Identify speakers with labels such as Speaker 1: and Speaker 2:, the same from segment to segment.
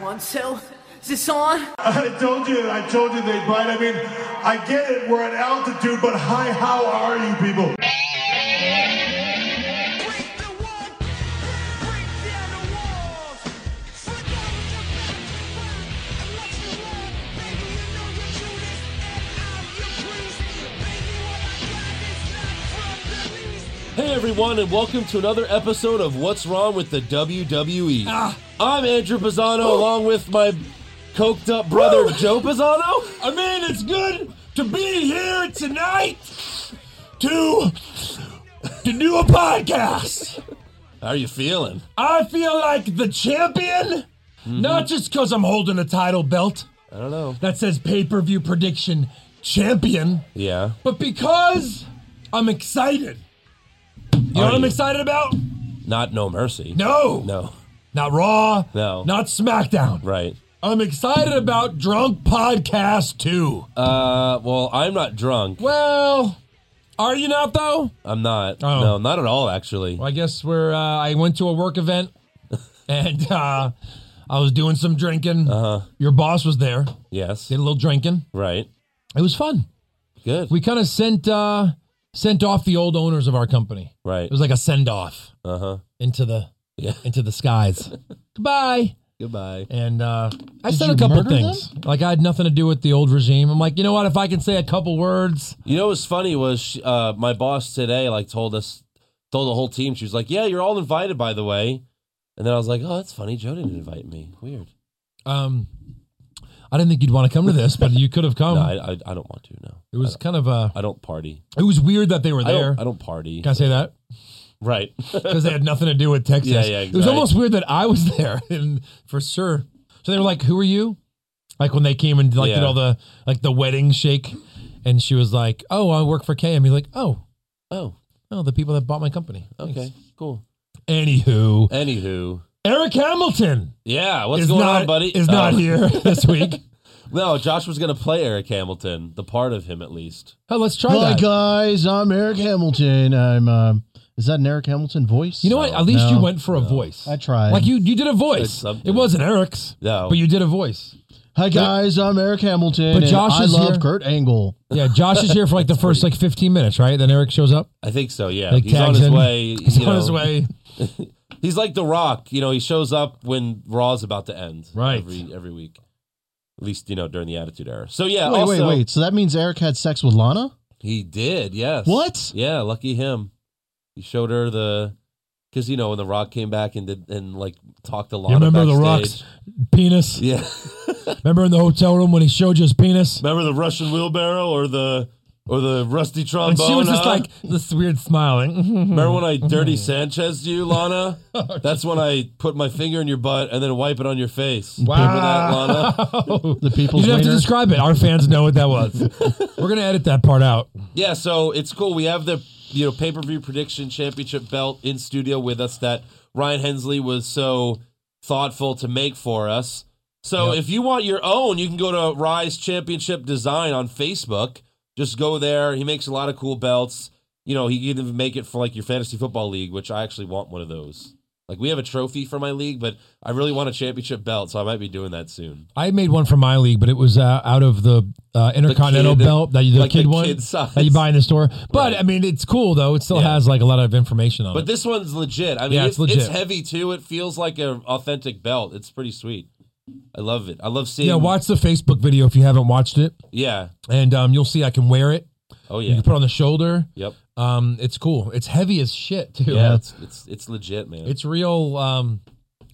Speaker 1: one cell. Is this on?
Speaker 2: I told you, I told you they'd bite. I mean, I get it, we're at altitude, but hi, how are you people?
Speaker 3: Hey everyone, and welcome to another episode of What's Wrong with the WWE.
Speaker 4: Ah.
Speaker 3: I'm Andrew Pisano, along with my coked up brother Joe Pisano. I mean, it's good to be here tonight to to do a podcast. How are you feeling?
Speaker 4: I feel like the champion,
Speaker 3: Mm-hmm.
Speaker 4: not just because I'm holding a title belt
Speaker 3: I don't know.
Speaker 4: that says pay per view prediction champion,
Speaker 3: Yeah.
Speaker 4: but because I'm excited. You know
Speaker 3: Are
Speaker 4: what I'm
Speaker 3: you?
Speaker 4: excited about?
Speaker 3: Not no mercy.
Speaker 4: No.
Speaker 3: No.
Speaker 4: Not Raw.
Speaker 3: No.
Speaker 4: Not SmackDown.
Speaker 3: Right.
Speaker 4: I'm excited about Drunk Podcast 2.
Speaker 3: Uh well, I'm not drunk.
Speaker 4: well, are you not, though?
Speaker 3: I'm not.
Speaker 4: Oh.
Speaker 3: No, not at all actually.
Speaker 4: Well, I guess we're. Uh, I went to a work event, and uh, I was doing some drinking. Uh-huh. Your boss was there. Did
Speaker 3: Yes.
Speaker 4: a little drinking.
Speaker 3: Right.
Speaker 4: It was fun.
Speaker 3: Good.
Speaker 4: We kind of sent uh, sent off the old owners of our company.
Speaker 3: Right.
Speaker 4: It was like a send off
Speaker 3: Uh-huh.
Speaker 4: into the
Speaker 3: Yeah.
Speaker 4: into the skies. Goodbye.
Speaker 3: Goodbye.
Speaker 4: And uh, I
Speaker 5: Did
Speaker 4: said a
Speaker 5: you
Speaker 4: couple
Speaker 5: murder
Speaker 4: things. Like I had nothing to do with the old regime. I'm like, you know what? If I can say a couple words,
Speaker 3: You know what's funny was she- uh, my boss today like told us told the whole team she was like, "Yeah, you're all invited by the way." And then I was like, "Oh, that's funny. Joe didn't invite me. Weird."
Speaker 4: um, I didn't think you'd want to come to this, but you could have come.
Speaker 3: No, I, I, I don't want to. No,
Speaker 4: it was kind of a.
Speaker 3: I don't party.
Speaker 4: It was weird that they were
Speaker 3: I
Speaker 4: there.
Speaker 3: don't, I don't party.
Speaker 4: Can I say that?
Speaker 3: Right.
Speaker 4: because they had nothing to do with Texas.
Speaker 3: Yeah, yeah,
Speaker 4: It was
Speaker 3: exactly.
Speaker 4: almost weird that I was there, and for sure. So they were like, "Who are you?" Like when they came and like did
Speaker 3: Yeah.
Speaker 4: all the like the wedding shake, and she was like, "Oh, I work for KM." He's like, "Oh,
Speaker 3: oh,
Speaker 4: oh, the people that bought my company." Thanks.
Speaker 3: okay, cool.
Speaker 4: Anywho,
Speaker 3: Anywho,
Speaker 4: Eric Hamilton
Speaker 3: yeah, what's
Speaker 4: is
Speaker 3: going
Speaker 4: not
Speaker 3: on, buddy?
Speaker 4: is not
Speaker 3: Oh.
Speaker 4: here this week.
Speaker 3: No, Josh was gonna play Eric Hamilton, the part of him at least.
Speaker 4: Oh, let's try
Speaker 5: Hi
Speaker 4: that.
Speaker 5: guys, I'm Eric Hamilton. I'm. Uh, is that an Eric Hamilton voice?
Speaker 4: You know what? At least you
Speaker 5: No,
Speaker 4: went for a voice.
Speaker 5: I tried.
Speaker 4: Like you, you did a voice.
Speaker 3: something.
Speaker 4: It wasn't Eric's,
Speaker 3: No,
Speaker 4: but you did a voice.
Speaker 5: Hi guys, I'm Eric Hamilton.
Speaker 4: But
Speaker 5: and
Speaker 4: Josh
Speaker 5: I
Speaker 4: is
Speaker 5: love
Speaker 4: here.
Speaker 5: Kurt Angle.
Speaker 4: Yeah, Josh is here for like the first like 15 minutes, right? Then Eric shows up.
Speaker 3: I think so. Yeah,
Speaker 4: Like
Speaker 3: he's on
Speaker 4: tags
Speaker 3: his
Speaker 4: in.
Speaker 3: way.
Speaker 4: He's
Speaker 3: you
Speaker 4: on his
Speaker 3: know.
Speaker 4: way.
Speaker 3: He's like The Rock. You know, he shows up when Raw's about to end.
Speaker 4: Right.
Speaker 3: Every every week. At least, you know, during the Attitude Era. So yeah,
Speaker 5: wait,
Speaker 3: Uh, also,
Speaker 5: wait, wait. So that means Eric had sex with Lana?
Speaker 3: He did, yes.
Speaker 5: What?
Speaker 3: Yeah, lucky him. He showed her the because you know when The Rock came back and did and like talked to Lana.
Speaker 4: remember The
Speaker 3: backstage.
Speaker 4: Rock's penis?
Speaker 3: Yeah.
Speaker 4: Remember in the hotel room when he showed you his penis?
Speaker 3: remember the Russian wheelbarrow or the or the rusty
Speaker 4: And
Speaker 3: trombone?
Speaker 4: she was just
Speaker 3: huh?
Speaker 4: like hmm, this weird smiling.
Speaker 3: Remember when I dirty Sanchez you, Lana?
Speaker 4: Oh,
Speaker 3: That's when I put my finger in your butt and then wipe it on your face. Wow. Remember that, Lana?
Speaker 5: The people's
Speaker 4: you didn't have to
Speaker 5: wiener?
Speaker 4: describe it. Our fans know what that was. We're gonna edit that part out.
Speaker 3: Yeah, so it's cool. We have the you know pay per view prediction championship belt in studio with us that Ryan Hensley was so thoughtful to make for us. So if you want your own, you can go to Rise Championship Design on Facebook. Just go there. He makes a lot of cool belts. You know, he can even make it for like your fantasy football league, which I actually want one of those. Like we have a trophy for my league, but I really want a championship belt, so I might be doing that soon.
Speaker 4: I made one for my league, but it was uh, out of the uh, Intercontinental
Speaker 3: kid-
Speaker 4: belt that you, the
Speaker 3: like the
Speaker 4: kid one
Speaker 3: kid size.
Speaker 4: that you buy in the store. But
Speaker 3: Right.
Speaker 4: I mean, it's cool though. It still
Speaker 3: Yeah.
Speaker 4: has like a lot of information on
Speaker 3: But
Speaker 4: it.
Speaker 3: this one's legit. I mean,
Speaker 4: Yeah,
Speaker 3: it's,
Speaker 4: it's
Speaker 3: it's
Speaker 4: legit.
Speaker 3: heavy too. It feels like an authentic belt. It's pretty sweet. I love it. I love seeing.
Speaker 4: Yeah, watch the Facebook video if you haven't watched it,
Speaker 3: Yeah.
Speaker 4: and um, you'll see I can wear it.
Speaker 3: Oh
Speaker 4: You
Speaker 3: yeah.
Speaker 4: can put it on the shoulder.
Speaker 3: Yep.
Speaker 4: Um, it's cool. It's heavy as shit too.
Speaker 3: Yeah. It's it's it's legit, man. It's,
Speaker 4: It's real um,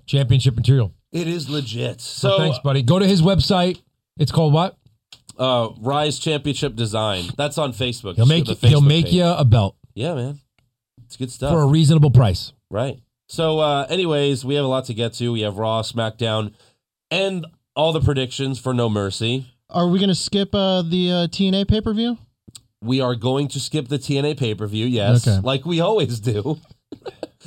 Speaker 4: championship material.
Speaker 3: it is legit.
Speaker 4: So
Speaker 3: So
Speaker 4: thanks, buddy. Go to his website. It's called what?
Speaker 3: uh, Rise Championship Design. That's on Facebook.
Speaker 4: He'll
Speaker 3: Just
Speaker 4: make
Speaker 3: go to the
Speaker 4: he'll
Speaker 3: Facebook
Speaker 4: make
Speaker 3: page.
Speaker 4: you a belt
Speaker 3: Yeah, man. It's good stuff.
Speaker 4: for a reasonable price.
Speaker 3: Right. So, uh, anyways, we have a lot to get to. We have Raw, SmackDown, and all the predictions for No Mercy.
Speaker 5: Are we going to skip uh, the uh, TNA pay per view?
Speaker 3: We are going to skip the TNA pay per view. Yes,
Speaker 5: Okay.
Speaker 3: like we always do.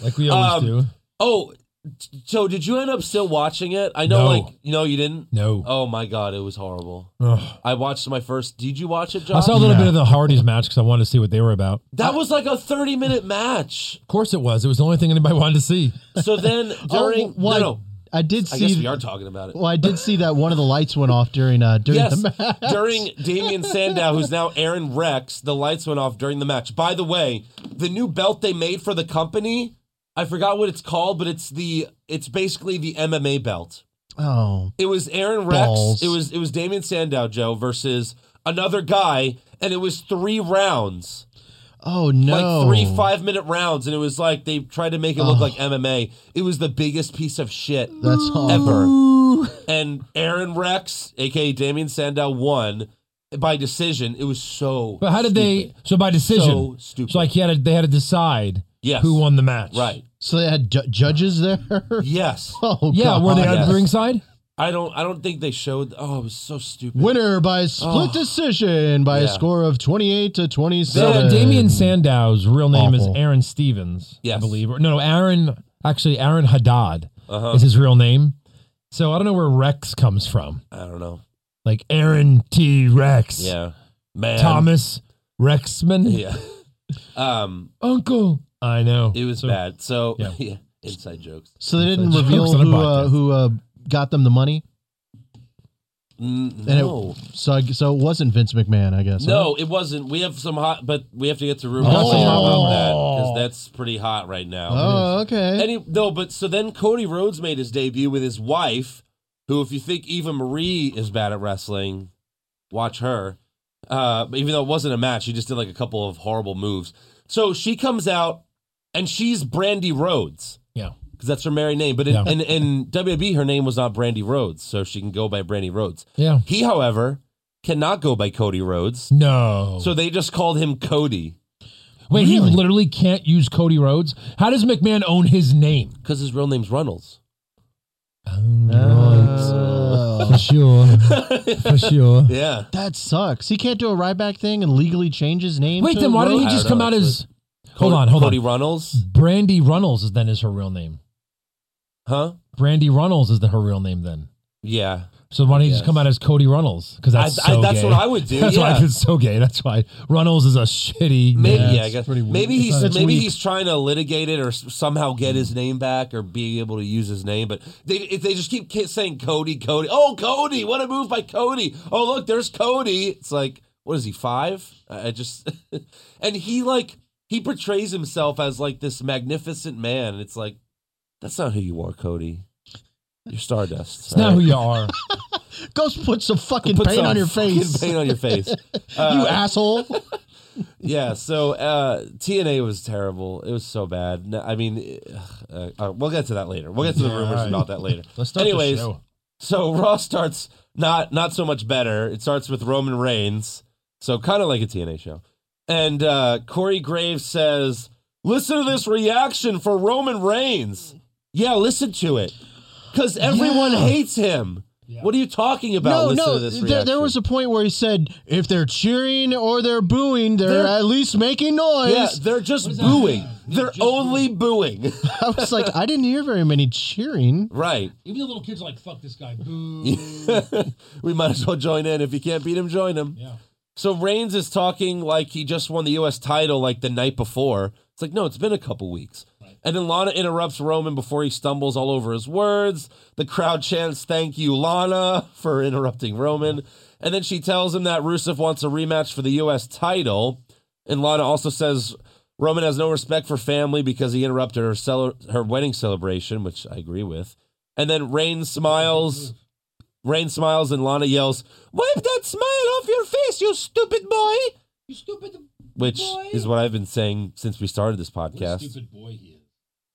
Speaker 4: Like we always
Speaker 3: Um,
Speaker 4: do.
Speaker 3: Oh, t- so did you end up still watching it? I know,
Speaker 4: No.
Speaker 3: like, you know, you didn't.
Speaker 4: No.
Speaker 3: Oh my god, it was horrible.
Speaker 4: Ugh.
Speaker 3: I watched my first. Did you watch it, Josh?
Speaker 4: I saw a little
Speaker 5: Yeah.
Speaker 4: bit of the Hardys match because I wanted to see what they were about.
Speaker 3: that was like a thirty-minute match.
Speaker 4: Of course it was. It was the only thing anybody wanted to see.
Speaker 3: So then during
Speaker 5: oh,
Speaker 3: no,
Speaker 5: why?
Speaker 3: no.
Speaker 5: I did
Speaker 3: I
Speaker 5: see.
Speaker 3: guess we are talking about it.
Speaker 5: Well, I did see that one of the lights went off during uh during
Speaker 3: Yes,
Speaker 5: the match.
Speaker 3: during Damian Sandow, who's now Aaron Rex, the lights went off during the match. By the way, the new belt they made for the company, I forgot what it's called, but it's the it's basically the MMA belt.
Speaker 5: Oh,
Speaker 3: It was Aaron Rex.
Speaker 5: Balls.
Speaker 3: It was it was Damian Sandow Joe versus another guy, and it was three rounds,
Speaker 5: oh no!
Speaker 3: like three five minute rounds, and it was like they tried to make it look like MMA. It was the biggest piece of shit
Speaker 5: That's all.
Speaker 3: ever. And Aaron Rex, aka Damian Sandow, won by decision. It was so.
Speaker 4: But how did they? So by decision.
Speaker 3: So stupid.
Speaker 4: So like he had to, they had to decide
Speaker 3: Yes.
Speaker 4: who won the match.
Speaker 3: Right.
Speaker 5: So they had ju- judges there.
Speaker 3: Yes.
Speaker 5: oh
Speaker 4: Yeah,
Speaker 5: God.
Speaker 4: were they
Speaker 3: Yes.
Speaker 4: at ringside?
Speaker 3: I don't. I don't think they showed. Oh, it was so stupid.
Speaker 5: Winner by split decision by a
Speaker 3: Yeah.
Speaker 5: score of twenty-eight to
Speaker 4: So
Speaker 5: twenty-seven.
Speaker 4: Damian Sandow's real name
Speaker 5: Awful.
Speaker 4: is Aaron Stevens, I
Speaker 3: Yes.
Speaker 4: believe. Or, no, Aaron, actually, Aaron Haddad
Speaker 3: Uh-huh.
Speaker 4: is his real name. So I don't know where Rex comes from.
Speaker 3: I don't know.
Speaker 4: Like Aaron T. Rex.
Speaker 3: Yeah. Man.
Speaker 4: Thomas Rexman.
Speaker 3: Yeah. Um.
Speaker 4: Uncle. I know.
Speaker 3: It was
Speaker 4: So-
Speaker 3: bad. So yeah.
Speaker 4: Yeah.
Speaker 3: Inside jokes.
Speaker 5: So they didn't
Speaker 4: Jokes
Speaker 5: reveal
Speaker 4: on a
Speaker 5: who uh,
Speaker 4: podcast.
Speaker 5: who uh, got them the money.
Speaker 3: N-
Speaker 5: And it-
Speaker 3: no.
Speaker 5: So I, so it wasn't Vince McMahon, I guess. huh?
Speaker 3: no, it wasn't. We have some hot, but we have to get to rumors
Speaker 4: Oh.
Speaker 3: later about that because that's pretty hot right now.
Speaker 5: Oh, okay.
Speaker 3: Any, no, but so then Cody Rhodes made his debut with his wife, who, if you think Eva Marie is bad at wrestling, watch her. Uh, but even though it wasn't a match, she just did like a couple of horrible moves. So she comes out and she's Brandy Rhodes
Speaker 4: Yeah.
Speaker 3: because that's her married name. But in,
Speaker 4: Yeah.
Speaker 3: in, in WWE, her name was not Brandy Rhodes, so she can go by Brandy Rhodes.
Speaker 4: Yeah.
Speaker 3: He, however, cannot go by Cody Rhodes.
Speaker 4: No.
Speaker 3: So they just called him Cody
Speaker 4: Wait, he
Speaker 5: Really?
Speaker 4: literally can't use Cody Rhodes? How does McMahon own his name?
Speaker 3: because his real name's Runnels.
Speaker 5: Oh.
Speaker 4: For sure. For sure.
Speaker 3: Yeah.
Speaker 5: Uh, that sucks. He can't do a Ryback thing and legally change his name.
Speaker 4: Wait,
Speaker 5: to
Speaker 4: then why didn't he
Speaker 5: Rhodes?
Speaker 3: I
Speaker 4: just
Speaker 3: don't
Speaker 4: come
Speaker 3: know,
Speaker 4: out
Speaker 3: it's
Speaker 4: as. Hold on, hold
Speaker 3: Cody
Speaker 4: on.
Speaker 3: Runnels?
Speaker 4: Brandy Runnels is then is her real name. Hmm.
Speaker 3: Huh?
Speaker 4: Brandy Runnels is the, her real name then.
Speaker 3: Yeah.
Speaker 4: So why don't you
Speaker 3: Yes.
Speaker 4: just come out as Cody Runnels? Because that's
Speaker 3: I- I-
Speaker 4: so
Speaker 3: that's
Speaker 4: gay.
Speaker 3: what I would do,
Speaker 4: That's why
Speaker 3: yeah.
Speaker 4: it's so gay. That's why Runnels is a shitty.
Speaker 3: Maybe
Speaker 4: name.
Speaker 3: yeah, I
Speaker 5: it's
Speaker 3: guess
Speaker 5: pretty weak.
Speaker 3: maybe he's
Speaker 5: That's
Speaker 3: maybe
Speaker 5: weak.
Speaker 3: he's trying to litigate it or s- somehow get his name back or be able to use his name. But they if they just keep ki- saying Cody, Cody. Oh, Cody! What a move by Cody! Oh, look, there's Cody. It's like what is he five? I I just and he like he portrays himself as like this magnificent man. It's like that's not who you are, Cody. You're Stardust.
Speaker 4: It's not who you are.
Speaker 5: go put some fucking paint on your face,
Speaker 3: Paint on your face.
Speaker 5: you
Speaker 3: Uh,
Speaker 5: asshole?
Speaker 3: yeah so uh tna was terrible it was so bad No, i mean uh, uh, we'll get to that later we'll get to the rumors
Speaker 4: alright.
Speaker 3: about that later
Speaker 4: Let's start
Speaker 3: anyways
Speaker 4: the show.
Speaker 3: so raw starts not not so much better it starts with roman reigns so kind of like a tna show and uh corey graves says listen to this reaction for roman reigns yeah listen to it because everyone
Speaker 5: Yeah.
Speaker 3: hates him what are you talking about
Speaker 5: No,
Speaker 3: listen
Speaker 5: no.
Speaker 3: to this
Speaker 5: there,
Speaker 3: reaction.
Speaker 5: there was a point where he said, if they're cheering or they're booing, they're,
Speaker 3: They're-
Speaker 5: at least making noise.
Speaker 3: yeah they're just booing they're only booing
Speaker 5: I was like, I didn't hear very many cheering.
Speaker 3: right
Speaker 4: Even the little kids are like, "Fuck this guy."
Speaker 3: we might as well join in. If you can't beat him, join him.
Speaker 4: Yeah.
Speaker 3: So Reigns is talking like he just won the U.S. title like the night before. It's like, no, it's been a couple weeks. And then Lana interrupts Roman before he stumbles all over his words. The crowd chants, Thank you, Lana, for interrupting Roman. And then she tells him that Rusev wants a rematch for the U.S. title. And Lana also says Roman has no respect for family because he interrupted her, cele- her wedding celebration, which I agree with. And then Reigns smiles. Rain smiles and Lana yells, Wipe that smile off your face, you stupid boy!
Speaker 4: You stupid,
Speaker 3: Which is what I've been saying since we started this podcast.
Speaker 4: boy he is.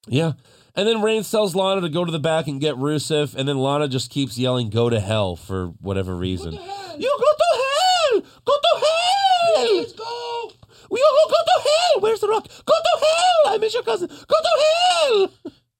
Speaker 3: Yeah. And then Reigns tells Lana to go to the back and get Rusev, and then Lana just keeps yelling, Go to hell for whatever reason. You go to hell! Go to hell! Let's go! We all go to hell! Where's the rock? Go to hell! I miss your cousin! Go to hell!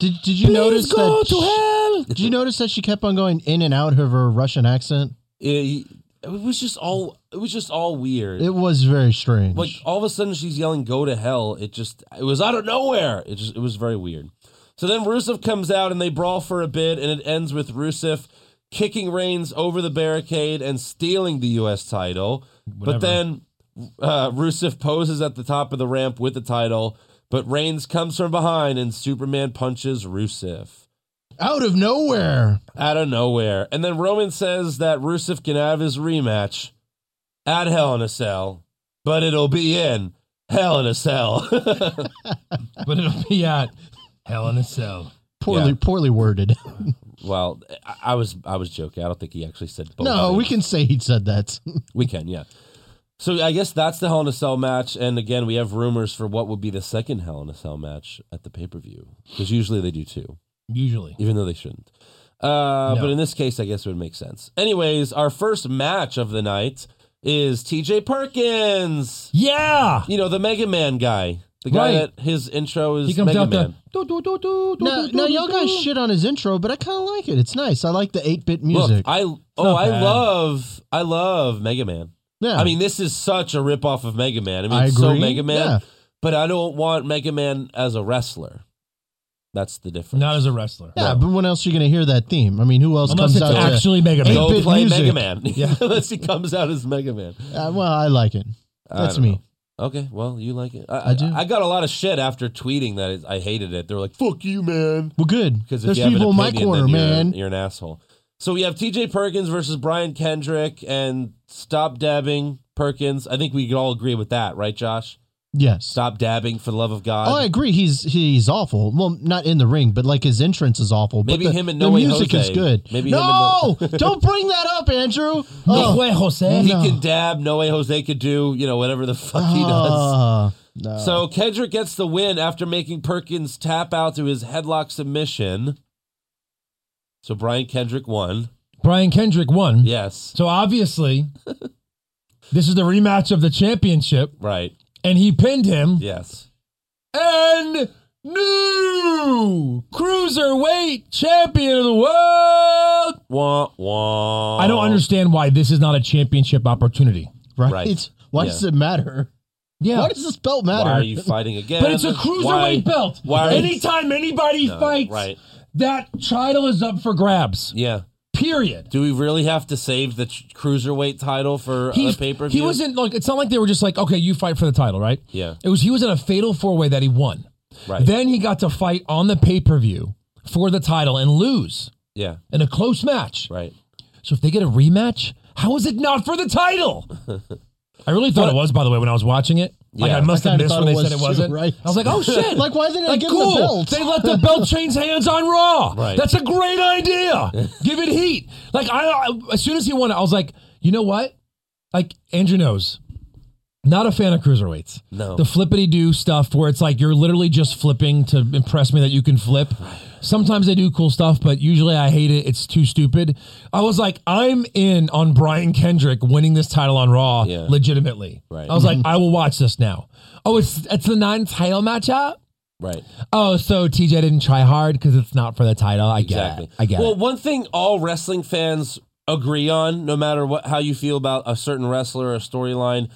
Speaker 5: Did Did you notice
Speaker 3: Please go
Speaker 5: that?
Speaker 3: to hell!
Speaker 5: Did you notice that she kept on going in and out of her Russian accent?
Speaker 3: It, it was just all it was just all weird.
Speaker 5: It was very strange.
Speaker 3: like all of a sudden she's yelling "Go to hell!" It just it was out of nowhere. It just it was very weird. So then Rusev comes out and they brawl for a bit, and it ends with Rusev kicking Reigns over the barricade and stealing the U.S. title. But
Speaker 4: Whatever.
Speaker 3: then uh, Rusev poses at the top of the ramp with the title, but Reigns comes from behind and Superman punches Rusev.
Speaker 5: Out of nowhere.
Speaker 3: out of nowhere. And then Roman says that Rusev can have his rematch at Hell in a Cell, but it'll be in Hell in a Cell.
Speaker 4: but it'll be at Hell in a Cell.
Speaker 5: Poorly,
Speaker 3: Yeah.
Speaker 5: poorly worded.
Speaker 3: well, I- I was I was joking. I don't think he actually said both.
Speaker 5: no,
Speaker 3: of
Speaker 5: we
Speaker 3: it.
Speaker 5: can say he said that.
Speaker 3: we can, yeah. So I guess that's the Hell in a Cell match, and again, we have rumors for what will be the second Hell in a Cell match at the pay per view because usually they do two,
Speaker 4: Usually.
Speaker 3: even though they shouldn't. Uh,
Speaker 4: No.
Speaker 3: But in this case, I guess it would make sense. Anyways, our first match of the night is T.J. Perkins.
Speaker 4: Yeah.
Speaker 3: you know the Mega Man guy, the guy
Speaker 4: Right.
Speaker 3: that his intro is
Speaker 4: He comes
Speaker 3: Mega
Speaker 4: out
Speaker 3: Man.
Speaker 4: the. Do, do, do, do, do,
Speaker 5: now,
Speaker 4: do, do,
Speaker 5: now y'all
Speaker 4: do.
Speaker 5: guys shit on his intro, but I kind of like it. It's nice. I like the eight bit
Speaker 3: Look,
Speaker 5: music.
Speaker 3: I oh
Speaker 4: not
Speaker 3: I
Speaker 4: bad.
Speaker 3: love I love Mega Man.
Speaker 5: yeah,
Speaker 3: I mean, this is such a rip off of Mega Man. I mean,
Speaker 5: I
Speaker 3: it's so
Speaker 5: agree.
Speaker 3: Mega Man,
Speaker 5: Yeah.
Speaker 3: but I don't want Mega Man as a wrestler. That's the difference.
Speaker 4: Not as a wrestler.
Speaker 5: yeah, but when else are you gonna hear that theme? I mean, who else
Speaker 4: Unless
Speaker 5: comes
Speaker 4: it's
Speaker 5: out? to-
Speaker 4: actually Mega Man.
Speaker 3: Go
Speaker 5: 8-bit
Speaker 3: play
Speaker 5: music.
Speaker 3: Mega Man.
Speaker 4: Yeah.
Speaker 3: Unless he comes out as Mega Man.
Speaker 5: Uh, well, I like it.
Speaker 3: I
Speaker 5: That's
Speaker 3: don't
Speaker 5: me.
Speaker 3: know. Okay, well, you like it.
Speaker 5: I do.
Speaker 3: I got a lot of shit after tweeting that I hated it. They're like, "Fuck you, man."
Speaker 5: Well, good.
Speaker 3: Because if
Speaker 5: There's
Speaker 3: you have
Speaker 5: people
Speaker 3: an
Speaker 5: in my
Speaker 3: opinion,
Speaker 5: corner,
Speaker 3: then you're,
Speaker 5: man.
Speaker 3: You're an asshole. So we have TJ Perkins versus Brian Kendrick and stop dabbing Perkins. I think we can all agree with that, right, Josh?
Speaker 5: Yes.
Speaker 3: Stop dabbing for the love of God.
Speaker 5: Oh, I agree. He's he's awful. Well, not in the ring, but like his entrance is awful. But
Speaker 3: Maybe
Speaker 5: the,
Speaker 3: him and
Speaker 5: the
Speaker 3: Noe
Speaker 5: music
Speaker 3: Jose.
Speaker 5: is good.
Speaker 3: Maybe him
Speaker 5: no,
Speaker 3: and
Speaker 5: don't bring that up, Andrew.
Speaker 4: No
Speaker 5: Oh,
Speaker 4: way, Jose.
Speaker 3: he
Speaker 5: no.
Speaker 3: can dab. No way Jose could do, you know, whatever the fuck he does.
Speaker 5: Ah, no.
Speaker 3: So Kendrick gets the win after making Perkins tap out to his headlock submission. So Brian Kendrick won.
Speaker 4: Brian Kendrick won.
Speaker 3: Yes.
Speaker 4: So obviously, this is the rematch of the championship,
Speaker 3: Right.
Speaker 4: and he pinned him.
Speaker 3: Yes.
Speaker 4: And new cruiserweight champion of the world.
Speaker 3: Wah, wah.
Speaker 4: I don't understand why this is not a championship opportunity.
Speaker 5: right?
Speaker 3: right.
Speaker 5: Why
Speaker 3: Yeah.
Speaker 5: does it matter?
Speaker 4: Yeah.
Speaker 5: Why does this belt matter?
Speaker 3: Why are you fighting again?
Speaker 4: but it's a
Speaker 3: Why-
Speaker 4: cruiserweight belt.
Speaker 3: Why?
Speaker 4: Anytime anybody
Speaker 3: No,
Speaker 4: fights,
Speaker 3: Right.
Speaker 4: that title is up for grabs.
Speaker 3: Yeah.
Speaker 4: Period.
Speaker 3: Do we really have to save the tr- cruiserweight title for
Speaker 4: He-
Speaker 3: a pay per view?
Speaker 4: he wasn't like it's not like they were just like okay you fight for the title right
Speaker 3: Yeah.
Speaker 4: it was he was in a fatal four way that he won
Speaker 3: Right.
Speaker 4: then he got to fight on the pay per view for the title and lose
Speaker 3: yeah.
Speaker 4: in a close match
Speaker 3: Right.
Speaker 4: so if they get a rematch how is it not for the title I really thought it was by the way when I was watching it like
Speaker 3: Yeah.
Speaker 4: I must
Speaker 5: I
Speaker 4: have
Speaker 5: kinda
Speaker 4: missed
Speaker 5: thought
Speaker 4: when they
Speaker 5: it
Speaker 4: said it
Speaker 5: was too,
Speaker 4: wasn't
Speaker 5: right?
Speaker 4: I was like oh shit
Speaker 5: Like, why didn't they give him the belt?
Speaker 4: They let the belt change hands on Raw.
Speaker 3: Right.
Speaker 4: That's a great idea. give it heat. Like I, I- as soon as he won it, I was like, you know what? Like Andrew knows, not a fan of cruiserweights.
Speaker 3: No.
Speaker 4: The flippity do stuff where it's like you're literally just flipping to impress me that you can flip. Sometimes they do cool stuff, but usually I hate it. It's too stupid. I was like, I'm in on Brian Kendrick winning this title on Raw
Speaker 3: Yeah.
Speaker 4: legitimately.
Speaker 3: Right.
Speaker 4: I was like, I will watch this now. Oh, it's it's the nine title matchup.
Speaker 3: Right.
Speaker 4: Oh, so TJ didn't try hard because it's not for the title. I
Speaker 3: Exactly.
Speaker 4: get it. I get
Speaker 3: well,
Speaker 4: it.
Speaker 3: one thing all wrestling fans agree on, no matter what how you feel about a certain wrestler or a storyline,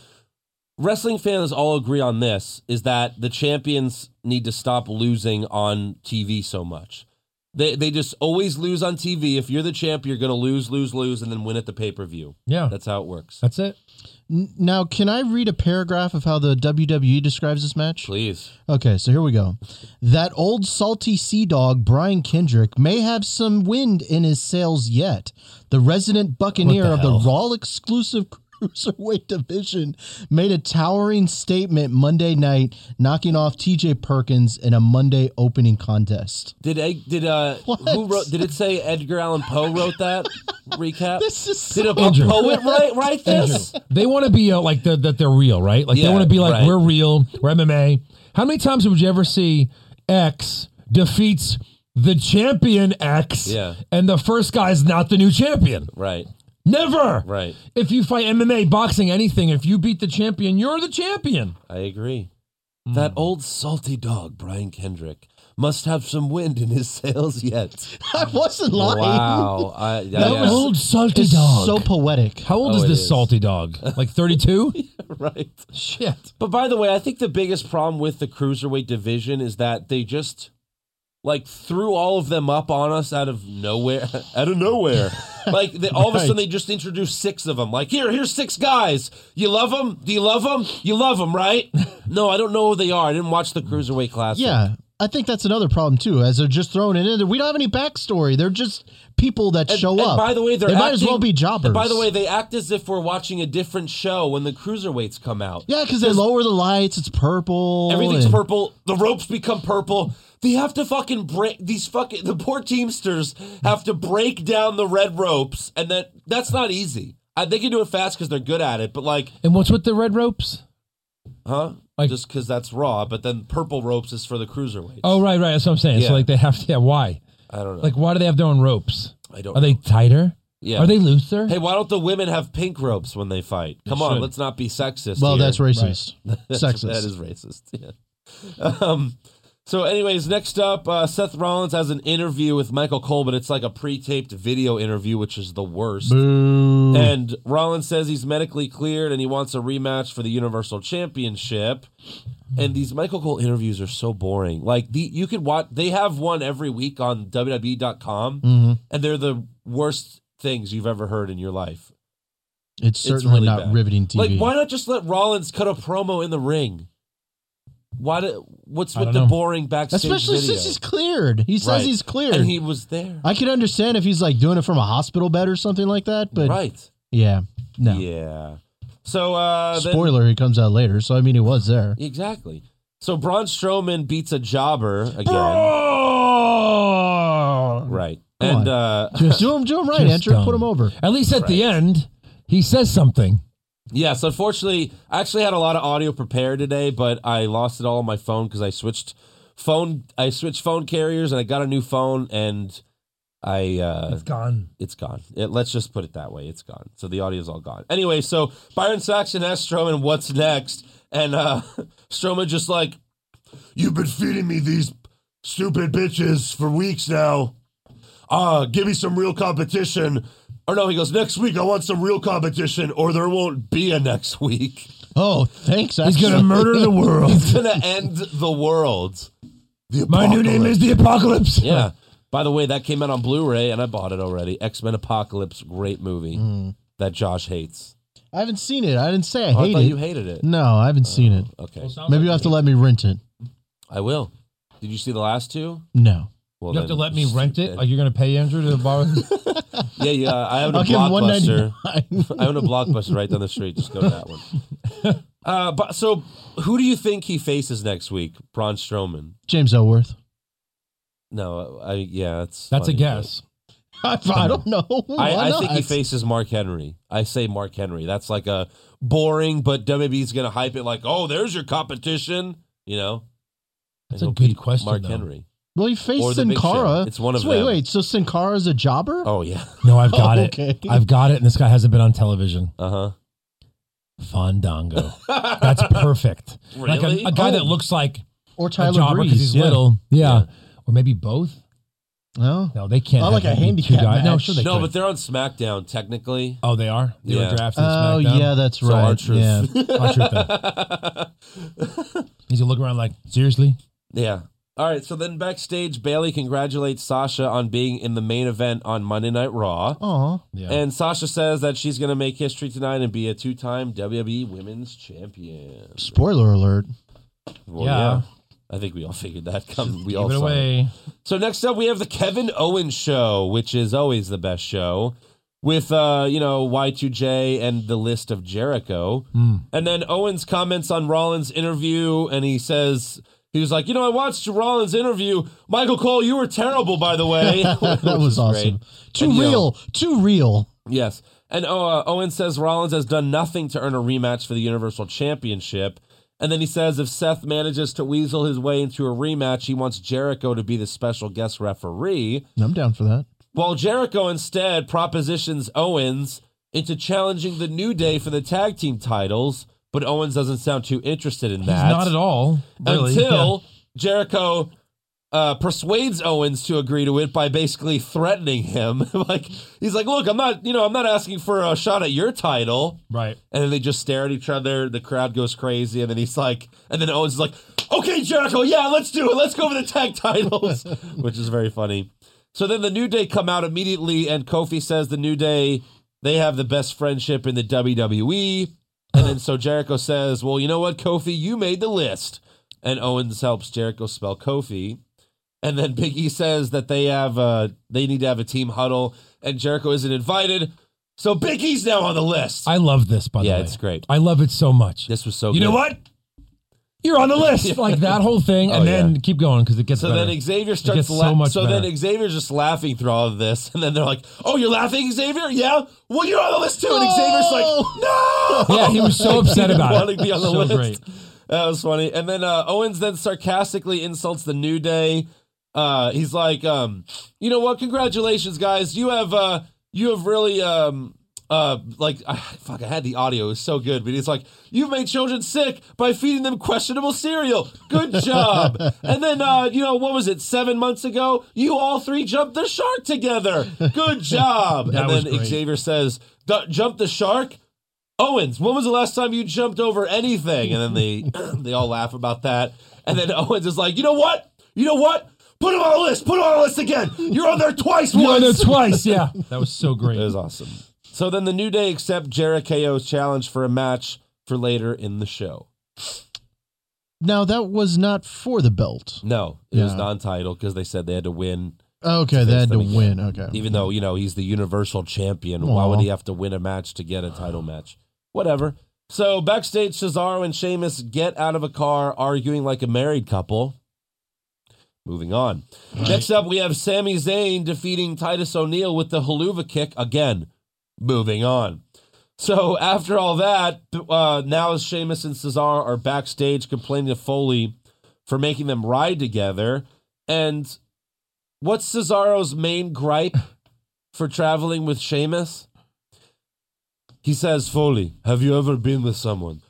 Speaker 3: wrestling fans all agree on this is that the champions need to stop losing on TV so much. They they just always lose on TV. If you're the champ, you're gonna lose, lose, lose, and then win at the pay per view.
Speaker 4: Yeah, that's,
Speaker 3: That's how it works.
Speaker 4: it.
Speaker 5: N- Now, can I read a paragraph of how the WWE describes this match?
Speaker 3: Please.
Speaker 5: Okay, so here we go. That old salty sea dog, Brian Kendrick, may have some wind in his sails yet. The resident buccaneer
Speaker 4: What the
Speaker 5: of the
Speaker 4: hell?
Speaker 5: Raw exclusive cruiserweight division made a towering statement Monday night, knocking off TJ Perkins in a Monday opening contest.
Speaker 3: Did I, did uh
Speaker 5: What?
Speaker 3: who wrote did it say Edgar Allan Poe wrote that recap?
Speaker 5: This is
Speaker 3: did a, a
Speaker 5: so.
Speaker 4: Andrew.
Speaker 3: poet write write this?
Speaker 4: They want to be uh, like the, that. They're real, right? Like
Speaker 3: Yeah,
Speaker 4: they want to be like
Speaker 3: right.
Speaker 4: we're real. We're MMA. How many times would you ever see X defeats the champion X?
Speaker 3: Yeah.
Speaker 4: and the first guy's not the new champion.
Speaker 3: Right,
Speaker 4: Never.
Speaker 3: right.
Speaker 4: If you fight MMA, boxing, anything, if you beat the champion, you're the champion.
Speaker 3: I agree.
Speaker 5: Hmm.
Speaker 3: That old salty dog, Brian Kendrick, must have some wind in his sails yet.
Speaker 5: I wasn't lying.
Speaker 3: Wow. I,
Speaker 5: That
Speaker 3: yeah,
Speaker 5: was-
Speaker 4: Old salty
Speaker 5: It's
Speaker 4: dog.
Speaker 5: so poetic.
Speaker 4: How old
Speaker 3: Oh,
Speaker 4: is
Speaker 3: it
Speaker 4: this
Speaker 3: is.
Speaker 4: salty dog? Like 32?
Speaker 3: right.
Speaker 4: Shit.
Speaker 3: But by the way, I think the biggest problem with the cruiserweight division is that they just like threw all of them up on us out of nowhere. out of nowhere. Like they, all of a sudden, they just introduced six of them. Like here, here's six guys. You love them? Do you love them? You love them, right? no, I don't know who they are. I didn't watch the cruiserweight class.
Speaker 5: Yeah. I think that's another problem too, as they're just throwing it in there. We don't have any backstory. They're just people that show
Speaker 3: and
Speaker 5: up.
Speaker 3: By the way,
Speaker 5: they
Speaker 3: they're
Speaker 5: might as
Speaker 3: acting-
Speaker 5: well be jobbers.
Speaker 3: and by the way, they act as if we're watching a different show when the cruiserweights come out.
Speaker 5: yeah, because they lower the lights. It's purple.
Speaker 3: Everything's
Speaker 5: and-
Speaker 3: purple. The ropes become purple. They have to fucking break these fucking the poor teamsters have to break down the red ropes, and that that's not easy. I, they can do it fast because they're good at it, but like,
Speaker 4: And what's with the red ropes?
Speaker 3: huh?
Speaker 4: Like-
Speaker 3: Just because that's raw, but then purple ropes is for the cruiserweights.
Speaker 4: Oh, right, right. That's what I'm saying.
Speaker 3: Yeah.
Speaker 4: So like they have to. Yeah, why?
Speaker 3: I don't know.
Speaker 4: Like why do they have their own ropes?
Speaker 3: I don't.
Speaker 4: Are they
Speaker 3: know.
Speaker 4: tighter?
Speaker 3: Yeah.
Speaker 4: Are they looser?
Speaker 3: Hey, why don't the women have pink ropes when they fight? Come on,
Speaker 4: should.
Speaker 3: let's not be sexist.
Speaker 5: Well,
Speaker 3: here.
Speaker 5: that's racist.
Speaker 3: That's-
Speaker 5: Sexist.
Speaker 3: That is racist. Yeah. Um, so, anyways, next up, uh, Seth Rollins has an interview with Michael Cole, but it's like a pre-taped video interview, which is the worst.
Speaker 5: Boo.
Speaker 3: And Rollins says he's medically cleared and he wants a rematch for the Universal Championship. And these Michael Cole interviews are so boring. Like the you could watch they have one every week on WWE.com
Speaker 5: Mm-hmm.
Speaker 3: and they're the worst things you've ever heard in your life.
Speaker 5: It's
Speaker 3: It's
Speaker 5: certainly
Speaker 3: really
Speaker 5: not
Speaker 3: bad.
Speaker 5: riveting TV.
Speaker 3: Like, why not just let Rollins cut a promo in the ring? Why? Do, what's
Speaker 4: I
Speaker 3: with
Speaker 4: don't
Speaker 3: the
Speaker 4: know.
Speaker 3: boring backstage
Speaker 5: Especially
Speaker 3: video?
Speaker 5: since he's cleared. He says
Speaker 3: Right.
Speaker 5: he's cleared.
Speaker 3: and he was there,
Speaker 5: I could understand if he's like doing it from a hospital bed or something like that, but
Speaker 3: right?
Speaker 5: yeah, no.
Speaker 3: Yeah. So, uh, then-
Speaker 5: Spoiler, he comes out later, so I mean, he was there.
Speaker 3: exactly. So Braun Strowman beats a jobber again, right?
Speaker 5: Come
Speaker 3: and
Speaker 5: on.
Speaker 3: uh,
Speaker 5: do him, do him right,
Speaker 4: Just
Speaker 5: Andrew.
Speaker 4: dumb.
Speaker 5: Put him over.
Speaker 4: At least at the end, he says something.
Speaker 3: Yes, unfortunately, I actually had a lot of audio prepared today, but I lost it all on my phone because I switched phone. I switched phone carriers, and I got a new phone, and I uh,
Speaker 4: It's gone.
Speaker 3: it's gone. It, let's just put it that way. It's gone. So the audio's all gone. Anyway, so Byron Saxon asked Strowman what's next, and uh, Strowman just like, "You've been feeding me these stupid bitches for weeks now. Uh, give me some real competition." Or no, he goes, "Next week I want some real competition, or there won't be a next week.
Speaker 5: Oh, thanks.
Speaker 4: He's
Speaker 5: actually.
Speaker 4: gonna murder the world.
Speaker 3: It's gonna end the world." The
Speaker 4: My new name is the Apocalypse.
Speaker 3: Yeah. By the way, that came out on Blu-ray, and I bought it already. X Men Apocalypse, great movie that Josh hates.
Speaker 5: I haven't seen it. I didn't say I
Speaker 3: Oh, I
Speaker 5: Mm. hate
Speaker 3: thought
Speaker 5: it.
Speaker 3: you Oh. hated it.
Speaker 5: no, I haven't seen it.
Speaker 3: Okay,
Speaker 5: Maybe you'll have to let me rent it.
Speaker 3: I will. Did you see the last two?
Speaker 5: No.
Speaker 3: Well,
Speaker 4: You have to
Speaker 3: then-
Speaker 4: let me rent it. Like you're gonna pay Andrew to borrow.
Speaker 3: Yeah, yeah. uh, I own a
Speaker 5: I'll give him one ninety
Speaker 3: blockbuster.
Speaker 5: nine.
Speaker 3: I own a blockbuster right down the street. Just go to that one. Uh, but so, who do you think he faces next week? Braun Strowman.
Speaker 5: James Elworth.
Speaker 3: No, I yeah, it's
Speaker 4: That's a
Speaker 3: funny,
Speaker 4: guess.
Speaker 5: I, I don't know.
Speaker 3: but-
Speaker 5: Why
Speaker 3: I, I
Speaker 5: not?
Speaker 3: think he faces Mark Henry. I say Mark Henry. That's like a boring, but WWE's gonna hype it like, oh, there's your competition. You know,
Speaker 4: That's
Speaker 3: And
Speaker 4: a
Speaker 3: he'll
Speaker 4: good
Speaker 3: beat
Speaker 4: question,
Speaker 3: Mark
Speaker 4: though.
Speaker 3: Henry.
Speaker 5: Well, he
Speaker 3: Or
Speaker 5: faced
Speaker 3: the
Speaker 5: Sin
Speaker 3: Big Show.
Speaker 5: Cara.
Speaker 3: It's one of
Speaker 5: so wait,
Speaker 3: them.
Speaker 5: Wait, so Sin Cara's a jobber?
Speaker 3: Oh yeah.
Speaker 4: No, I've got
Speaker 5: Oh,
Speaker 4: it.
Speaker 5: okay.
Speaker 4: I've got it, and this guy hasn't been on television.
Speaker 3: Uh huh.
Speaker 4: Fandango. That's perfect. Like
Speaker 3: Really?
Speaker 4: a, a guy
Speaker 5: Oh.
Speaker 4: that looks like
Speaker 5: Or
Speaker 4: a
Speaker 5: Tyler
Speaker 4: jobber
Speaker 5: Breeze?
Speaker 4: because he's
Speaker 5: yeah.
Speaker 4: little. Yeah. Or maybe both.
Speaker 5: No.
Speaker 4: No, they can't.
Speaker 5: Oh,
Speaker 4: have
Speaker 5: like a
Speaker 4: that many
Speaker 5: handicap
Speaker 4: two guys. No,
Speaker 5: match.
Speaker 4: sure they
Speaker 3: No,
Speaker 4: could.
Speaker 3: but they're on SmackDown technically.
Speaker 4: oh, they are. They
Speaker 3: Yeah.
Speaker 4: were drafted. in
Speaker 5: Oh
Speaker 4: SmackDown.
Speaker 5: yeah, that's
Speaker 3: So
Speaker 5: right.
Speaker 3: R-Truth.
Speaker 5: yeah.
Speaker 4: I'll shoot them. He's gonna look around like, seriously?
Speaker 3: Yeah. All right. So then backstage, Bailey congratulates Sasha on being in the main event on Monday Night Raw.
Speaker 5: Aw.
Speaker 4: Yeah.
Speaker 3: And Sasha says that she's going to make history tonight and be a two time WWE E Women's Champion.
Speaker 5: Spoiler alert.
Speaker 3: Well,
Speaker 4: Yeah.
Speaker 3: I think we all figured that coming. We
Speaker 4: Give
Speaker 3: all
Speaker 4: it
Speaker 3: saw it.
Speaker 4: away.
Speaker 3: So next up, we have the Kevin Owens show, which is always the best show, with uh, you know Y2J and the list of Jericho.
Speaker 5: Hmm.
Speaker 3: And then Owens comments on Rollins' interview, and he says he was like, you know, I watched Rollins' interview. Michael Cole, you were terrible, by the way.
Speaker 5: That was awesome. Too
Speaker 3: And, you know,
Speaker 5: real. Too real.
Speaker 3: Yes. And uh, Owen says Rollins has done nothing to earn a rematch for the Universal Championship. And then he says if Seth manages to weasel his way into a rematch, he wants Jericho to be the special guest referee.
Speaker 5: I'm down for that.
Speaker 3: While Jericho instead propositions Owens into challenging the New Day for the tag team titles, but Owens doesn't sound too interested in that.
Speaker 4: He's not at all. Really.
Speaker 3: Until Jericho uh, persuades Owens to agree to it by basically threatening him. like he's like, "Look, I'm not, you know, I'm not asking for a shot at your title."
Speaker 4: Yeah. Right.
Speaker 3: And then they just stare at each other. The crowd goes crazy, and then he's like, and then Owens is like, "Okay, Jericho, yeah, let's do it. Let's go for the tag titles," which is very funny. So then the New Day come out immediately, and Kofi says the New Day they have the best friendship in the E. WWE. And then so Jericho says, "Well, you know what, Kofi, you made the list." and Owens helps Jericho spell Kofi. And then Big E says that they have uh they need to have a team huddle, and Jericho isn't invited, so Big E's now on the list.
Speaker 4: I love this, by
Speaker 3: Yeah,
Speaker 4: the way.
Speaker 3: it's great.
Speaker 4: I love it so much.
Speaker 3: this was so.
Speaker 4: you
Speaker 3: good.
Speaker 4: know what? You're on the list. Like that whole thing. And
Speaker 3: Oh,
Speaker 4: then
Speaker 3: yeah.
Speaker 4: keep going because it gets
Speaker 3: So
Speaker 4: better.
Speaker 3: then Xavier
Speaker 4: gets
Speaker 3: starts
Speaker 4: so
Speaker 3: la- so,
Speaker 4: much better.
Speaker 3: then Xavier's just laughing through all of this, and then they're like, "Oh, you're laughing, Xavier? Yeah. Well, you're on the list too." And Xavier's like, "No."
Speaker 4: yeah, he was so upset about
Speaker 3: wanting
Speaker 4: it.
Speaker 3: to be on the
Speaker 4: so
Speaker 3: list.
Speaker 4: great.
Speaker 3: That was funny. And then uh, Owens then sarcastically insults the New Day. Uh, he's like, um, you know what? Congratulations, guys. You have uh, you have really um, uh, like I fuck. I had the audio. It was so good, but he's like, you've made children sick by feeding them questionable cereal. Good job. and then uh, you know what was it? Seven months ago, you all three jumped the shark together. Good job.
Speaker 4: That
Speaker 3: and
Speaker 4: was
Speaker 3: then
Speaker 4: great.
Speaker 3: Xavier says, "Du- "Jump the shark." Owens, when was the last time you jumped over anything? And then they they all laugh about that. And then Owens is like, you know what? You know what? Put him on the list. Put him on the list again. You're on there twice.
Speaker 4: You won
Speaker 3: once.
Speaker 4: it twice. Yeah, that was so great.
Speaker 3: It was awesome. So then the New Day accept Jericho's challenge for a match for later in the show.
Speaker 5: Now that was not for the belt.
Speaker 3: No, it was
Speaker 5: Yeah.
Speaker 3: non-title because they said they had to win,
Speaker 5: Okay, they had to
Speaker 3: them again.
Speaker 5: win. Okay.
Speaker 3: even though you know he's the Universal Champion. Why
Speaker 5: Aw.
Speaker 3: would he have to win a match to get a title match? Whatever. So backstage, Cesaro and Sheamus get out of a car, arguing like a married couple. Moving on. Next up, we have Sami Zayn defeating Titus O'Neil with the haluva kick again. Moving on. So after all that, uh, now Sheamus and Cesaro are backstage complaining to Foley for making them ride together. And what's Cesaro's main gripe for traveling with Sheamus? He says, Foley, have you ever been with someone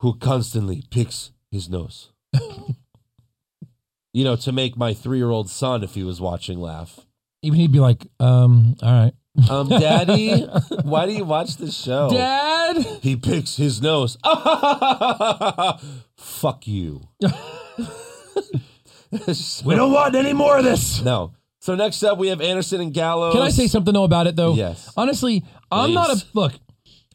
Speaker 3: who constantly picks his nose? you know, to make my three year old son, if he was watching, laugh.
Speaker 4: Even he'd be like, um, all right,
Speaker 3: Um, Daddy, why do you watch this show?
Speaker 4: Dad.
Speaker 3: He picks his nose. Fuck you.
Speaker 4: We don't want any more of this.
Speaker 3: no. So next up, we have Anderson and Gallows.
Speaker 4: Can I say something though about it though?
Speaker 3: Yes.
Speaker 4: Honestly, I'm not a
Speaker 3: Please.
Speaker 4: look.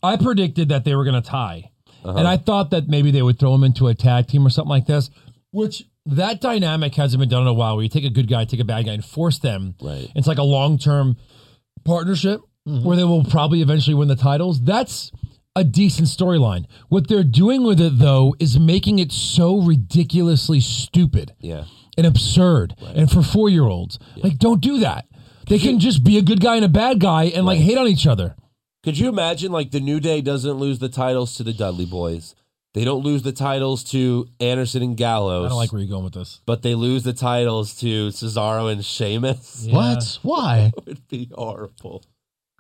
Speaker 4: I predicted that they were going to tie,
Speaker 3: Uh-huh.
Speaker 4: and I thought that maybe they would throw him into a tag team or something like this. Which that dynamic hasn't been done in a while. Where you take a good guy, take a bad guy, and force them.
Speaker 3: Right. Mm-hmm.
Speaker 4: It's like a long term partnership where they will probably eventually win the titles. That's a decent storyline. What they're doing with it though is making it so ridiculously stupid
Speaker 3: Yeah.
Speaker 4: and absurd and for four year olds. Like, don't do that. They can just be a good guy and a bad guy and like hate on each other.
Speaker 3: Could you imagine, like, the New Day doesn't lose the titles to the Dudley Boys? They don't lose the titles to Anderson and Gallows.
Speaker 4: I don't like where you're going with this.
Speaker 3: but they lose the titles to Cesaro and Sheamus.
Speaker 5: What? Why?
Speaker 3: It would be horrible.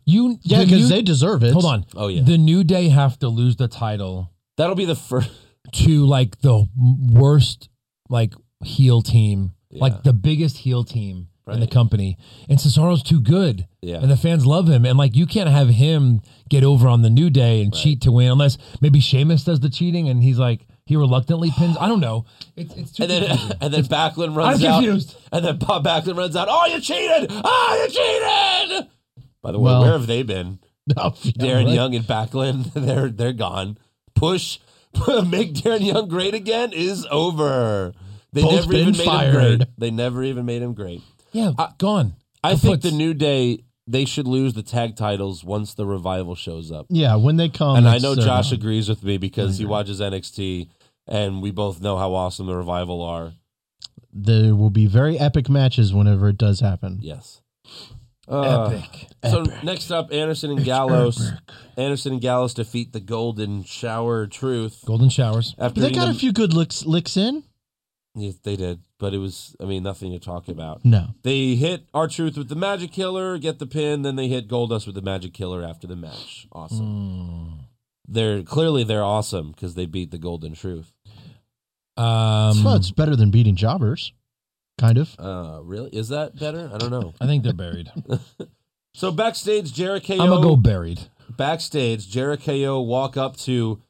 Speaker 4: You
Speaker 5: Yeah,
Speaker 4: the
Speaker 5: because
Speaker 4: New-
Speaker 5: they deserve it.
Speaker 4: hold on.
Speaker 3: Oh, yeah.
Speaker 4: the New Day have to lose the title
Speaker 3: That'll be the first.
Speaker 4: to like the worst like heel team, like the biggest heel team in the
Speaker 3: Right.
Speaker 4: company. And Cesaro's too good,
Speaker 3: Yeah.
Speaker 4: and the fans love him. And like you can't have him get over on the New Day and cheat to win, unless maybe Sheamus does the cheating and he's like. He reluctantly pins. I don't know. It's, it's too
Speaker 3: And then,
Speaker 4: confusing.
Speaker 3: and then Backlund runs
Speaker 4: I'm
Speaker 3: out.
Speaker 4: confused.
Speaker 3: And then Bob Backlund runs out. Oh, you cheated! Oh, you cheated! By the way,
Speaker 5: Well-
Speaker 3: where have they been?
Speaker 5: Oh, yeah,
Speaker 3: Darren
Speaker 5: right.
Speaker 3: Young and Backlund, they're they're gone. Push, make Darren Young great again is over. They
Speaker 5: Both
Speaker 3: never
Speaker 5: been
Speaker 3: even made him
Speaker 5: fired.
Speaker 3: great. They never even made him great.
Speaker 4: Yeah, gone.
Speaker 3: I think
Speaker 4: puts-
Speaker 3: the New Day they should lose the tag titles once the revival shows up.
Speaker 5: Yeah, when they come.
Speaker 3: And I
Speaker 5: it's,
Speaker 3: know
Speaker 5: uh,
Speaker 3: Josh agrees with me because he watches NXT and we both know how awesome the revival are.
Speaker 5: There will be very epic matches whenever it does happen.
Speaker 3: Yes. Uh,
Speaker 4: Epic.
Speaker 3: So next up, Anderson and Gallows. Anderson and Gallows defeat the Golden Shower Truth
Speaker 4: Golden showers.
Speaker 3: after
Speaker 5: But they
Speaker 3: beating
Speaker 5: got a
Speaker 3: them-
Speaker 5: few good licks, licks in.
Speaker 3: Yes, they did, but it was I mean nothing to talk about.
Speaker 5: No.
Speaker 3: They hit our truth with the Magic Killer, get the pin, then they hit Goldust with the Magic Killer after the match. Awesome. They're clearly they're awesome because they beat the Golden Truth.
Speaker 4: Um,
Speaker 5: well, it's better than beating jobbers, kind of.
Speaker 3: Uh, really? Is that better? I don't know.
Speaker 4: I think they're buried.
Speaker 3: So backstage, Jericho.
Speaker 4: I'm gonna go buried.
Speaker 3: backstage, Jericho walk up to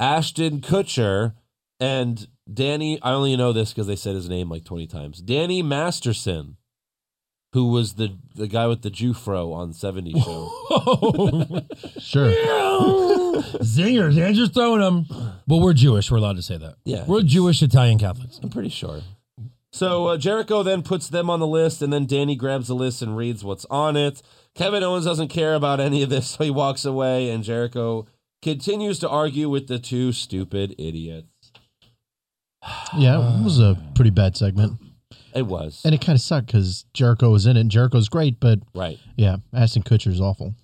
Speaker 3: Ashton Kutcher and Danny. I only know this because they said his name like 20 times. Danny Masterson. who was the the guy with the Jufro on 70 show.
Speaker 5: Sure.
Speaker 4: Zingers, Andrew's throwing them. But we're Jewish. We're allowed to say that.
Speaker 3: Yeah.
Speaker 4: We're Jewish Italian Catholics.
Speaker 3: I'm pretty sure. So uh, Jericho then puts them on the list, and then Danny grabs the list and reads what's on it. Kevin Owens doesn't care about any of this, so he walks away, and Jericho continues to argue with the two stupid idiots.
Speaker 5: Yeah, it
Speaker 3: Uh,
Speaker 5: was a pretty bad segment.
Speaker 3: It was
Speaker 5: And it kind of sucked because Jericho was in it. And Jericho's great, but
Speaker 3: right.
Speaker 5: yeah, Ashton Kutcher's awful.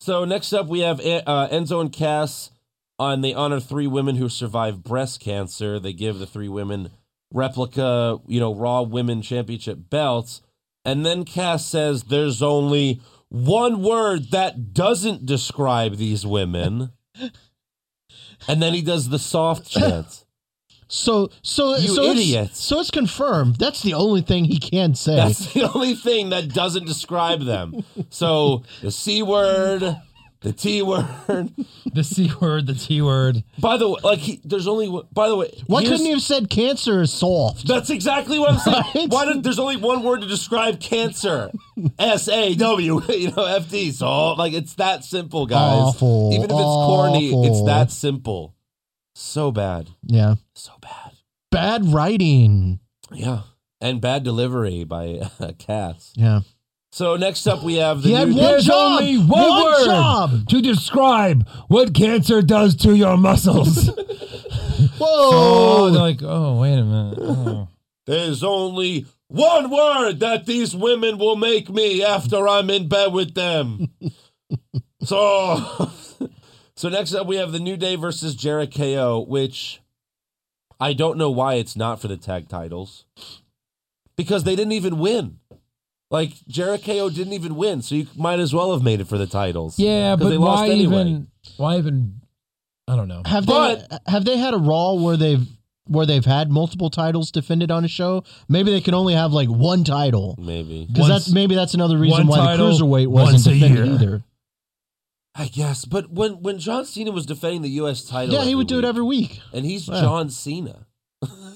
Speaker 3: So next up, we have uh, Enzo and Cass, on they honor three women who survived breast cancer. They give the three women replica, you know, Raw Women Championship belts, and then Cass says, "There's only one word that doesn't describe these women," and then he does the soft chant.
Speaker 5: So, so,
Speaker 3: You
Speaker 5: so it's-
Speaker 3: idiots.
Speaker 5: so it's confirmed. That's the only thing he can say.
Speaker 3: That's the only thing that doesn't describe them. So the c word, the t word.
Speaker 4: The C word, the T word.
Speaker 3: By the way, like he, there's only one. By the way,
Speaker 5: Why
Speaker 3: here's-
Speaker 5: couldn't you have said cancer is soft?
Speaker 3: That's exactly what I'm saying.
Speaker 5: Right?
Speaker 3: Why did, there's only one word to describe cancer. S A W, you know, F D. So like it's that simple, guys.
Speaker 5: Awful,
Speaker 3: Even if it's corny, it's
Speaker 5: awful.
Speaker 3: that simple. So bad.
Speaker 5: Yeah.
Speaker 3: So bad.
Speaker 5: Bad writing.
Speaker 3: Yeah. And bad delivery by uh, Cass.
Speaker 5: Yeah.
Speaker 3: So next up we have the
Speaker 5: He had
Speaker 3: new-
Speaker 5: one
Speaker 4: There's
Speaker 5: job.
Speaker 4: only one,
Speaker 5: One
Speaker 4: word
Speaker 5: job.
Speaker 4: to describe what cancer does to your muscles. oh, they're
Speaker 5: Whoa.
Speaker 4: like, oh, wait a minute. Oh.
Speaker 3: There's only one word that these women will make me after I'm in bed with them. so, so next up we have the New Day versus Jericho, which I don't know why it's not for the tag titles because they didn't even win. Like Jericho didn't even win, so you might as well have made it for the titles.
Speaker 4: Yeah,
Speaker 3: 'Cause
Speaker 4: but
Speaker 3: they lost
Speaker 4: why
Speaker 3: anyway.
Speaker 4: even? Why even? I don't know.
Speaker 5: Have they
Speaker 3: But-
Speaker 5: have they had a Raw where they've where they've had multiple titles defended on a show? Maybe they can only have like one title
Speaker 3: Maybe
Speaker 5: because
Speaker 4: Once-
Speaker 5: that's maybe that's another reason
Speaker 4: one
Speaker 5: why
Speaker 4: title,
Speaker 5: the cruiserweight
Speaker 4: once
Speaker 5: wasn't
Speaker 4: a
Speaker 5: defended
Speaker 4: year.
Speaker 5: either.
Speaker 3: I guess, but when when John Cena was defending the U.S. title,
Speaker 5: Yeah, he would do it
Speaker 3: week-
Speaker 5: every week.
Speaker 3: and he's
Speaker 5: Wow.
Speaker 3: John Cena.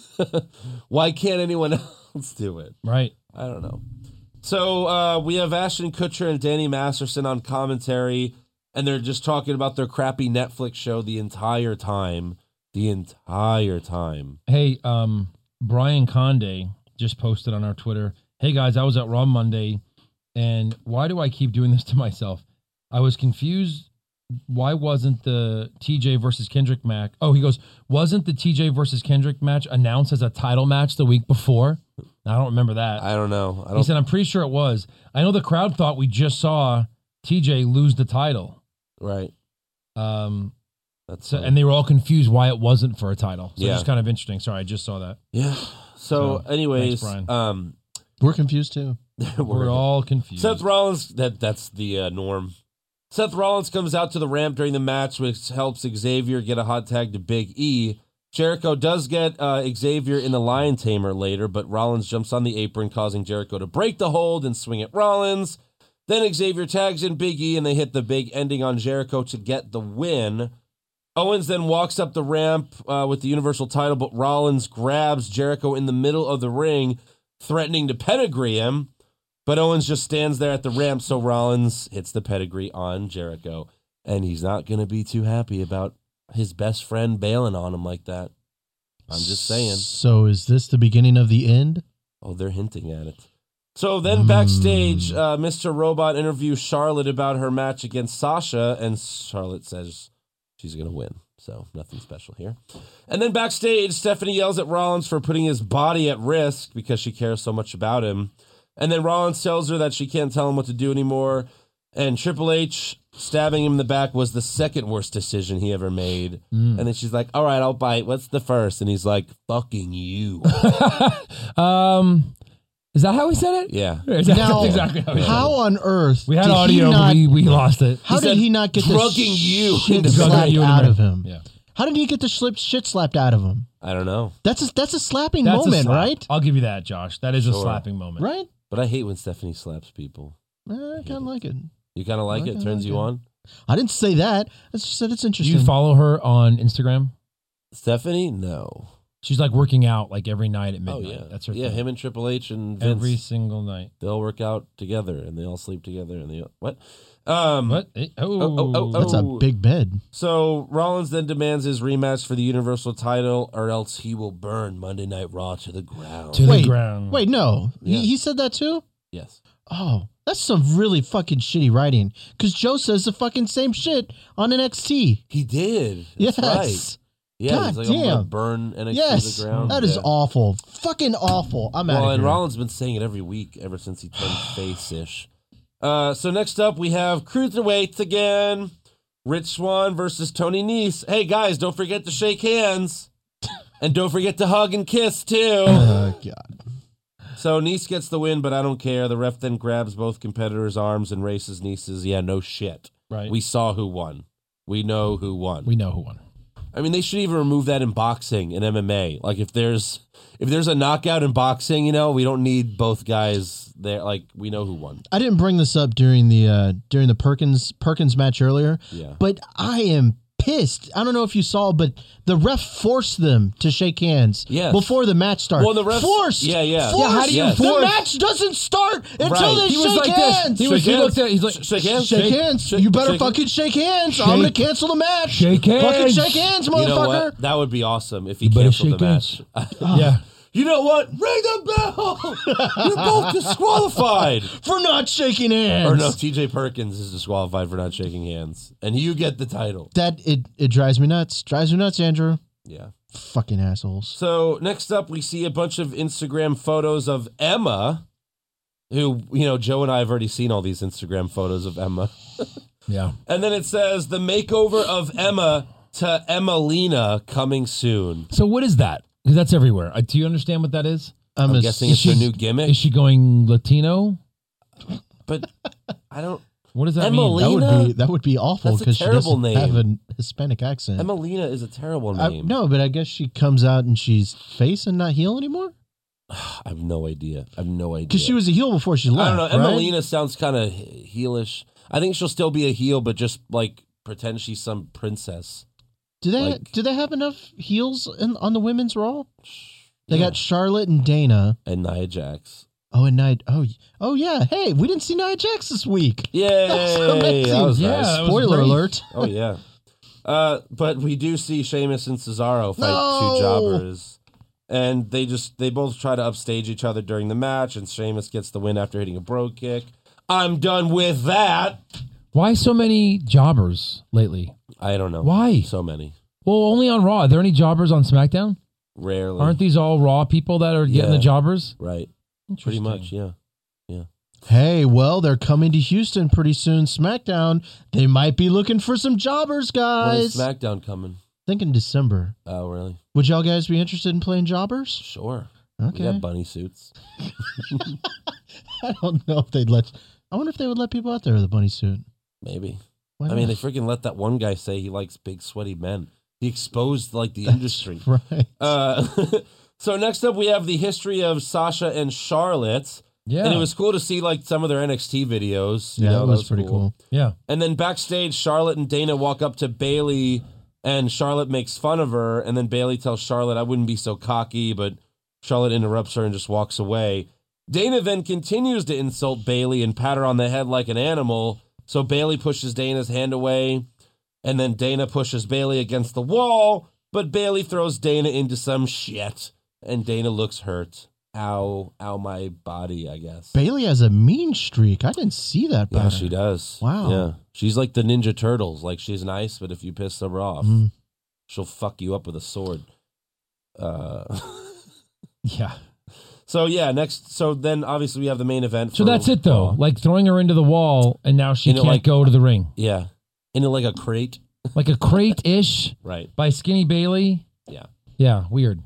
Speaker 3: Why can't anyone else do it?
Speaker 4: Right.
Speaker 3: I don't know. So uh, we have Ashton Kutcher and Danny Masterson on commentary, and they're just talking about their crappy Netflix show the entire time. The entire time.
Speaker 4: Hey, um, Brian Conde just posted on our Twitter. Hey guys, I was at Raw Monday, and why do I keep doing this to myself? I was confused. Why wasn't the TJ versus Kendrick match? Oh, he goes, wasn't the TJ versus Kendrick match announced as a title match the week before? I don't remember that.
Speaker 3: I don't know. I
Speaker 4: He
Speaker 3: don't.
Speaker 4: said, I'm pretty sure it was. I know the crowd thought we just saw TJ lose the title.
Speaker 3: right.
Speaker 4: Um,
Speaker 3: That's
Speaker 4: so, and they were all confused why it wasn't for a title. So
Speaker 3: Yeah.
Speaker 4: just kind of interesting. Sorry, I just saw that.
Speaker 3: yeah. So,
Speaker 4: So,
Speaker 3: anyways,
Speaker 4: thanks, Brian.
Speaker 3: um,
Speaker 5: We're confused too.
Speaker 3: we're,
Speaker 4: We're, all confused.
Speaker 3: Seth Rollins. That that's the uh, norm. Seth Rollins comes out to the ramp during the match, which helps Xavier get a hot tag to Big E. Jericho does get uh, Xavier in the Lion Tamer later, but Rollins jumps on the apron, causing Jericho to break the hold and swing at Rollins. Then Xavier tags in Big E, and they hit the big ending on Jericho to get the win. Owens then walks up the ramp uh, with the Universal title, but Rollins grabs Jericho in the middle of the ring, threatening to pedigree him. But Owens just stands there at the ramp, so Rollins hits the pedigree on Jericho, and he's not going to be too happy about his best friend bailing on him like that. I'm just saying.
Speaker 5: So is this the beginning of the end?
Speaker 3: Oh, they're hinting at it. So then backstage, uh, Mr. Robot interviews Charlotte about her match against Sasha, and Charlotte says she's going to win. So nothing special here. And then backstage, Stephanie yells at Rollins for putting his body at risk because she cares so much about him. And then Rollins tells her that she can't tell him what to do anymore. And Triple H stabbing him in the back was the second worst decision he ever made. And then she's like, All right, I'll bite. What's the first? And he's like, Fucking you.
Speaker 4: um, is that how he said it?
Speaker 3: yeah.
Speaker 4: Is that-
Speaker 5: Now,
Speaker 4: that's exactly how he said
Speaker 5: How
Speaker 4: it.
Speaker 5: on earth
Speaker 4: We had
Speaker 5: did
Speaker 4: audio,
Speaker 5: he
Speaker 4: but
Speaker 5: not?
Speaker 4: we, we lost it.
Speaker 5: how did
Speaker 3: said,
Speaker 5: he not get the
Speaker 3: "Drugging you
Speaker 5: shit
Speaker 3: into
Speaker 5: slapped
Speaker 4: drugging you in
Speaker 5: out of
Speaker 4: America."
Speaker 5: him?
Speaker 4: Yeah.
Speaker 5: How did he get the slip, shit slapped out of him?
Speaker 3: I don't know.
Speaker 5: That's a, that's a slapping
Speaker 4: That's a
Speaker 5: moment,
Speaker 4: slap.
Speaker 5: right?
Speaker 4: I'll give you that, Josh. That is a
Speaker 3: Sure.
Speaker 4: slapping moment.
Speaker 5: Right?
Speaker 3: But I hate when Stephanie slaps people.
Speaker 5: Eh, I kind of like it.
Speaker 3: You kind of like
Speaker 5: I
Speaker 3: it?
Speaker 5: kinda
Speaker 3: Turns
Speaker 5: like
Speaker 3: you
Speaker 5: it.
Speaker 3: on?
Speaker 5: I didn't say that. I just said it's
Speaker 4: Do
Speaker 5: interesting.
Speaker 4: you follow her on Instagram?
Speaker 3: Stephanie? No.
Speaker 4: She's like working out like every night at
Speaker 3: Oh
Speaker 4: midnight.
Speaker 3: yeah,
Speaker 4: That's her.
Speaker 3: Yeah,
Speaker 4: thing.
Speaker 3: him and Triple H and Vince,
Speaker 4: every single night.
Speaker 3: they all work out together and they all sleep together and they what? Um,
Speaker 4: What? Eh, Oh,
Speaker 3: oh, oh,
Speaker 5: That's a big bed.
Speaker 3: So Rollins then demands his rematch for the Universal title, or else he will burn Monday Night Raw to the ground.
Speaker 4: To the
Speaker 5: Wait,
Speaker 4: ground.
Speaker 5: wait,
Speaker 3: Mm.
Speaker 5: no,
Speaker 3: Yeah.
Speaker 5: he, he said that too.
Speaker 3: yes.
Speaker 5: Oh, that's some really fucking shitty writing. Because Joe says the fucking same shit on NXT.
Speaker 3: He did. That's right.
Speaker 5: Yes,
Speaker 3: Yeah, he's
Speaker 5: God
Speaker 3: like, I'm gonna
Speaker 5: damn.
Speaker 3: burn NXT
Speaker 5: yes,
Speaker 3: to the ground.
Speaker 5: that is
Speaker 3: Yeah.
Speaker 5: awful. Fucking awful. I'm
Speaker 3: Well,
Speaker 5: out of
Speaker 3: and
Speaker 5: here.
Speaker 3: Rollins been saying it every week ever since he turned face ish. Uh, so next up we have cruiserweights again. Rich Swan versus Tony Nese. Hey guys, don't forget to shake hands, and don't forget to hug and kiss too.
Speaker 5: Oh God.
Speaker 3: So Nice gets the win, but I don't care. The ref then grabs both competitors' arms and races Nice's. Yeah, no shit.
Speaker 4: Right.
Speaker 3: We saw who won. We know who won.
Speaker 4: we know who won.
Speaker 3: I mean, they should even remove that in boxing and MMA. Like if there's if there's a knockout in boxing, you know, we don't need both guys there. Like we know who won.
Speaker 5: I didn't bring this up during the uh, during the Perkins Perkins match earlier,
Speaker 3: Yeah.
Speaker 5: but I am pissed. I don't know if you saw, but the ref forced them to shake hands
Speaker 3: Yes.
Speaker 5: before the match started.
Speaker 3: Well, the refs-
Speaker 5: forced.
Speaker 3: yeah, yeah.
Speaker 5: Forced.
Speaker 3: Yeah, how do you
Speaker 5: The
Speaker 4: force-
Speaker 5: match doesn't start until
Speaker 3: Right.
Speaker 5: they
Speaker 3: He
Speaker 5: shake hands.
Speaker 4: He was.
Speaker 3: Shake
Speaker 4: He looked
Speaker 3: hands.
Speaker 4: at. He's like,
Speaker 3: Shake hands.
Speaker 5: Shake, hands. you better
Speaker 3: shake-
Speaker 5: fucking shake hands. I'm gonna
Speaker 4: Shake-
Speaker 5: cancel the match.
Speaker 4: Shake
Speaker 5: Fucking
Speaker 4: hands.
Speaker 5: shake hands,
Speaker 3: You know
Speaker 5: motherfucker.
Speaker 3: what? That would be awesome if he
Speaker 4: better
Speaker 3: canceled
Speaker 4: shake
Speaker 3: the match.
Speaker 4: Yeah.
Speaker 3: Ah. You know what? Ring the bell. You're both disqualified.
Speaker 5: For not shaking hands.
Speaker 3: Or no, TJ Perkins is disqualified for not shaking hands. And you get the title.
Speaker 5: That it it drives me nuts. Drives me nuts, Andrew.
Speaker 3: Yeah.
Speaker 5: Fucking assholes.
Speaker 3: So next up we see a bunch of Instagram photos of Emma. Who, you know, Joe and I have already seen all these Instagram photos of Emma.
Speaker 4: Yeah.
Speaker 3: And then it says the makeover of Emma to Emmalina coming soon.
Speaker 4: So what is that? Because that's everywhere. Uh, do you understand what that is?
Speaker 5: I'm,
Speaker 3: I'm
Speaker 5: a-
Speaker 3: guessing it's her
Speaker 4: she's-
Speaker 3: new gimmick.
Speaker 4: Is she going Latino?
Speaker 3: but I don't
Speaker 4: What does that
Speaker 3: Emily.
Speaker 4: mean?
Speaker 5: that would
Speaker 3: Lena?
Speaker 5: be that would be awful
Speaker 3: That's a
Speaker 5: because she
Speaker 3: terrible
Speaker 5: doesn't
Speaker 3: name.
Speaker 5: have an Hispanic accent.
Speaker 3: Emmalina is a terrible
Speaker 5: I-
Speaker 3: name.
Speaker 5: no, but I guess she comes out and she's face and not heel anymore
Speaker 3: I have no idea. I have no idea.
Speaker 5: because she was a heel before she
Speaker 3: I
Speaker 5: left.
Speaker 3: don't know.
Speaker 5: right?
Speaker 3: Emelina sounds kind of heelish. I think she'll still be a heel, but just like pretend she's some princess.
Speaker 5: Do they
Speaker 3: like-
Speaker 5: do they have enough heels in, on the women's Raw? They got Charlotte and Dana.
Speaker 3: And Nia Jax.
Speaker 5: Oh, and Nia. Oh, y- oh yeah. Hey, we didn't see Nia Jax this week.
Speaker 3: Yay!
Speaker 5: amazing.
Speaker 3: That was
Speaker 4: Yeah,
Speaker 3: nice.
Speaker 4: that was
Speaker 5: Spoiler
Speaker 4: great.
Speaker 5: alert.
Speaker 3: Oh yeah. Uh, but we do see Sheamus and Cesaro fight
Speaker 5: No!
Speaker 3: two jobbers, and they just they both try to upstage each other during the match, and Sheamus gets the win after hitting a bro kick. I'm done with that.
Speaker 4: Why so many jobbers lately?
Speaker 3: I don't know
Speaker 4: Why?
Speaker 3: so many.
Speaker 4: Well, only on Raw. Are there any jobbers on SmackDown?
Speaker 3: Rarely,
Speaker 4: Aren't these all Raw people that are getting
Speaker 3: Yeah.
Speaker 4: the jobbers?
Speaker 3: Right, pretty much. Yeah.
Speaker 5: Hey, well, they're coming to Houston pretty soon. SmackDown. They might be looking for some jobbers,
Speaker 3: When is
Speaker 5: guys.
Speaker 3: SmackDown coming?
Speaker 5: think in December.
Speaker 3: Oh, really?
Speaker 5: Would y'all guys be interested in playing jobbers?
Speaker 3: Sure.
Speaker 5: Okay.
Speaker 3: We got bunny suits.
Speaker 5: I don't know if they'd let. I wonder if they would let people out there with a bunny suit.
Speaker 3: Maybe.
Speaker 5: Why
Speaker 3: I mean, they
Speaker 5: not?
Speaker 3: freaking let that one guy say he likes big, sweaty men. He exposed like the industry.
Speaker 5: right.
Speaker 3: Uh, so next up, we have the history of Sasha and Charlotte.
Speaker 4: Yeah.
Speaker 3: And it was cool to see like some of their NXT videos. you
Speaker 5: yeah,
Speaker 3: know,
Speaker 5: that was pretty cool.
Speaker 4: yeah.
Speaker 3: And then backstage, Charlotte and Dana walk up to Bailey, and Charlotte makes fun of her. And then Bailey tells Charlotte, I wouldn't be so cocky, but Charlotte interrupts her and just walks away. Dana then continues to insult Bailey and pat her on the head like an animal. So Bailey pushes Dana's hand away, and then Dana pushes Bailey against the wall, but Bailey throws Dana into some shit, and Dana looks hurt. Ow, ow, my body, I guess.
Speaker 5: Bailey has a mean streak. I didn't see that.
Speaker 3: Yeah,
Speaker 5: about
Speaker 3: she
Speaker 5: her.
Speaker 3: does.
Speaker 5: Wow.
Speaker 3: Yeah. She's like the Ninja Turtles. Like she's nice, but if you piss her off,
Speaker 5: Mm.
Speaker 3: she'll fuck you up with a sword. Uh,
Speaker 4: Yeah.
Speaker 3: so yeah, next. So then obviously we have the main event.
Speaker 4: So
Speaker 3: for
Speaker 4: that's it though.
Speaker 3: Raw.
Speaker 4: Like throwing her into the wall and now she
Speaker 3: You know,
Speaker 4: can't
Speaker 3: like-
Speaker 4: go to the ring.
Speaker 3: yeah, into like a crate,
Speaker 4: Like a crate ish
Speaker 3: right?
Speaker 4: by Skinny Bailey.
Speaker 3: Yeah.
Speaker 4: Yeah, weird.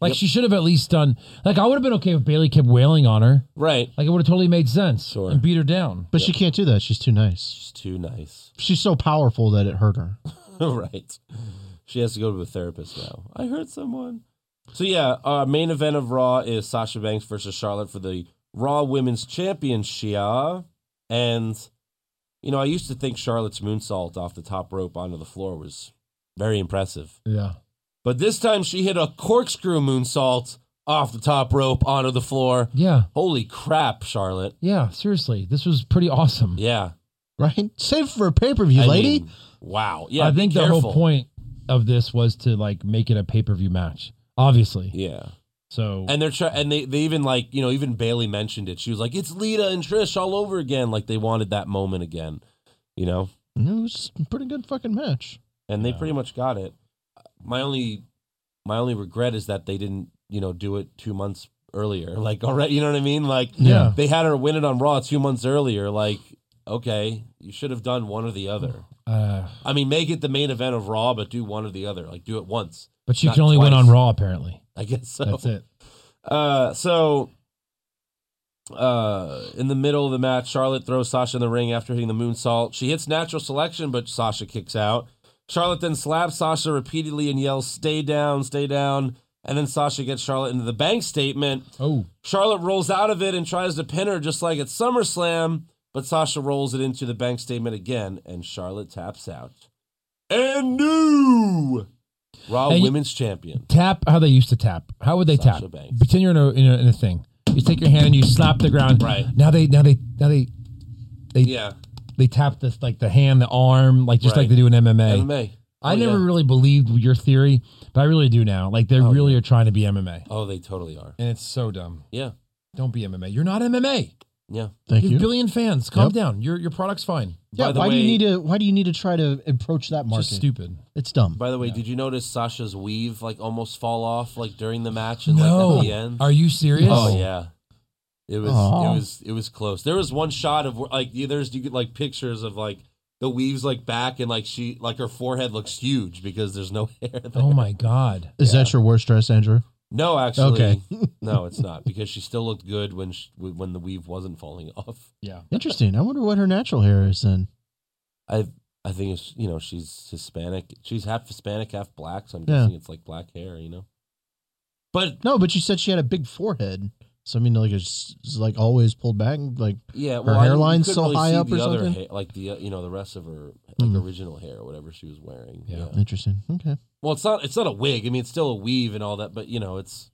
Speaker 4: Like
Speaker 3: Yep.
Speaker 4: she should have at least done like I would have been okay if Bailey kept wailing on her.
Speaker 3: Right.
Speaker 4: Like it would have totally made sense.
Speaker 3: Sure.
Speaker 4: And beat her down.
Speaker 5: But she can't do that. She's too nice.
Speaker 3: She's too nice.
Speaker 5: She's so powerful that it hurt her.
Speaker 3: right. She has to go to a therapist now. I heard someone. So yeah, our main event of Raw is Sasha Banks versus Charlotte for the Raw Women's Championship. And you know, I used to think Charlotte's moonsault off the top rope onto the floor was very impressive.
Speaker 4: Yeah.
Speaker 3: But this time she hit a corkscrew moonsault off the top rope onto the floor.
Speaker 4: Yeah.
Speaker 3: Holy crap, Charlotte.
Speaker 4: Yeah. Seriously, this was pretty awesome.
Speaker 3: Yeah.
Speaker 5: right? Save for a pay per view,
Speaker 3: I
Speaker 5: lady.
Speaker 3: mean, wow. Yeah.
Speaker 4: I
Speaker 3: be
Speaker 4: think the whole
Speaker 3: careful.
Speaker 4: point of this was to like make it a pay per view match, obviously.
Speaker 3: Yeah.
Speaker 4: So
Speaker 3: And they're try- and they, they even like, you know, even Bailey mentioned it. She was like, It's Lita and Trish all over again. Like they wanted that moment again. You know?
Speaker 5: it was a pretty good fucking match.
Speaker 3: and they pretty much got it. My only my only regret is that they didn't, you know, do it two months earlier. Like already, you know what I mean? Like
Speaker 4: Yeah.
Speaker 3: they had her win it on Raw two months earlier. Like okay, you should have done one or the other.
Speaker 4: uh,
Speaker 3: I mean, make it the main event of Raw, but do one or the other. Like do it once.
Speaker 4: but she
Speaker 3: Not
Speaker 4: can only win
Speaker 3: twice.
Speaker 4: on Raw apparently.
Speaker 3: I guess so.
Speaker 4: That's it.
Speaker 3: Uh, so. Uh, in the middle of the match, Charlotte throws Sasha in the ring after hitting the moonsault. She hits natural selection, but Sasha kicks out. Charlotte then slaps Sasha repeatedly and yells, "Stay down, stay down!" And then Sasha gets Charlotte into the bank statement.
Speaker 4: Oh.
Speaker 3: Charlotte rolls out of it and tries to pin her just like at SummerSlam, but Sasha rolls it into the bank statement again, and Charlotte taps out. And new Raw
Speaker 4: And you-
Speaker 3: Women's Champion.
Speaker 4: Tap how they used to tap. How would they
Speaker 3: Sasha
Speaker 4: tap?
Speaker 3: Banks.
Speaker 4: Pretend you're in a, in a in a thing. You take your hand and you slap the ground.
Speaker 3: Right.
Speaker 4: Now they now they now they they
Speaker 3: Yeah,
Speaker 4: they tap this like the hand, the arm, like just like
Speaker 3: Right.
Speaker 4: they do in MMA.
Speaker 3: MMA.
Speaker 4: I
Speaker 3: Oh,
Speaker 4: never
Speaker 3: yeah.
Speaker 4: really believed your theory, but I really do now. Like they really are trying to be MMA,
Speaker 3: Oh, they totally are.
Speaker 4: and it's so dumb.
Speaker 3: Yeah,
Speaker 4: Don't be MMA. You're not MMA.
Speaker 3: yeah.
Speaker 5: Thank
Speaker 4: You
Speaker 5: you.
Speaker 4: have a billion fans. Calm
Speaker 5: Yep.
Speaker 4: down. Your your product's fine.
Speaker 5: yeah,
Speaker 3: By the
Speaker 5: why do
Speaker 3: way-
Speaker 5: you need to? Why do you need to try to approach that market?
Speaker 4: Just stupid.
Speaker 5: It's dumb.
Speaker 3: By the way, did you notice Sasha's weave like almost fall off like during the match and like
Speaker 4: No.
Speaker 3: at the end?
Speaker 4: Are you serious?
Speaker 3: Oh yeah, it was
Speaker 5: Aw.
Speaker 3: it was it was close. There was one shot of where, like yeah, there's you get like pictures of like the weaves like back and like she like her forehead looks huge because there's no hair. There.
Speaker 4: Oh my god.
Speaker 5: Is that your worst dress, Andrew?
Speaker 3: No, actually,
Speaker 5: Okay.
Speaker 3: no, it's not because she still looked good when she, when the weave wasn't falling off.
Speaker 4: Yeah.
Speaker 5: Interesting. I wonder what her natural hair is then.
Speaker 3: I I think it's you know she's Hispanic. She's half Hispanic, half black. So I'm
Speaker 5: Yeah.
Speaker 3: guessing it's like black hair, you know. But
Speaker 5: No, but you said she had a big forehead. So I mean, like it's, it's like always pulled back. Like
Speaker 3: Yeah, well, I- you
Speaker 5: hairline's
Speaker 3: couldn't
Speaker 5: so
Speaker 3: really
Speaker 5: high
Speaker 3: see
Speaker 5: up or
Speaker 3: the other
Speaker 5: something?
Speaker 3: Hair, like the uh, you know the rest of her like
Speaker 5: Mm.
Speaker 3: original hair or whatever she was wearing.
Speaker 4: Yeah.
Speaker 5: interesting. Okay.
Speaker 3: Well, it's not it's not a wig. I mean, it's still a weave and all that, but you know, it's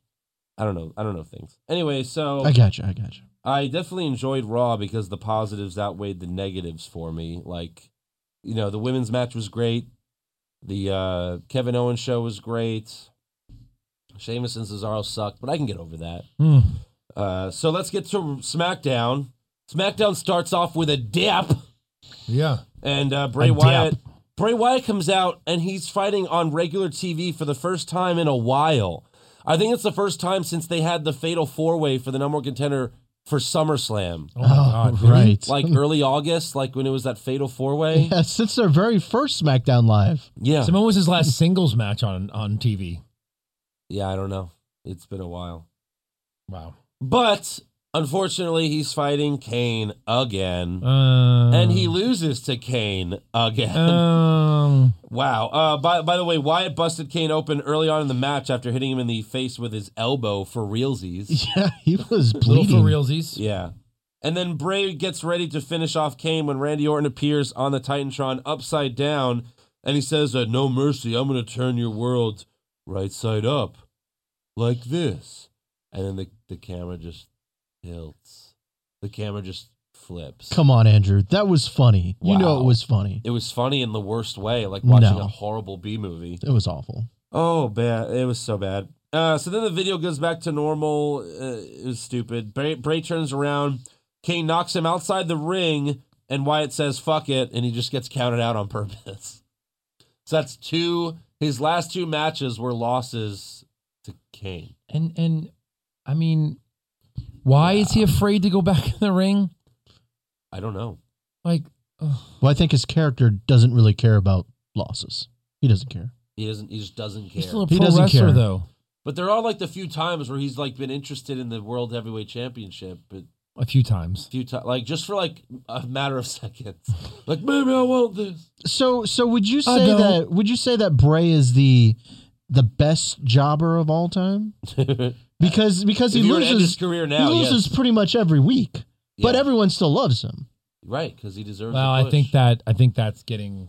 Speaker 3: I don't know. I don't know things. Anyway, so
Speaker 5: I got you. I got you.
Speaker 3: I definitely enjoyed Raw because the positives outweighed the negatives for me. Like, you know, the women's match was great. The uh, Kevin Owens show was great. Sheamus and Cesaro sucked, but I can get over that.
Speaker 4: Hmm.
Speaker 3: Uh, so let's get to SmackDown. SmackDown starts off with a dip.
Speaker 4: Yeah.
Speaker 3: And uh, Bray
Speaker 4: A
Speaker 3: Wyatt,
Speaker 4: dap.
Speaker 3: Bray Wyatt comes out and he's fighting on regular TV for the first time in a while. I think it's the first time since they had the Fatal Four Way for the number one contender for SummerSlam,
Speaker 4: Oh my god. really?
Speaker 5: right.
Speaker 3: like early August, like when it was that Fatal Four Way.
Speaker 5: yeah, since their very first SmackDown Live.
Speaker 3: Yeah,
Speaker 4: So when was his last singles match on on TV?
Speaker 3: yeah. I don't know. It's been a while,
Speaker 4: Wow.
Speaker 3: but unfortunately, he's fighting Kane again,
Speaker 4: Uh,
Speaker 3: and he loses to Kane again.
Speaker 4: Um.
Speaker 3: Wow. Uh, by by the way, Wyatt busted Kane open early on in the match after hitting him in the face with his elbow for realsies.
Speaker 5: Yeah, he was
Speaker 4: Little
Speaker 5: bleeding.
Speaker 4: for realsies.
Speaker 3: yeah. And then Bray gets ready to finish off Kane when Randy Orton appears on the Titantron upside down, and he says, uh, "No mercy, I'm going to turn your world right side up, like this." And then the the camera just tilts. The camera just flips.
Speaker 5: Come on, Andrew. That was funny. You know
Speaker 3: Wow.
Speaker 5: it was funny.
Speaker 3: It was funny in the worst way, like watching
Speaker 5: No.
Speaker 3: a horrible B movie.
Speaker 5: It was awful.
Speaker 3: Oh, bad. It was so bad. Uh, so then the video goes back to normal. Uh, it was stupid. Bray, Bray turns around. Kane knocks him outside the ring, and Wyatt says, fuck it, and he just gets counted out on purpose. So that's two. His last two matches were losses to Kane.
Speaker 4: And and I mean, why is he afraid to go back in the ring?
Speaker 3: I don't know.
Speaker 4: Like, ugh.
Speaker 5: Well, I think his character doesn't really care about losses. He doesn't care.
Speaker 3: He doesn't. He just doesn't
Speaker 4: he's
Speaker 3: care.
Speaker 4: still a
Speaker 5: He
Speaker 4: pro
Speaker 5: doesn't
Speaker 4: wrestler
Speaker 5: care.
Speaker 4: though.
Speaker 3: but there are like the few times where he's like been interested in the World Heavyweight Championship, but
Speaker 4: A few times.
Speaker 3: few times, like just for like a matter of seconds, like maybe I want this.
Speaker 5: So, so would you
Speaker 4: I
Speaker 5: say
Speaker 4: don't-
Speaker 5: that? Would you say that Bray is the the best jobber of all time? Because because he
Speaker 3: if you were to end his
Speaker 5: loses,
Speaker 3: career
Speaker 5: he
Speaker 3: now,
Speaker 5: loses
Speaker 3: yes.
Speaker 5: pretty much every week, but
Speaker 3: Yeah.
Speaker 5: everyone still loves him.
Speaker 3: right because he deserves.
Speaker 4: Well,
Speaker 3: a
Speaker 4: I
Speaker 3: push.
Speaker 4: think that I think that's getting.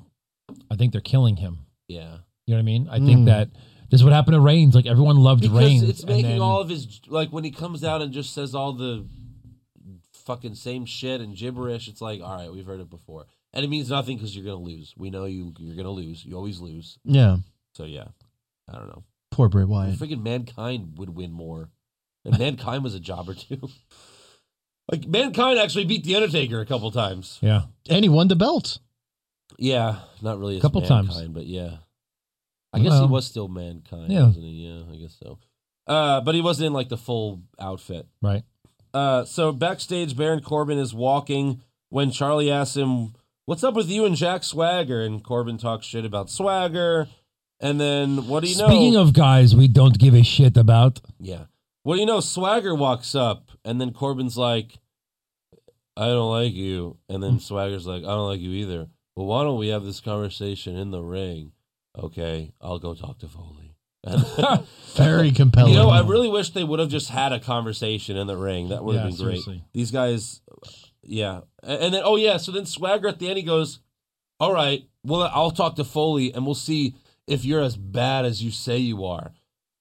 Speaker 4: I think they're killing him.
Speaker 3: yeah,
Speaker 4: You know what I mean? I think
Speaker 5: Mm.
Speaker 4: that This is what happened to Reigns. Like everyone loved
Speaker 3: Hmm. Because
Speaker 4: Reigns.
Speaker 3: it's
Speaker 4: and
Speaker 3: making
Speaker 4: then-
Speaker 3: all of his like when he comes out and just says all the fucking same shit and gibberish. It's like, all right, we've heard it before, and it means nothing because you're gonna lose. We know you you're gonna lose. You always lose.
Speaker 5: Yeah.
Speaker 3: So yeah, I don't know.
Speaker 5: Poor Bray Wyatt.
Speaker 3: Freaking mankind would win more. And mankind was a jobber too. like mankind actually beat the Undertaker a couple times.
Speaker 4: Yeah.
Speaker 5: And he won the belt.
Speaker 3: Yeah, not really a
Speaker 4: Couple times.
Speaker 3: mankind, but yeah. I guess
Speaker 4: Well.
Speaker 3: he was still mankind,
Speaker 4: Yeah.
Speaker 3: wasn't he? Yeah, I guess so. Uh, but he wasn't in like the full outfit.
Speaker 4: Right.
Speaker 3: Uh, so backstage, Baron Corbin is walking when Charlie asks him, "What's up with you and Jack Swagger?" And Corbin talks shit about Swagger, and then what do you know?
Speaker 4: Speaking of guys, we don't give a shit about.
Speaker 3: Yeah. Well, you know, Swagger walks up, and then Corbin's like, I don't like you. And then Swagger's like, I don't like you either. Well, why don't we have this conversation in the ring? Okay, I'll go talk to Foley.
Speaker 5: Very compelling.
Speaker 3: you know, I really wish they would have just had a conversation in the ring. That would have
Speaker 4: Yeah,
Speaker 3: been great.
Speaker 4: seriously.
Speaker 3: These guys, yeah. A- And then, oh, yeah. So then Swagger at the end, he goes, All right, well, I'll talk to Foley and we'll see if you're as bad as you say you are.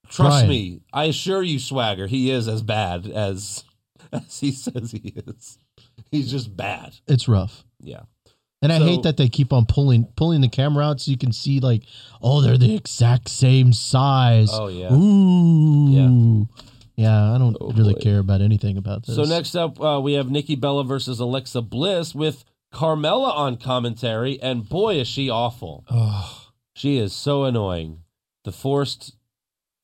Speaker 3: Trust
Speaker 5: Brian.
Speaker 3: me, I assure you, Swagger, he is as bad as as he says he is. He's just bad.
Speaker 5: it's rough.
Speaker 3: Yeah.
Speaker 5: And I
Speaker 3: So-
Speaker 5: hate that they keep on pulling pulling the camera out so you can see like, oh, they're the exact same size.
Speaker 3: Oh, yeah.
Speaker 5: Ooh. Yeah. I don't
Speaker 3: Oh,
Speaker 5: really
Speaker 3: boy.
Speaker 5: care about anything about this.
Speaker 3: So next up, uh, we have Nikki Bella versus Alexa Bliss with Carmella on commentary, and boy, is she awful.
Speaker 4: Oh,
Speaker 3: She is so annoying. The forced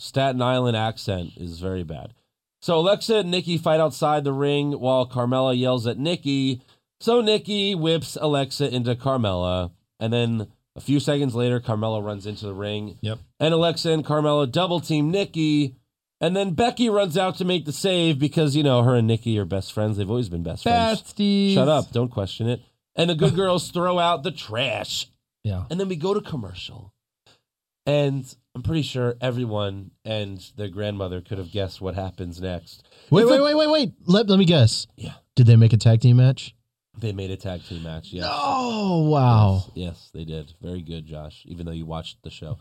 Speaker 3: Staten Island accent is very bad. So Alexa and Nikki fight outside the ring while Carmella yells at Nikki. So Nikki whips Alexa into Carmella, and then a few seconds later, Carmella runs into the ring.
Speaker 4: Yep.
Speaker 3: And Alexa and Carmella double team Nikki, and then Becky runs out to make the save because you know her and Nikki are best friends. They've always been best friends.
Speaker 4: Steve.
Speaker 3: Shut up! Don't question it. And the good girls throw out the trash.
Speaker 4: Yeah.
Speaker 3: And then we go to commercial. And I'm pretty sure everyone and their grandmother could have guessed what happens next.
Speaker 5: wait,
Speaker 3: It
Speaker 5: wait,
Speaker 3: would-
Speaker 5: wait, wait, wait. Let, let me guess.
Speaker 3: Yeah.
Speaker 5: Did they make a tag team match?
Speaker 3: They made a tag team match. Yes.
Speaker 5: Oh wow.
Speaker 3: Yes, yes, they did. Very good, Josh, even though you watched the show.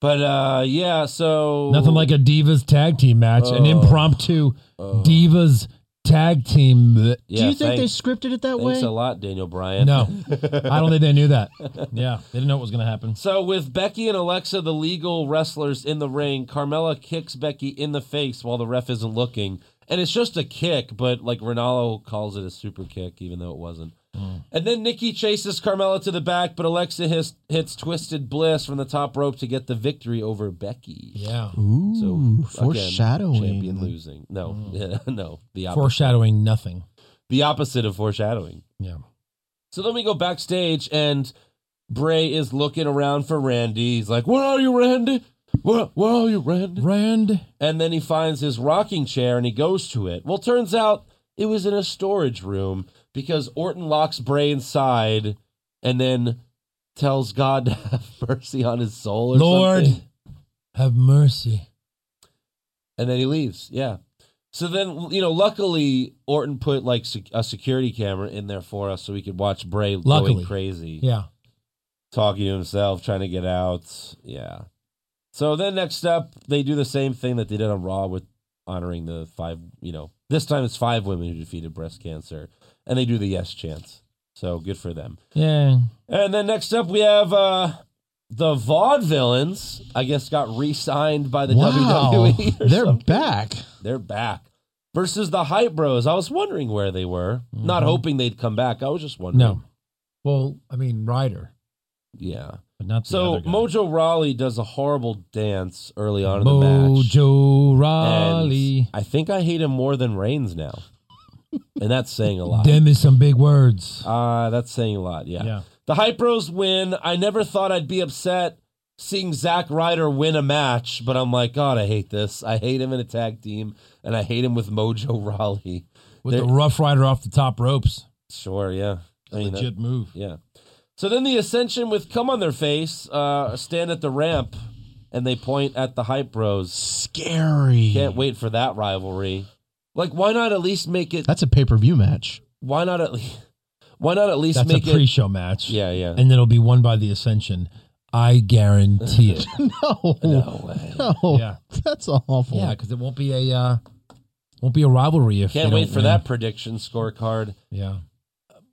Speaker 3: But uh yeah, so
Speaker 4: Nothing like a Divas tag team match, an
Speaker 3: Oh.
Speaker 4: impromptu Divas tag team.
Speaker 3: yeah,
Speaker 5: Do you think
Speaker 3: thanks,
Speaker 5: they scripted it that
Speaker 3: thanks
Speaker 5: way?
Speaker 3: a lot, Daniel Bryan.
Speaker 4: No, I don't think they knew that. Yeah, they didn't know what was going to happen.
Speaker 3: So with Becky and Alexa, the legal wrestlers in the ring, Carmella kicks Becky in the face while the ref isn't looking, and it's just a kick, but like Ronaldo calls it a super kick, even though it wasn't.
Speaker 5: Mm.
Speaker 3: And then Nikki chases Carmella to the back, but Alexa hits, hits Twisted Bliss from the top rope to get the victory over Becky.
Speaker 4: Yeah,
Speaker 5: Ooh,
Speaker 3: again,
Speaker 5: foreshadowing. Mm.
Speaker 3: champion losing. No, no, the opposite.
Speaker 4: foreshadowing nothing.
Speaker 3: the opposite of foreshadowing.
Speaker 4: Yeah,
Speaker 3: So then we go backstage, and Bray is looking around for Randy. He's like, "Where are you, Randy? Where, where are you, Randy?"
Speaker 4: Rand.
Speaker 3: And then he finds his rocking chair and he goes to it. Well, turns out it was in a storage room because Orton locks Bray inside and then tells God to have mercy on his soul. Or
Speaker 4: Lord,
Speaker 3: something.
Speaker 4: have mercy.
Speaker 3: and then he leaves. Yeah. So then, you know, luckily Orton put like sec- a security camera in there for us so we could watch Bray
Speaker 4: Luckily.
Speaker 3: going crazy.
Speaker 4: Yeah,
Speaker 3: talking to himself, trying to get out. Yeah. So then next up, they do the same thing that they did on Raw with honoring the five, you know, this time it's five women who defeated breast cancer. And they do the yes chance. So good for them.
Speaker 4: yeah.
Speaker 3: And then next up, we have uh the Vaudevillains, I guess, got re signed by the
Speaker 5: wow.
Speaker 3: WWE. E or
Speaker 5: They're
Speaker 3: something.
Speaker 5: back.
Speaker 3: They're back. Versus the Hype Bros. I was wondering where they were. Not hoping they'd come back. I was just wondering.
Speaker 4: Mm-hmm. No, well, I mean Ryder,
Speaker 3: Yeah.
Speaker 4: but not the
Speaker 3: So
Speaker 4: other guy.
Speaker 3: Mojo Raleigh does a horrible dance early on in the match.
Speaker 4: Mojo
Speaker 3: and
Speaker 4: Raleigh.
Speaker 3: I think I hate him more than Reigns now. and that's saying a lot.
Speaker 4: Them is some big words.
Speaker 3: Uh, that's saying a lot, yeah.
Speaker 4: Yeah.
Speaker 3: The Hypros win. I never thought I'd be upset seeing Zack Ryder win a match, but I'm like, God, I hate this. I hate him in a tag team, and I hate him with Mojo Raleigh.
Speaker 4: With the
Speaker 3: They're-
Speaker 4: Rough Rider off the top ropes.
Speaker 3: Sure, yeah. I mean, that-
Speaker 4: Legit move.
Speaker 3: Yeah. So then the Ascension with cum on their face uh, stand at the ramp and they point at the hype bros.
Speaker 5: Scary.
Speaker 3: Can't wait for that rivalry. Like, why not at least make it?
Speaker 5: That's a pay per view match.
Speaker 3: Why not at least? Why not at least
Speaker 4: That's a
Speaker 3: make
Speaker 4: pre
Speaker 3: it?
Speaker 4: show match.
Speaker 3: Yeah, yeah.
Speaker 4: And it'll be won by the Ascension. I guarantee it.
Speaker 5: No,
Speaker 3: No way.
Speaker 5: no,
Speaker 4: Yeah.
Speaker 5: that's awful.
Speaker 4: yeah, because it won't be a uh, won't be a rivalry if
Speaker 3: Can't
Speaker 4: they
Speaker 3: wait
Speaker 4: don't
Speaker 3: for
Speaker 4: win.
Speaker 3: that prediction scorecard.
Speaker 4: Yeah,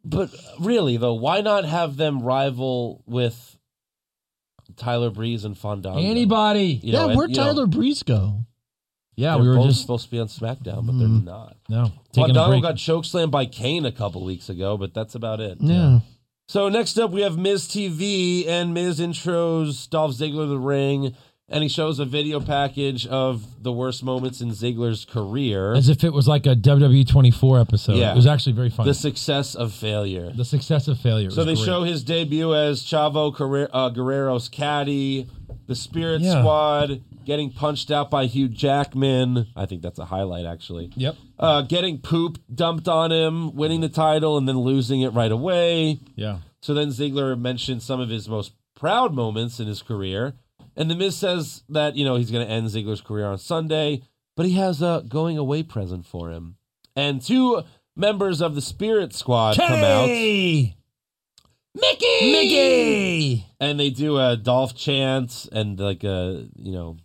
Speaker 3: But really, though, why not have them rival with Tyler Breeze and Fandango?
Speaker 4: anybody?
Speaker 3: You
Speaker 5: yeah,
Speaker 3: know, and,
Speaker 5: where'd
Speaker 3: you know,
Speaker 5: Tyler Breeze go?
Speaker 4: Yeah,
Speaker 3: they're
Speaker 4: we were
Speaker 3: both
Speaker 4: just Hmm.
Speaker 3: supposed to be on SmackDown, but they're not.
Speaker 4: no taking a
Speaker 3: Fandango
Speaker 4: break.
Speaker 3: got chokeslammed by Kane a couple weeks ago, but that's about it.
Speaker 5: Yeah.
Speaker 3: So next up, we have Miz TV, and Miz intros Dolph Ziggler to the ring, and he shows a video package of the worst moments in Ziggler's career,
Speaker 4: As if it was like a WWE 24 episode.
Speaker 3: Yeah.
Speaker 4: It was actually very funny.
Speaker 3: the success of failure.
Speaker 4: the success of failure.
Speaker 3: So they
Speaker 4: was great.
Speaker 3: show his debut as Chavo Guerre- uh, Guerrero's caddy, the Spirit
Speaker 4: Yeah.
Speaker 3: Squad, getting punched out by Hugh Jackman. I think that's a highlight, actually.
Speaker 4: Yep.
Speaker 3: Uh, getting poop dumped on him, winning the title, and then losing it right away.
Speaker 4: Yeah.
Speaker 3: So then Ziggler mentioned some of his most proud moments in his career. And The Miz says that, you know, he's going to end Ziggler's career on Sunday, but he has a going away present for him. And two members of the Spirit Squad come out.
Speaker 4: Hey! Mickey! Mickey!
Speaker 3: and they do a Dolph chant and like a you know,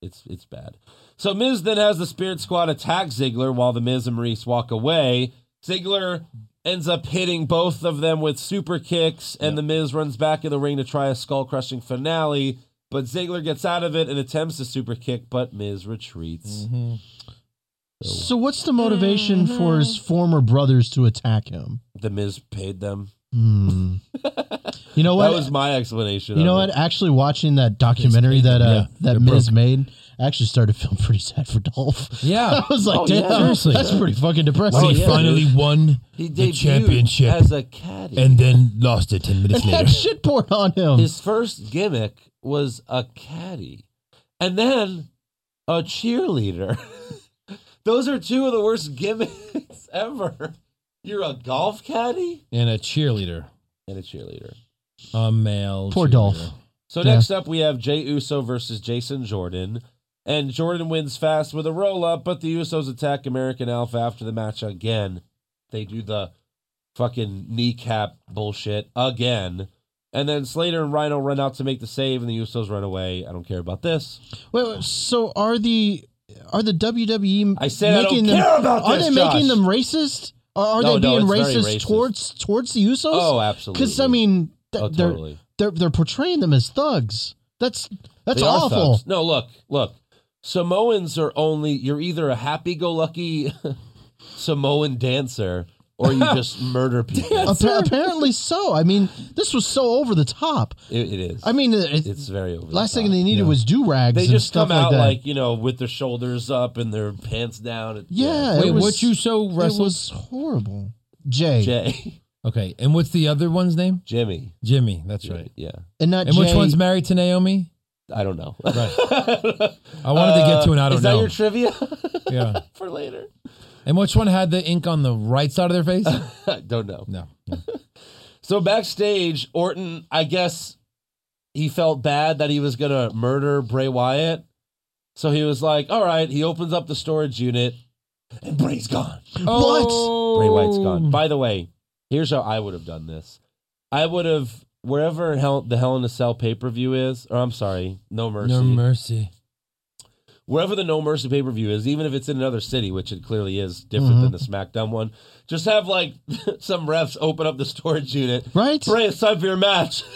Speaker 3: it's it's bad. So Miz then has the Spirit Squad attack Ziggler while the Miz and Maurice walk away. Ziggler ends up hitting both of them with super kicks, and the Miz runs back in the ring to try a skull crushing finale. But Ziggler gets out of it and attempts a super kick, but Miz retreats.
Speaker 5: So what's the motivation
Speaker 3: Mm-hmm.
Speaker 5: for his former brothers to attack him?
Speaker 3: The Miz paid them.
Speaker 5: Hmm. you know what?
Speaker 3: That was my explanation.
Speaker 5: you know
Speaker 3: of
Speaker 5: what?
Speaker 3: it.
Speaker 5: Actually, watching that documentary that uh,
Speaker 4: Yeah,
Speaker 5: that
Speaker 4: they're
Speaker 5: Miz made, I actually started feeling pretty sad for Dolph.
Speaker 4: Yeah.
Speaker 5: I was like,
Speaker 3: Oh, yeah.
Speaker 5: damn,
Speaker 4: Seriously.
Speaker 5: that's pretty fucking depressing.
Speaker 4: When he
Speaker 3: Oh, yeah,
Speaker 4: finally won
Speaker 3: He
Speaker 4: the
Speaker 3: debuted
Speaker 4: championship
Speaker 3: as a caddy.
Speaker 4: and then lost it 10 minutes
Speaker 5: and had
Speaker 4: later.
Speaker 5: shit poured on him.
Speaker 3: his first gimmick was a caddy and then a cheerleader. Those are two of the worst gimmicks ever. You're a golf caddy
Speaker 4: and a cheerleader.
Speaker 3: and a cheerleader.
Speaker 4: A male.
Speaker 5: Poor
Speaker 4: cheerleader.
Speaker 5: Dolph.
Speaker 3: So
Speaker 5: Yeah.
Speaker 3: next up, we have Jay Uso versus Jason Jordan. And Jordan wins fast with a roll up, but the Usos attack American Alpha after the match again. They do the fucking kneecap bullshit again. And then Slater and Rhino run out to make the save, and the Usos run away. I don't care about this.
Speaker 5: Wait, wait, so are the are the WWE
Speaker 3: I said I
Speaker 5: making
Speaker 3: don't
Speaker 5: them
Speaker 3: care about
Speaker 5: are
Speaker 3: this,
Speaker 5: they
Speaker 3: Josh.
Speaker 5: making them racist? Or are
Speaker 3: No,
Speaker 5: they
Speaker 3: no,
Speaker 5: being
Speaker 3: it's very
Speaker 5: racist,
Speaker 3: racist.
Speaker 5: towards towards the Usos?
Speaker 3: Oh, absolutely.
Speaker 5: Because I mean, th-
Speaker 3: Oh,
Speaker 5: they're,
Speaker 3: totally.
Speaker 5: they're they're portraying them as thugs. That's that's
Speaker 3: They are
Speaker 5: awful.
Speaker 3: thugs. No, look, look. Samoans are only you're either a happy-go-lucky Samoan dancer or you just murder people.
Speaker 5: Appa- apparently so. I mean, this was so over the top.
Speaker 3: It- it is.
Speaker 5: I mean, it,
Speaker 3: it's very over. the
Speaker 5: last
Speaker 3: top.
Speaker 5: thing they needed was do rags.
Speaker 3: They
Speaker 5: and
Speaker 3: just
Speaker 5: stuff
Speaker 3: come out
Speaker 5: like,
Speaker 3: like,
Speaker 5: that.
Speaker 3: you know with their shoulders up and their pants down. It-
Speaker 5: yeah.
Speaker 4: Wait,
Speaker 5: it was,
Speaker 4: what you so
Speaker 5: It
Speaker 4: wrestled?
Speaker 5: was horrible. Jay,
Speaker 3: Jay,
Speaker 4: okay. And what's the other one's name?
Speaker 3: Jimmy.
Speaker 4: Jimmy. That's right.
Speaker 3: Yeah,
Speaker 5: and not
Speaker 4: And
Speaker 5: Jay.
Speaker 4: which one's married to Naomi?
Speaker 3: I don't know.
Speaker 4: I wanted to get to an I don't
Speaker 3: is that
Speaker 4: know.
Speaker 3: your trivia
Speaker 4: yeah.
Speaker 3: for later?
Speaker 4: And which one had the ink on the right side of their face?
Speaker 3: I don't know.
Speaker 4: No.
Speaker 3: So backstage, Orton, I guess he felt bad that he was going to murder Bray Wyatt. So he was like, all right, he opens up the storage unit and Bray's gone.
Speaker 5: What?
Speaker 3: Bray Wyatt's gone. By the way, here's how I would have done this I would have, wherever hell, the Hell in a Cell pay per view is, or I'm sorry, No Mercy,
Speaker 4: No mercy.
Speaker 3: wherever the No Mercy pay per view is, even if it's in another city, which it clearly is different than the
Speaker 5: Mm-hmm.
Speaker 3: SmackDown one, just have like some refs open up the storage unit.
Speaker 5: Right?
Speaker 3: Bray, it's time for your match.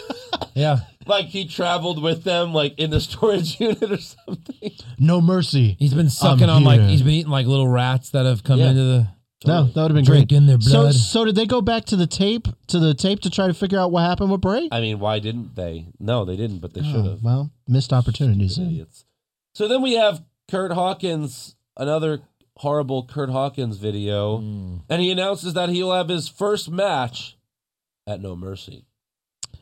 Speaker 4: Yeah.
Speaker 3: like he traveled with them like in the storage unit or something.
Speaker 5: No mercy.
Speaker 4: He's been sucking
Speaker 5: I'm
Speaker 4: on like
Speaker 5: here.
Speaker 4: he's been eating like little rats that have come
Speaker 3: Yeah.
Speaker 4: into the
Speaker 5: No, that would have been
Speaker 4: drink
Speaker 5: great.
Speaker 4: in their
Speaker 5: So,
Speaker 4: blood.
Speaker 5: so did they go back to the tape to the tape to try to figure out what happened with Bray?
Speaker 3: I mean, why didn't they? No, they didn't, but they should
Speaker 5: Oh,
Speaker 3: have.
Speaker 5: well, missed opportunities.
Speaker 3: Idiots. So then we have Kurt Hawkins, another horrible Kurt Hawkins video,
Speaker 5: Mm.
Speaker 3: and he announces that he'll have his first match at No Mercy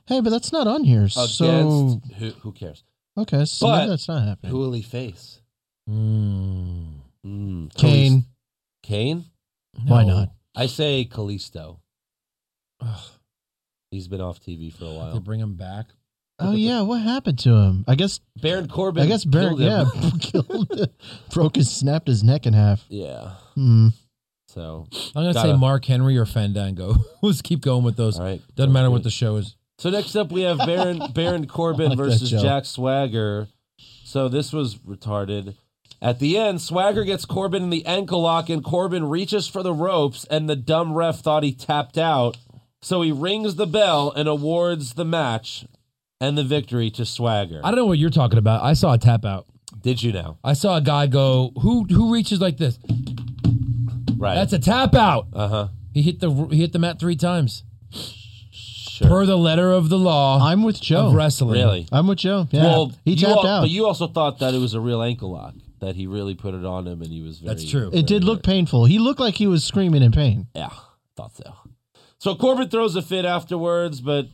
Speaker 5: Hey, but that's not on here.
Speaker 3: against
Speaker 5: So
Speaker 3: who, who cares?
Speaker 5: okay, so
Speaker 3: But-
Speaker 5: maybe that's not happening.
Speaker 3: Who will he face?
Speaker 4: Mm.
Speaker 3: Mm, Kalis-
Speaker 5: Kane,
Speaker 3: Kane. Oh,
Speaker 5: why
Speaker 4: No.
Speaker 5: not?
Speaker 3: I say Kalisto.
Speaker 4: Ugh,
Speaker 3: He's been off TV for a
Speaker 4: to
Speaker 3: while.
Speaker 4: bring him back.
Speaker 5: Oh yeah, what happened to him? I guess
Speaker 3: Baron Corbin.
Speaker 5: I guess Baron
Speaker 3: killed him.
Speaker 5: yeah killed, broke his snapped his neck in half.
Speaker 3: Yeah.
Speaker 5: Hmm.
Speaker 3: So
Speaker 4: I'm gonna
Speaker 3: Gotta-
Speaker 4: say Mark Henry or Fandango. Let's keep going with those.
Speaker 3: all right.
Speaker 4: Doesn't matter
Speaker 3: Sounds
Speaker 4: what
Speaker 3: good.
Speaker 4: the show is.
Speaker 3: So next up we have Baron Baron Corbin
Speaker 5: like that
Speaker 3: versus
Speaker 5: joke.
Speaker 3: Jack Swagger. So this was retarded. At the end, Swagger gets Corbin in the ankle lock, and Corbin reaches for the ropes, and the dumb ref thought he tapped out. So he rings the bell and awards the match and the victory to Swagger.
Speaker 4: I don't know what you're talking about. I saw a tap out.
Speaker 3: Did you know?
Speaker 4: I saw a guy go who who reaches like this.
Speaker 3: Right.
Speaker 4: That's a tap out.
Speaker 3: uh huh.
Speaker 4: He hit the he hit the mat three times
Speaker 3: Sure.
Speaker 4: per the letter of the law
Speaker 5: I'm with Joe.
Speaker 4: of wrestling.
Speaker 3: really?
Speaker 5: I'm with Joe. Yeah.
Speaker 3: Well,
Speaker 5: he
Speaker 3: you
Speaker 5: tapped
Speaker 3: al-
Speaker 5: out.
Speaker 3: But you also thought that it was a real ankle lock that he really put it on him, and he was very.
Speaker 4: That's true.
Speaker 5: it did look painful. He looked like he was screaming in pain.
Speaker 3: Yeah, thought so. So Corbin throws a fit afterwards, but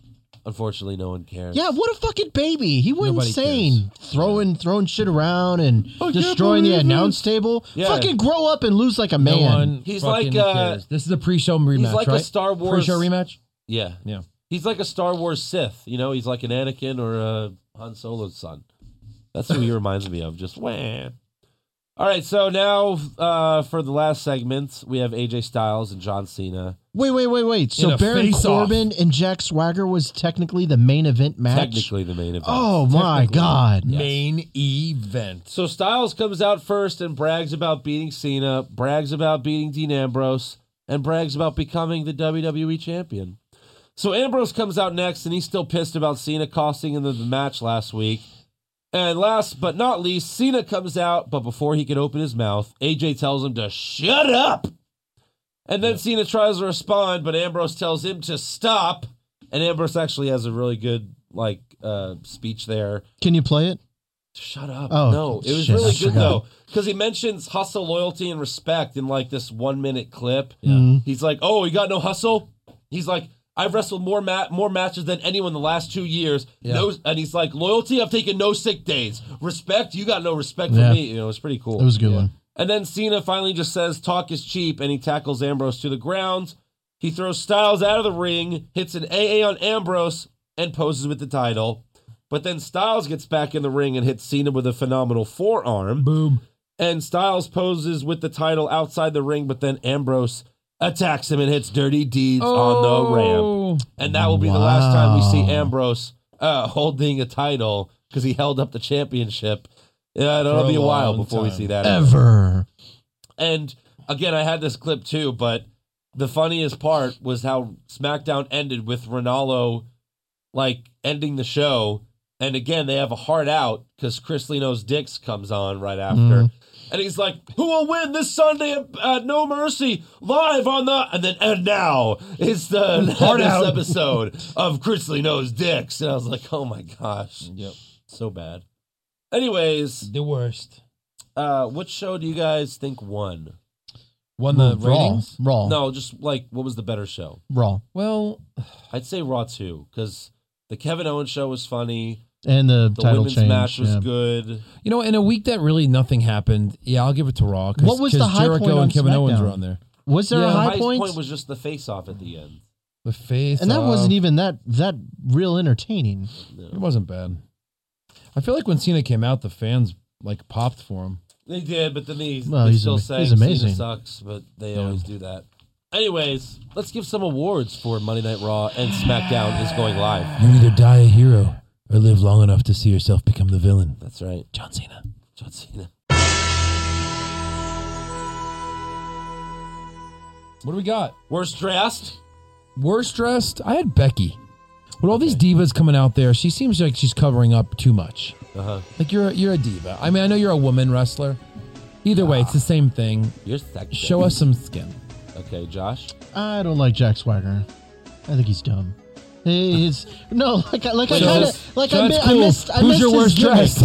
Speaker 3: unfortunately, no one cares.
Speaker 5: Yeah, what a fucking baby. He went
Speaker 4: Nobody
Speaker 5: insane throwing throwing shit around and
Speaker 4: can't
Speaker 5: destroying the
Speaker 4: believe it.
Speaker 5: announce table.
Speaker 3: Yeah.
Speaker 5: Fucking grow up and lose like a man.
Speaker 4: No one.
Speaker 3: He's
Speaker 4: fucking
Speaker 3: like, uh,
Speaker 4: cares. This is a pre-show rematch,
Speaker 3: like a
Speaker 4: right?
Speaker 3: Star Wars-
Speaker 4: pre-show rematch.
Speaker 3: yeah,
Speaker 4: Yeah.
Speaker 3: He's like a Star Wars Sith. You know, he's like an Anakin or a Han Solo's son. That's who he reminds me of. Just wah. All right, so now uh, for the last segment, we have AJ Styles and John Cena.
Speaker 5: Wait, wait, wait, wait.
Speaker 4: In
Speaker 5: So
Speaker 4: a
Speaker 5: Baron
Speaker 4: face-off.
Speaker 5: Corbin and Jack Swagger was technically the main event match.
Speaker 3: Technically, the main event.
Speaker 5: Oh my god.
Speaker 4: Main event.
Speaker 3: So Styles comes out first and brags about beating Cena, brags about beating Dean Ambrose, and brags about becoming the WWE champion. So Ambrose comes out next and he's still pissed about Cena costing him the the match last week. And last but not least, Cena comes out, but before he can open his mouth, AJ tells him to shut up. And then Cena tries to respond, but Ambrose tells him to stop. And Ambrose actually has a really good like uh speech there.
Speaker 5: Can you play it?
Speaker 3: Shut up.
Speaker 5: Oh,
Speaker 3: no, it was
Speaker 5: shit,
Speaker 3: really
Speaker 5: I
Speaker 3: good
Speaker 5: forgot.
Speaker 3: though. Because he mentions hustle, loyalty, and respect in like this one minute clip.
Speaker 5: Mm-hmm.
Speaker 3: He's like, Oh, you got no hustle? He's like, I've wrestled more ma- more matches than anyone the last two years. No, and he's like, Loyalty, I've taken no sick days. Respect, you got no respect for
Speaker 5: Yeah.
Speaker 3: me. You know, it's pretty cool.
Speaker 5: It was a good one.
Speaker 3: and then Cena finally just says, Talk is cheap, and he tackles Ambrose to the ground. He throws Styles out of the ring, hits an AA on Ambrose, and poses with the title. But then Styles gets back in the ring and hits Cena with a phenomenal forearm.
Speaker 4: Boom.
Speaker 3: And Styles poses with the title outside the ring, but then Ambrose attacks him and hits Dirty Deeds
Speaker 4: Oh.
Speaker 3: on the ramp. And that will be the last time we see Ambrose uh, holding a title because he held up the championship. Yeah, it'll
Speaker 4: For a
Speaker 3: be a while
Speaker 4: long
Speaker 3: before we
Speaker 4: time.
Speaker 3: see that.
Speaker 5: Ever.
Speaker 3: And again, I had this clip too, but the funniest part was how SmackDown ended with Ronaldo like ending the show. And again, they have a heart out because Chris Lino's Dix comes on right after.
Speaker 4: Mm-hmm.
Speaker 3: And he's like, Who will win this Sunday at uh, No Mercy live on the. And then, and now it's the
Speaker 4: Heart
Speaker 3: latest
Speaker 4: out.
Speaker 3: episode of Chris Lino's Dix. And I was like, Oh my gosh.
Speaker 4: Yep.
Speaker 3: So bad. Anyways,
Speaker 4: The worst.
Speaker 3: uh, what show do you guys think won?
Speaker 4: Won
Speaker 5: Raw.
Speaker 4: the ratings.
Speaker 5: Raw.
Speaker 3: No, just like what was the better show?
Speaker 5: Raw.
Speaker 4: Well,
Speaker 3: I'd say Raw two because the Kevin Owens show was funny.
Speaker 5: And the,
Speaker 3: The
Speaker 5: title
Speaker 3: women's
Speaker 5: change.
Speaker 3: match was
Speaker 5: yeah.
Speaker 3: good.
Speaker 4: you know, in a week that really nothing happened. Yeah, I'll give it to Raw. 'cause-
Speaker 5: What was
Speaker 4: 'cause
Speaker 5: the high
Speaker 4: Jericho
Speaker 5: point on
Speaker 4: and Kevin Owens
Speaker 5: SmackDown?
Speaker 4: were on there?
Speaker 5: Was there
Speaker 4: Yeah.
Speaker 5: a
Speaker 3: The
Speaker 5: high,
Speaker 3: highest
Speaker 5: point?
Speaker 3: point was just the face off at the end.
Speaker 4: The face.
Speaker 5: and that wasn't
Speaker 4: off.
Speaker 5: even that that real entertaining.
Speaker 4: It wasn't bad. I feel like when Cena came out, the fans like popped for him.
Speaker 3: They did, but then they,
Speaker 5: Well,
Speaker 3: they
Speaker 5: he's
Speaker 3: still
Speaker 5: ama-
Speaker 3: say
Speaker 5: he's
Speaker 3: Cena
Speaker 5: amazing.
Speaker 3: sucks, but they always do that. Anyways, let's give some awards for Monday Night Raw and SmackDown is going live.
Speaker 4: You either die a hero or live long enough to see yourself become the villain.
Speaker 3: That's right,
Speaker 4: John Cena.
Speaker 3: John Cena.
Speaker 4: What do we got?
Speaker 3: Worst dressed?
Speaker 4: Worst dressed? I had Becky. With all these divas coming out there, she seems like she's covering up too much.
Speaker 3: Uh huh.
Speaker 4: Like you're a, you're a diva. I mean, I know you're a woman wrestler. Either way, it's the same thing.
Speaker 3: You're second.
Speaker 4: Show us some skin.
Speaker 3: Okay, Josh.
Speaker 5: I don't like Jack Swagger. I think he's dumb. He's no like I- like I
Speaker 4: So
Speaker 5: kind
Speaker 4: that's-
Speaker 5: of like
Speaker 4: so
Speaker 5: I, mi-
Speaker 4: that's
Speaker 5: I
Speaker 4: cool.
Speaker 5: missed I
Speaker 4: Who's
Speaker 5: missed
Speaker 4: your
Speaker 5: his
Speaker 4: worst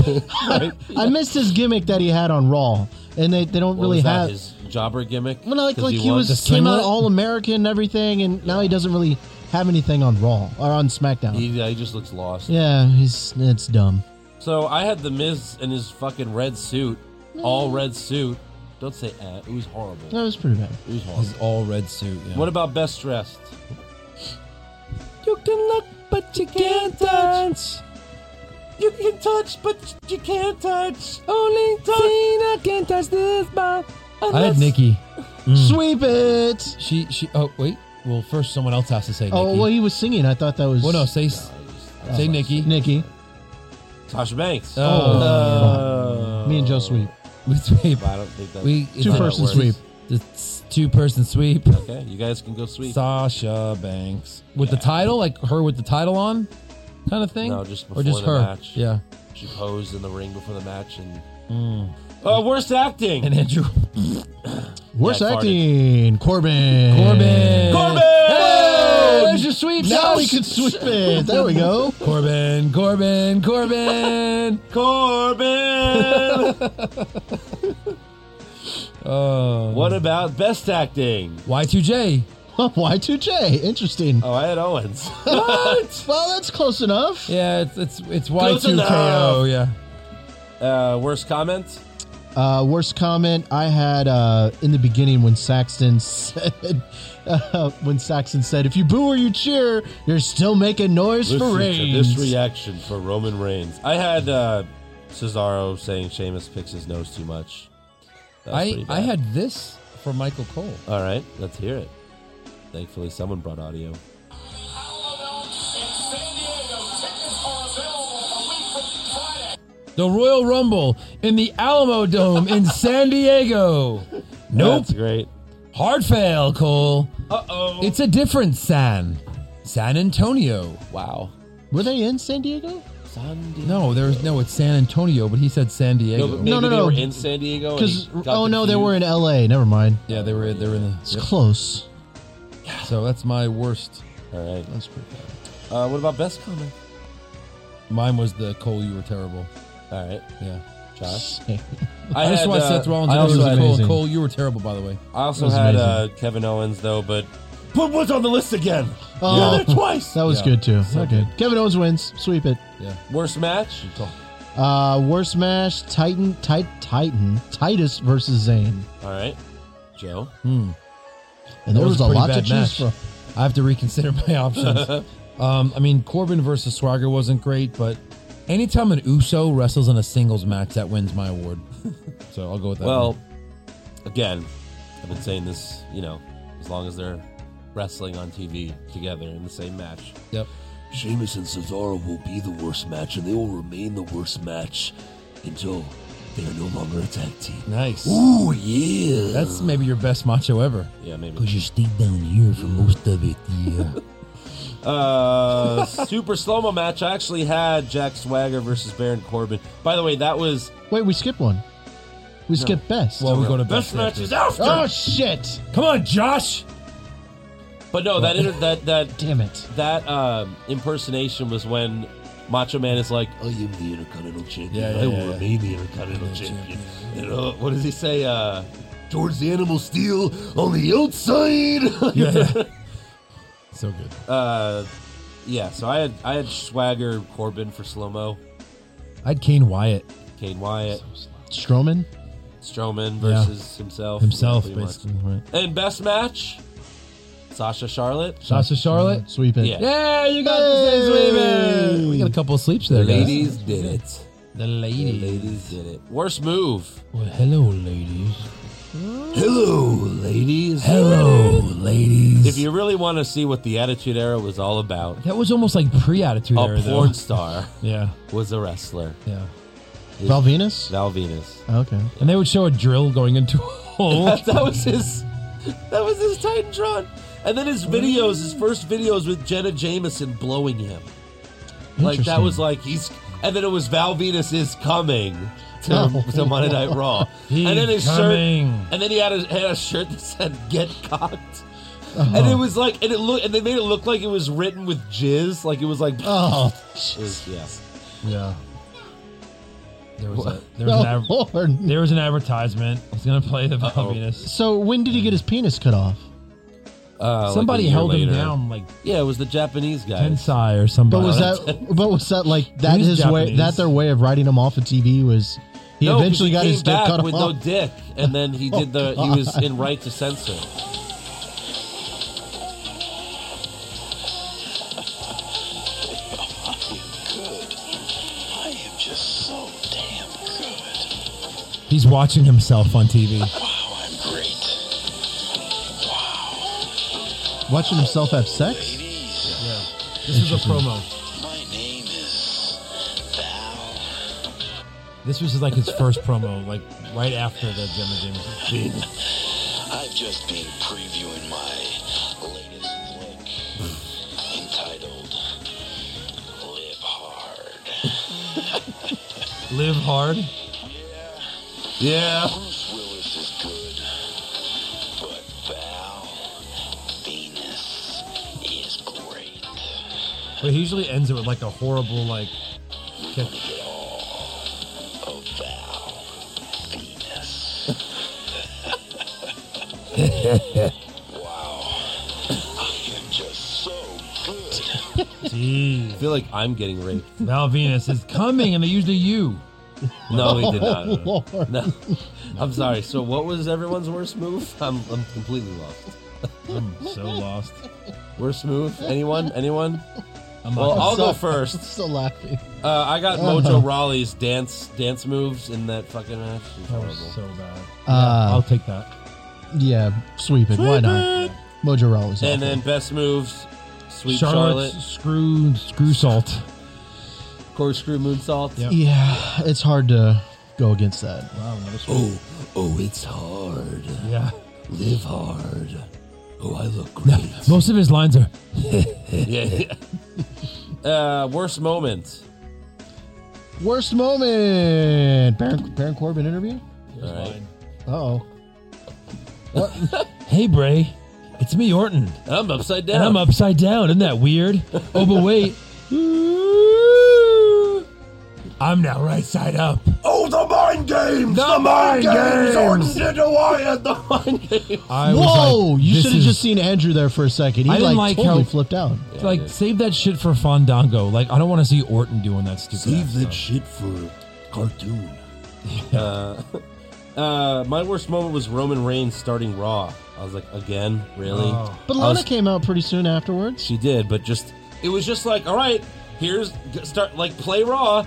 Speaker 5: gimmick.
Speaker 4: dressed?
Speaker 3: Right?
Speaker 5: I missed his gimmick that he had on Raw, and they, they don't
Speaker 3: What
Speaker 5: really
Speaker 3: was that,
Speaker 5: have.
Speaker 3: his jobber gimmick?
Speaker 5: well, no, like
Speaker 3: 'Cause
Speaker 5: like he
Speaker 3: won?
Speaker 5: was
Speaker 4: The
Speaker 5: came out
Speaker 4: singlet?
Speaker 5: all American and everything, and now he doesn't really have anything on Raw or on SmackDown.
Speaker 3: He, yeah, he just looks lost.
Speaker 5: yeah, he's it's dumb.
Speaker 3: So I had the Miz in his fucking red suit, all red suit. Don't say eh. It was horrible.
Speaker 5: That was pretty bad.
Speaker 3: It was horrible.
Speaker 4: His all red suit. yeah.
Speaker 3: What about best dressed?
Speaker 4: You can look, but you can't touch.
Speaker 3: You can touch, but you can't touch.
Speaker 4: Only Cena can touch this ball. I had
Speaker 3: Unless-
Speaker 4: Nikki.
Speaker 5: Sweep it.
Speaker 4: She she. Oh wait.
Speaker 6: Well, first someone else has to say Nikki.
Speaker 5: Oh, well, he was singing. I thought that was.
Speaker 6: well, no, say say Nikki.
Speaker 5: Nikki.
Speaker 3: Tasha Banks.
Speaker 4: Oh,
Speaker 3: Uh,
Speaker 5: Me and Joe Sweep.
Speaker 4: We sweep.
Speaker 3: I don't think that's
Speaker 4: We it's
Speaker 5: Two
Speaker 4: not-
Speaker 5: person
Speaker 3: works.
Speaker 5: sweep.
Speaker 4: It's two person sweep.
Speaker 3: okay. You guys can go sweep.
Speaker 4: Sasha Banks with the title, like her with the title on, kind of thing.
Speaker 3: No, just
Speaker 4: or
Speaker 3: before
Speaker 4: just
Speaker 3: the
Speaker 4: her.
Speaker 3: match.
Speaker 4: Yeah,
Speaker 3: She posed in the ring before the match and. Uh, worst acting.
Speaker 4: Mm. and Andrew
Speaker 5: Worst
Speaker 3: I farted.
Speaker 5: acting. Corbin.
Speaker 4: Corbin.
Speaker 3: Corbin!
Speaker 4: Hey, there's your sweep.
Speaker 5: Now we
Speaker 4: Josh.
Speaker 5: can sweep it. There we go.
Speaker 4: Corbin, Corbin, Corbin.
Speaker 3: Corbin.
Speaker 4: Oh,
Speaker 3: what about best acting?
Speaker 4: Y2J.
Speaker 5: Oh, Y2J. Interesting.
Speaker 3: Oh, I had Owens.
Speaker 5: Well, that's close enough.
Speaker 4: Yeah, it's it's it's
Speaker 3: Close
Speaker 4: Y2KO. Yeah,
Speaker 3: Uh, worst comment.
Speaker 5: Uh, worst comment I had uh, in the beginning when Saxton said, uh, when Saxton said, if you boo or you cheer, you're still making noise for
Speaker 3: to this
Speaker 5: Reigns.
Speaker 3: reaction for Roman Reigns. I had uh, Cesaro saying Sheamus picks his nose too much. That was
Speaker 4: I
Speaker 3: pretty
Speaker 4: I
Speaker 3: bad.
Speaker 4: had this for Michael Cole.
Speaker 3: All right, let's hear it. Thankfully, someone brought audio.
Speaker 4: The Royal Rumble in the Alamo Dome in San Diego. Nope.
Speaker 3: That's great.
Speaker 4: Hard fail, Cole.
Speaker 3: Uh oh.
Speaker 4: It's a different San. San Antonio.
Speaker 3: Wow.
Speaker 5: Were they in San Diego?
Speaker 4: No, there's no. It's San Antonio, but he said San Diego.
Speaker 3: No, but maybe
Speaker 5: no,
Speaker 3: they
Speaker 5: no.
Speaker 3: were in San Diego. and
Speaker 5: Because
Speaker 3: he
Speaker 5: oh
Speaker 3: got
Speaker 5: no, they
Speaker 3: confused.
Speaker 5: were in L.A. Never mind.
Speaker 4: yeah, they were. They were in the.
Speaker 5: It's close.
Speaker 4: So that's my worst.
Speaker 3: All right.
Speaker 5: That's pretty good.
Speaker 3: Uh, what about best comment?
Speaker 4: Mine was the Cole. You were terrible.
Speaker 3: All right,
Speaker 4: Yeah.
Speaker 3: Josh.
Speaker 5: Yeah.
Speaker 4: I, just
Speaker 3: had,
Speaker 4: watched
Speaker 3: uh,
Speaker 4: Seth Rollins.
Speaker 3: I
Speaker 4: and
Speaker 3: also
Speaker 4: it was
Speaker 3: had-
Speaker 4: Cole.
Speaker 5: amazing.
Speaker 4: Cole, you were terrible, by the way.
Speaker 3: I also
Speaker 5: was
Speaker 3: had
Speaker 5: amazing.
Speaker 3: uh, Kevin Owens though, but put Woods on the list again.
Speaker 5: Oh.
Speaker 3: You're there twice.
Speaker 5: That was
Speaker 4: Yeah.
Speaker 5: good too.
Speaker 4: So
Speaker 5: okay. Kevin Owens wins. Sweep it.
Speaker 4: Yeah.
Speaker 3: Worst match.
Speaker 4: Cole.
Speaker 5: Uh, worst match: Titan, Titan, Titan, Titus versus Zayn.
Speaker 3: All right, Joe.
Speaker 5: And there
Speaker 4: was
Speaker 5: was,
Speaker 4: a
Speaker 5: a
Speaker 4: pretty
Speaker 5: lot to
Speaker 4: bad
Speaker 5: choose
Speaker 4: match.
Speaker 5: from.
Speaker 4: I have to reconsider my options. um, I mean, Corbin versus Swagger wasn't great, but anytime an USO wrestles in a singles match, that wins my award. so I'll go with that.
Speaker 3: Well, again, I've been saying this, you know, as long as they're wrestling on TV together in the same match.
Speaker 4: one. yep.
Speaker 7: Sheamus and Cesaro will be the worst match, and they will remain the worst match until they are no longer a tag team.
Speaker 4: Nice.
Speaker 7: Ooh, yeah.
Speaker 4: That's maybe your best macho ever.
Speaker 3: Yeah, maybe.
Speaker 4: you stayed down here for most of it. Yeah.
Speaker 3: Uh, super slow mo match. I actually had Jack Swagger versus Baron Corbin. By the way, that was
Speaker 5: Wait, we skipped one. We skipped best.
Speaker 4: well, we go to
Speaker 3: best
Speaker 4: best
Speaker 3: match
Speaker 4: matches.
Speaker 3: is after.
Speaker 7: Ah!
Speaker 5: oh shit!
Speaker 4: Come on, Josh.
Speaker 3: But no, that inter- that that
Speaker 5: Damn it!
Speaker 3: that um, impersonation was when Macho Man is like,
Speaker 7: I am Oh, the Intercontinental Champion.
Speaker 4: Yeah, yeah,
Speaker 7: I
Speaker 4: yeah,
Speaker 7: will
Speaker 4: yeah.
Speaker 7: remain the Intercontinental Champion. uh,
Speaker 3: you know, what does he say? Uh,
Speaker 7: Towards the animal steel on the outside.
Speaker 4: Yeah. so good.
Speaker 3: uh, yeah. So I had I had Swagger Corbin for slow mo.
Speaker 4: I had Kane Wyatt
Speaker 3: Kane Wyatt,
Speaker 5: Strowman.
Speaker 3: Strowman versus himself.
Speaker 4: himself,
Speaker 3: pretty much.
Speaker 4: basically. Right.
Speaker 3: And best match, Sasha Charlotte.
Speaker 4: Sasha Charlotte.
Speaker 5: Sweep it.
Speaker 3: Yeah.
Speaker 4: Yeah, you got the same sweep. man. We got a couple of sleeps there, guys.
Speaker 3: Ladies did it.
Speaker 4: The ladies.
Speaker 3: Ladies did it. Worst move.
Speaker 4: Well, hello, ladies.
Speaker 7: Hello, ladies.
Speaker 4: Hello, ladies.
Speaker 3: If you really want to see what the Attitude Era was all about,
Speaker 4: that was almost like pre-attitude
Speaker 3: a
Speaker 4: era, though.
Speaker 3: Oh, porn star
Speaker 4: Yeah,
Speaker 3: was a wrestler.
Speaker 4: yeah.
Speaker 5: Val Venus.
Speaker 3: Val Venus.
Speaker 5: Okay.
Speaker 4: And they would show a drill going into a hole.
Speaker 3: That, that was his. That was his Titantron. And then his videos, his first videos with Jenna Jameson blowing him. Like that
Speaker 5: Interesting.
Speaker 3: was like he's. And then it was Val Venus is coming to,
Speaker 5: No.
Speaker 3: to Monday Night Raw.
Speaker 4: Oh. He's
Speaker 3: and then his
Speaker 4: coming.
Speaker 3: shirt. And then he had a, had a shirt that said "Get Cocked."
Speaker 4: Uh-huh.
Speaker 3: And it was like, and it looked, and they made it look like it was written with jizz, like it was like,
Speaker 4: Uh,
Speaker 5: Oh,
Speaker 3: it was- yeah.
Speaker 4: yeah. There was a, there was, an,
Speaker 5: oh
Speaker 4: adver-
Speaker 5: Lord.
Speaker 4: there was an advertisement. It's gonna play the Val Venus.
Speaker 5: So when did he get his penis cut off?
Speaker 3: Uh, like a
Speaker 4: Somebody
Speaker 3: year
Speaker 4: held
Speaker 3: later.
Speaker 4: him down like
Speaker 3: Yeah, it was the Japanese guy.
Speaker 4: Tensai or somebody.
Speaker 5: But was that? But was that like that?
Speaker 4: He's
Speaker 5: His way.
Speaker 4: Japanese.
Speaker 5: That their way of writing him off of TV was. He
Speaker 3: No, 'cause
Speaker 5: eventually
Speaker 3: he
Speaker 5: got
Speaker 3: came
Speaker 5: his dick
Speaker 3: back
Speaker 5: cut
Speaker 3: with
Speaker 5: off.
Speaker 3: no dick, and then he did the. He was in right to censor.
Speaker 8: I am just so damn good.
Speaker 4: He's watching himself on TV.
Speaker 8: Wow, I'm great. Wow.
Speaker 5: Watching himself have sex?
Speaker 9: Ladies,
Speaker 4: This was a promo.
Speaker 9: my name is Thou.
Speaker 4: This was like his first promo, like right after the Gemma James.
Speaker 9: I've just been previewing my latest flick entitled Live Hard.
Speaker 4: Live hard.
Speaker 3: Yeah.
Speaker 9: Bruce Willis is good, but Val Venus is great.
Speaker 4: But he usually ends it with like a horrible like.
Speaker 9: Get all of Val Venus. wow. I am just so good.
Speaker 3: I
Speaker 4: Jeez.
Speaker 3: feel like I'm getting raped.
Speaker 4: Val Venus is coming, and they usually you.
Speaker 3: No, he did not. No. I'm sorry. So, what was everyone's worst move? I'm, I'm completely lost.
Speaker 4: I'm so lost.
Speaker 3: Worst move? Anyone? Anyone?
Speaker 4: I'm
Speaker 3: Well,
Speaker 4: not.
Speaker 3: I'll go
Speaker 5: I'm
Speaker 3: first.
Speaker 5: still laughing.
Speaker 3: Uh, I got Mojo Raleigh's dance dance moves in that fucking match. It was
Speaker 5: Oh,
Speaker 4: that was
Speaker 3: horrible.
Speaker 4: so bad.
Speaker 5: Uh,
Speaker 4: I'll take that.
Speaker 5: Yeah, sweep it. Why not? Mojo Rawley's
Speaker 3: And
Speaker 5: awful.
Speaker 3: then best moves, Sweet
Speaker 4: Charlotte's
Speaker 3: Charlotte,
Speaker 4: screw screw salt.
Speaker 3: corkscrew moonsault.
Speaker 4: Yep.
Speaker 5: Yeah, it's hard to go against that.
Speaker 4: Wow, another screw.
Speaker 7: Oh, oh, it's hard.
Speaker 4: Yeah.
Speaker 7: Live hard. Oh, I look great.
Speaker 4: Most of his lines are
Speaker 3: Yeah. yeah. uh, worst moment.
Speaker 5: Worst moment. Baron, Baron Corbin interview?
Speaker 3: All right.
Speaker 5: Uh-oh.
Speaker 4: Hey Bray, it's me Orton.
Speaker 3: I'm upside down.
Speaker 4: And I'm upside down. Isn't that weird? Oh, but wait. I'm now right side up.
Speaker 7: Oh, the mind games!
Speaker 4: The mind games!
Speaker 7: Orton Wyatt, the mind games!
Speaker 4: I was
Speaker 5: Whoa!
Speaker 4: like,
Speaker 5: you
Speaker 4: this
Speaker 5: should have
Speaker 4: is-
Speaker 5: just seen Andrew there for a second. He
Speaker 4: I didn't like
Speaker 5: like, totally
Speaker 4: how-
Speaker 5: flipped out.
Speaker 4: like save that shit for Fandango. Like I don't want to see Orton doing that stupid.
Speaker 7: Leave
Speaker 4: ass
Speaker 7: that
Speaker 4: stuff.
Speaker 7: shit for cartoon.
Speaker 3: Uh, my worst moment was Roman Reigns starting Raw. I was like, again, really?
Speaker 4: Oh.
Speaker 5: But
Speaker 3: I
Speaker 5: Lana
Speaker 3: was-
Speaker 5: came out pretty soon afterwards.
Speaker 3: She did, but just it was just like, all right, here's g- start like play Raw.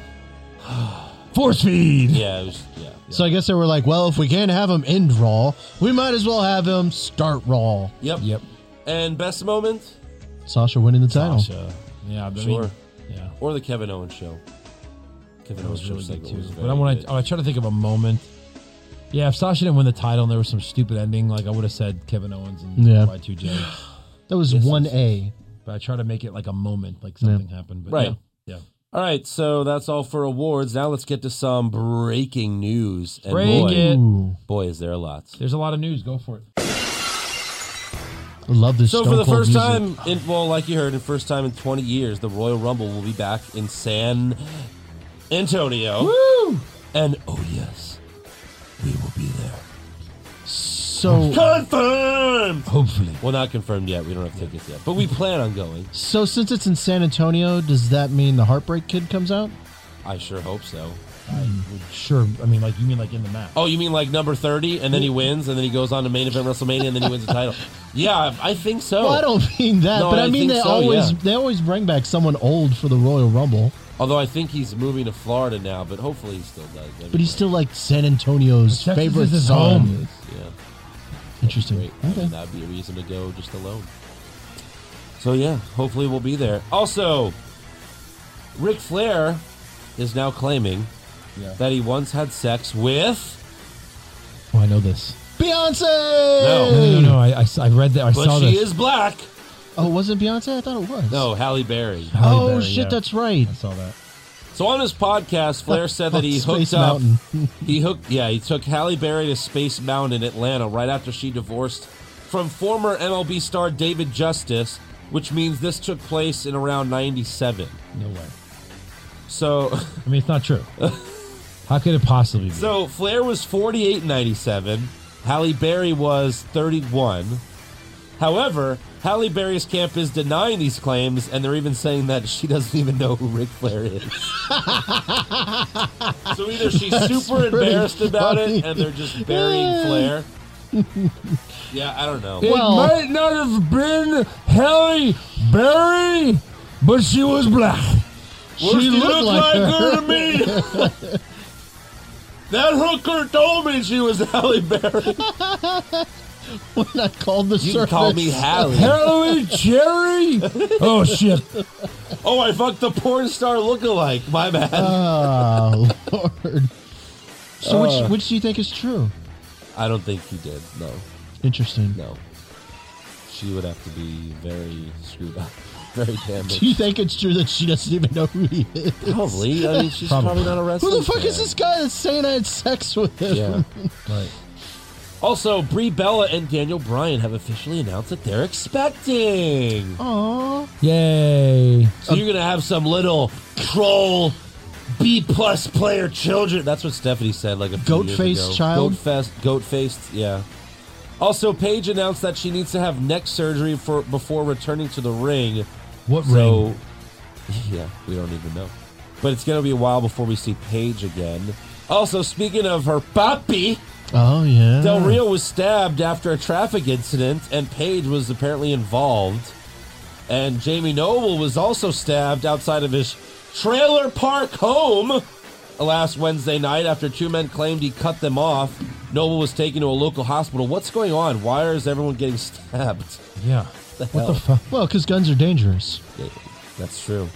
Speaker 4: Force feed.
Speaker 3: Yeah, it was, yeah.
Speaker 5: So I guess they were like, well, if we can't have him end Raw, we might as well have him start Raw.
Speaker 3: Yep.
Speaker 4: Yep.
Speaker 3: And best moment
Speaker 5: Sasha winning the title.
Speaker 4: Sasha. Yeah. I mean,
Speaker 3: Sure.
Speaker 4: yeah.
Speaker 3: or the Kevin Owens show. Kevin
Speaker 4: That
Speaker 3: Owens
Speaker 4: was
Speaker 3: show
Speaker 4: really good
Speaker 3: segment
Speaker 4: too.
Speaker 3: was very
Speaker 4: But I want
Speaker 3: good.
Speaker 4: to. I try to think of a moment. Yeah, if Sasha didn't win the title and there was some stupid ending, like I would have said Kevin Owens and
Speaker 5: Yeah.
Speaker 4: Y2J.
Speaker 5: That was one A.
Speaker 4: But I try to make it like a moment, like something happened. But
Speaker 3: Right.
Speaker 4: Yeah. yeah.
Speaker 3: All right, so that's all for awards. Now let's get to some breaking news. And
Speaker 4: Break
Speaker 3: boy,
Speaker 4: it.
Speaker 5: Ooh,
Speaker 3: boy, is there a lot.
Speaker 4: There's a lot of news. Go for it.
Speaker 5: I love this.
Speaker 3: So
Speaker 5: Stone
Speaker 3: for the
Speaker 5: Cold
Speaker 3: first
Speaker 5: music.
Speaker 3: time, in, well, like you heard, in first time in 20 years, the Royal Rumble will be back in San Antonio. Woo! And oh yes, we will be there.
Speaker 5: so
Speaker 3: Confirmed.
Speaker 4: Hopefully.
Speaker 3: Well, not confirmed yet. We don't have tickets yet, but we plan on going.
Speaker 5: so since it's in San Antonio, does that mean the Heartbreak Kid comes out?
Speaker 3: I sure hope so.
Speaker 4: Sure. I mean, like you mean like in the map.
Speaker 3: Oh, you mean like number 30, and then he wins, and then he goes on to main event WrestleMania, and then he wins the title. Yeah, I I think so.
Speaker 5: Well, I don't mean that,
Speaker 3: No,
Speaker 5: but I,
Speaker 3: I
Speaker 5: mean
Speaker 3: think
Speaker 5: they
Speaker 3: so,
Speaker 5: always
Speaker 3: yeah.
Speaker 5: they always bring back someone old for the Royal Rumble,
Speaker 3: Although I think he's moving to Florida now, but hopefully he still does. That'd be
Speaker 5: but he's still like San Antonio's
Speaker 4: Texas
Speaker 5: favorite
Speaker 4: is his
Speaker 5: son.
Speaker 4: home.
Speaker 3: great. yeah.
Speaker 5: Interesting.
Speaker 3: Great. I
Speaker 5: Okay.
Speaker 3: mean, that'd be a reason to go just alone. So yeah, hopefully we'll be there. Also, Ric Flair is now claiming
Speaker 4: Yeah.
Speaker 3: that he once had sex with.
Speaker 4: Oh, I know this.
Speaker 5: Beyonce.
Speaker 4: No, no, no. I, I, s- I read that. I
Speaker 3: But
Speaker 4: saw
Speaker 3: she
Speaker 4: this.
Speaker 3: is black.
Speaker 5: Oh, was it Beyonce? I thought it was.
Speaker 3: No, Halle Berry.
Speaker 4: Halle
Speaker 5: Oh
Speaker 4: Berry,
Speaker 5: shit,
Speaker 4: yeah.
Speaker 5: that's right.
Speaker 4: I saw that.
Speaker 3: So on his podcast, Flair said that he
Speaker 5: Space
Speaker 3: hooked up.
Speaker 5: Mountain.
Speaker 3: He hooked. Yeah, he took Halle Berry to Space Mountain in Atlanta right after she divorced from former MLB star David Justice, which means this took place in around '97.
Speaker 4: No way.
Speaker 3: So.
Speaker 4: I mean, it's not true. How could it possibly be?
Speaker 3: So Flair was 48 97. Halle Berry was 31. However, Halle Berry's camp is denying these claims, and they're even saying that she doesn't even know who Ric Flair is. so either she's super
Speaker 5: pretty
Speaker 3: embarrassed about
Speaker 5: funny.
Speaker 3: it, and they're just burying Flair. Yeah, I don't know.
Speaker 5: Well-
Speaker 4: might not have been Halle Berry, but she was black.
Speaker 5: she looked like
Speaker 3: her. to me. that hooker told me she was Halle Berry.
Speaker 5: when I called the
Speaker 3: You can
Speaker 5: service.
Speaker 3: call me Hallie.
Speaker 4: Halloween Jerry. Oh shit!
Speaker 3: Oh, I fucked the porn star lookalike. My bad.
Speaker 5: Oh Lord. So which which do you think is true?
Speaker 3: I don't think he did. No,
Speaker 5: Interesting.
Speaker 3: no. She would have to be very screwed up, very damaged.
Speaker 5: Do you think it's true that she doesn't even know who he is?
Speaker 3: Probably. I mean, she's probably, not a wrestler.
Speaker 5: Who the fuck is this guy that's saying I had sex with him?
Speaker 3: Yeah.
Speaker 4: Right.
Speaker 3: Also, Brie Bella and Daniel Bryan have officially announced that they're expecting.
Speaker 5: Aw.
Speaker 4: Yay!
Speaker 3: So you're gonna have some little troll B plus player children. That's what Stephanie said. Like a few years
Speaker 5: Goat-faced
Speaker 3: ago.
Speaker 5: child?
Speaker 3: Goat fest. Goat faced. Yeah. Also, Paige announced that she needs to have neck surgery for before returning to the ring.
Speaker 4: What
Speaker 3: So,
Speaker 4: ring?
Speaker 3: yeah, we don't even know. But it's gonna be a while before we see Paige again. Also, speaking of her puppy,
Speaker 5: Oh yeah.
Speaker 3: Del Rio was stabbed after a traffic incident, and Paige was apparently involved. And Jamie Noble was also stabbed outside of his trailer park home last Wednesday night after two men claimed he cut them off. Noble was taken to a local hospital. What's going on? Why is everyone getting stabbed?
Speaker 4: Yeah.
Speaker 3: What the
Speaker 4: fuck?
Speaker 5: Well, because guns are dangerous.
Speaker 3: They- That's true.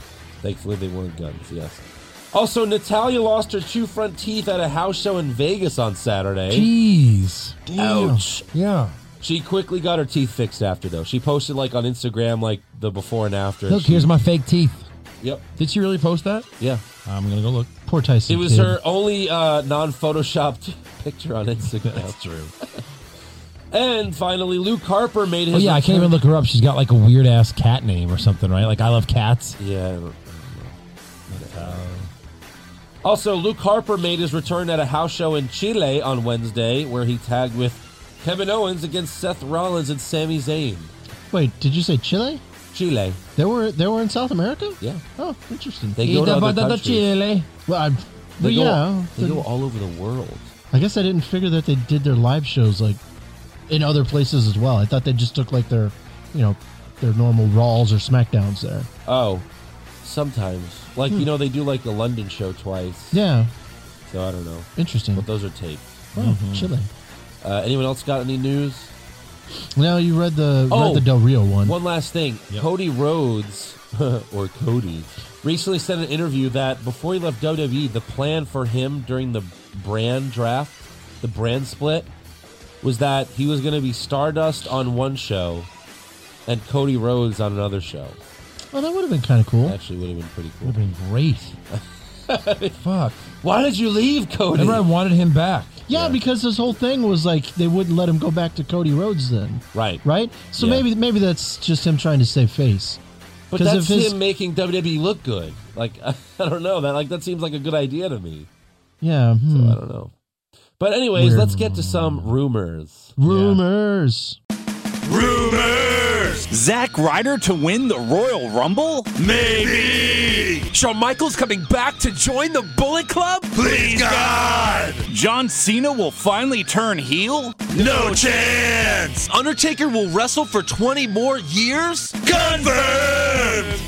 Speaker 3: Thankfully, they weren't guns, yes. Also, Natalia lost her two front teeth at a house show in Vegas on Saturday.
Speaker 4: Jeez.
Speaker 3: Ouch.
Speaker 4: Yeah.
Speaker 3: She quickly got her teeth fixed after, though. She posted like on Instagram, like the before and after.
Speaker 4: Look,
Speaker 3: She-
Speaker 4: here's my fake teeth.
Speaker 3: Yep.
Speaker 4: Did she really post that?
Speaker 3: Yeah.
Speaker 4: I'm gonna go look.
Speaker 5: Poor Tyson.
Speaker 3: It was
Speaker 5: kid.
Speaker 3: her only uh, non-photoshopped picture on Instagram.
Speaker 4: true.
Speaker 3: And finally, Luke Harper made his.
Speaker 4: Oh yeah, I can't even look her up. She's got like a weird ass cat name or something, right? Like I love cats.
Speaker 3: Yeah. I don't- I don't know. Also, Luke Harper made his return at a house show in Chile on Wednesday, where he tagged with Kevin Owens against Seth Rollins and Sami Zayn.
Speaker 5: Wait, did you say Chile?
Speaker 3: Chile.
Speaker 5: They were they were in South America?
Speaker 3: Yeah.
Speaker 5: Oh, interesting.
Speaker 3: They go to other countries.
Speaker 4: Chile.
Speaker 5: well, I'm, well,
Speaker 3: They go-
Speaker 5: yeah.
Speaker 3: they go all over the world.
Speaker 5: I guess I didn't figure that they did their live shows like in other places as well. I thought they just took like their, you know, their normal Raws or Smackdowns there.
Speaker 3: Oh, sometimes. Like you know, they do like the London show twice.
Speaker 5: Yeah,
Speaker 3: So I don't know,
Speaker 5: interesting. Oh,
Speaker 3: but those are taped.
Speaker 5: Wow, Chile.
Speaker 3: Uh, anyone else got any news?
Speaker 5: Now you read the
Speaker 3: Oh.
Speaker 5: read the Del Rio one.
Speaker 3: One last thing. Cody Rhodes, or Cody, recently said in an interview that before he left WWE, the plan for him during the brand draft, the brand split, was that he was going to be Stardust on one show and Cody Rhodes on another show.
Speaker 5: Well, Oh, that would have been kind of cool.
Speaker 3: Actually, would have been pretty cool.
Speaker 4: Would have been great. fuck.
Speaker 3: Why did you leave, Cody?
Speaker 4: Remember, I wanted him back.
Speaker 5: Yeah, because this whole thing was like they wouldn't let him go back to Cody Rhodes then,
Speaker 3: Right.
Speaker 5: right? So
Speaker 3: Yeah.
Speaker 5: maybe maybe that's just him trying to save face.
Speaker 3: But
Speaker 5: 'Cause
Speaker 3: that's
Speaker 5: if his-
Speaker 3: him making WWE look good. Like I don't know that. Like that seems like a good idea to me.
Speaker 5: Yeah, hmm.
Speaker 3: I don't know. But anyways, let's get to some rumors.
Speaker 5: rumors.
Speaker 10: Rumors!
Speaker 11: Zack Ryder to win the Royal Rumble?
Speaker 10: Maybe!
Speaker 11: Shawn Michaels coming back to join the Bullet Club?
Speaker 10: Please, God!
Speaker 11: John Cena will finally turn heel?
Speaker 10: No chance!
Speaker 11: Undertaker will wrestle for 20 more years?
Speaker 10: Confirmed!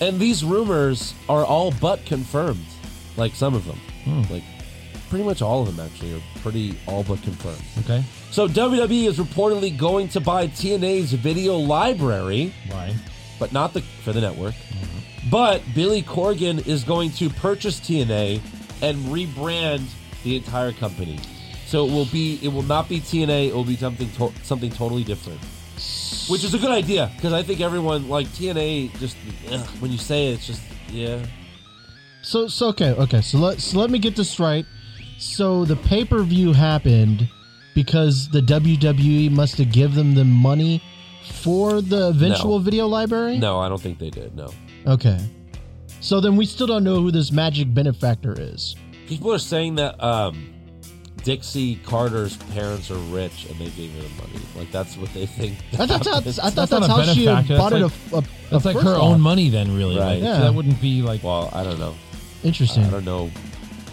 Speaker 3: And these rumors are all but confirmed. Like some of them. Like pretty much all of them actually are pretty all but confirmed.
Speaker 4: Okay.
Speaker 3: So WWE is reportedly going to buy TNA's video library.
Speaker 4: Why?
Speaker 3: but not the for the network. But Billy Corgan is going to purchase TNA and rebrand the entire company. So it will be it will not be TNA. It will be something to, something totally different, which is a good idea because I think everyone like TNA just ugh, when you say it, it's just yeah.
Speaker 5: So so okay okay. So let so let me get this right. So the pay per view happened because the WWE must have give them the money for the eventual
Speaker 3: No.
Speaker 5: video library.
Speaker 3: No, I don't think they did. No,
Speaker 5: Okay. So then we still don't know who this magic benefactor is.
Speaker 3: people are saying that um, Dixie Carter's parents are rich and they gave her the money. Like that's what they think.
Speaker 5: I thought that's I thought
Speaker 4: That's not
Speaker 5: that's,
Speaker 4: a
Speaker 5: how she
Speaker 4: benefactor, that's
Speaker 5: bought it.
Speaker 4: like-
Speaker 5: a, a,
Speaker 4: That's
Speaker 5: a
Speaker 4: like
Speaker 5: first
Speaker 4: her
Speaker 5: off.
Speaker 4: own money then, really.
Speaker 3: Right.
Speaker 4: Like,
Speaker 5: Yeah.
Speaker 4: That wouldn't be like.
Speaker 3: Well, I don't know.
Speaker 5: Interesting.
Speaker 3: I don't know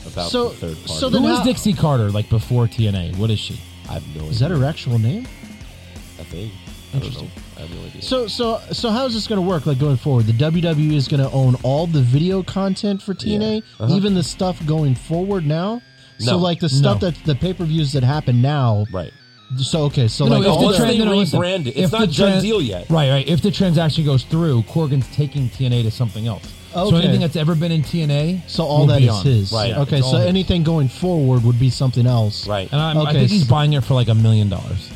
Speaker 3: about
Speaker 5: So-
Speaker 3: the third party.
Speaker 5: so the-
Speaker 4: Who
Speaker 5: Then
Speaker 4: is
Speaker 5: how-
Speaker 4: Dixie Carter? Like before TNA? What is she?
Speaker 3: I have no
Speaker 5: Is
Speaker 3: idea.
Speaker 5: that her actual name?
Speaker 3: I think.
Speaker 5: Interesting.
Speaker 3: I, don't know. I have no idea.
Speaker 5: So so so how is this going to work? Like going forward, the WWE is going to own all the video content for TNA,
Speaker 3: Uh-huh.
Speaker 5: even the stuff going forward now. So
Speaker 3: No.
Speaker 5: like the stuff
Speaker 4: No.
Speaker 5: that the pay per views that happen now,
Speaker 3: right.
Speaker 5: So okay, so
Speaker 4: No,
Speaker 5: like
Speaker 4: if
Speaker 5: all
Speaker 4: the
Speaker 3: once
Speaker 5: the-
Speaker 4: tran-
Speaker 3: they
Speaker 4: no, no, listen.
Speaker 3: rebrand it, it's
Speaker 4: If
Speaker 3: not
Speaker 4: the
Speaker 3: done
Speaker 4: tran-
Speaker 3: deal yet.
Speaker 4: Right, right. If the transaction goes through, Corgan's taking TNA to something else. So
Speaker 5: Okay.
Speaker 4: anything that's ever been in TNA,
Speaker 5: so all
Speaker 4: won't
Speaker 5: that
Speaker 4: be
Speaker 5: is
Speaker 4: on.
Speaker 5: his.
Speaker 3: Right. Yeah,
Speaker 5: Okay,
Speaker 4: it's
Speaker 5: so
Speaker 4: all his.
Speaker 5: anything going forward would be something else.
Speaker 3: Right.
Speaker 4: And I'm, I
Speaker 5: Okay,
Speaker 4: think he's
Speaker 5: s-
Speaker 4: buying it for like a million dollars,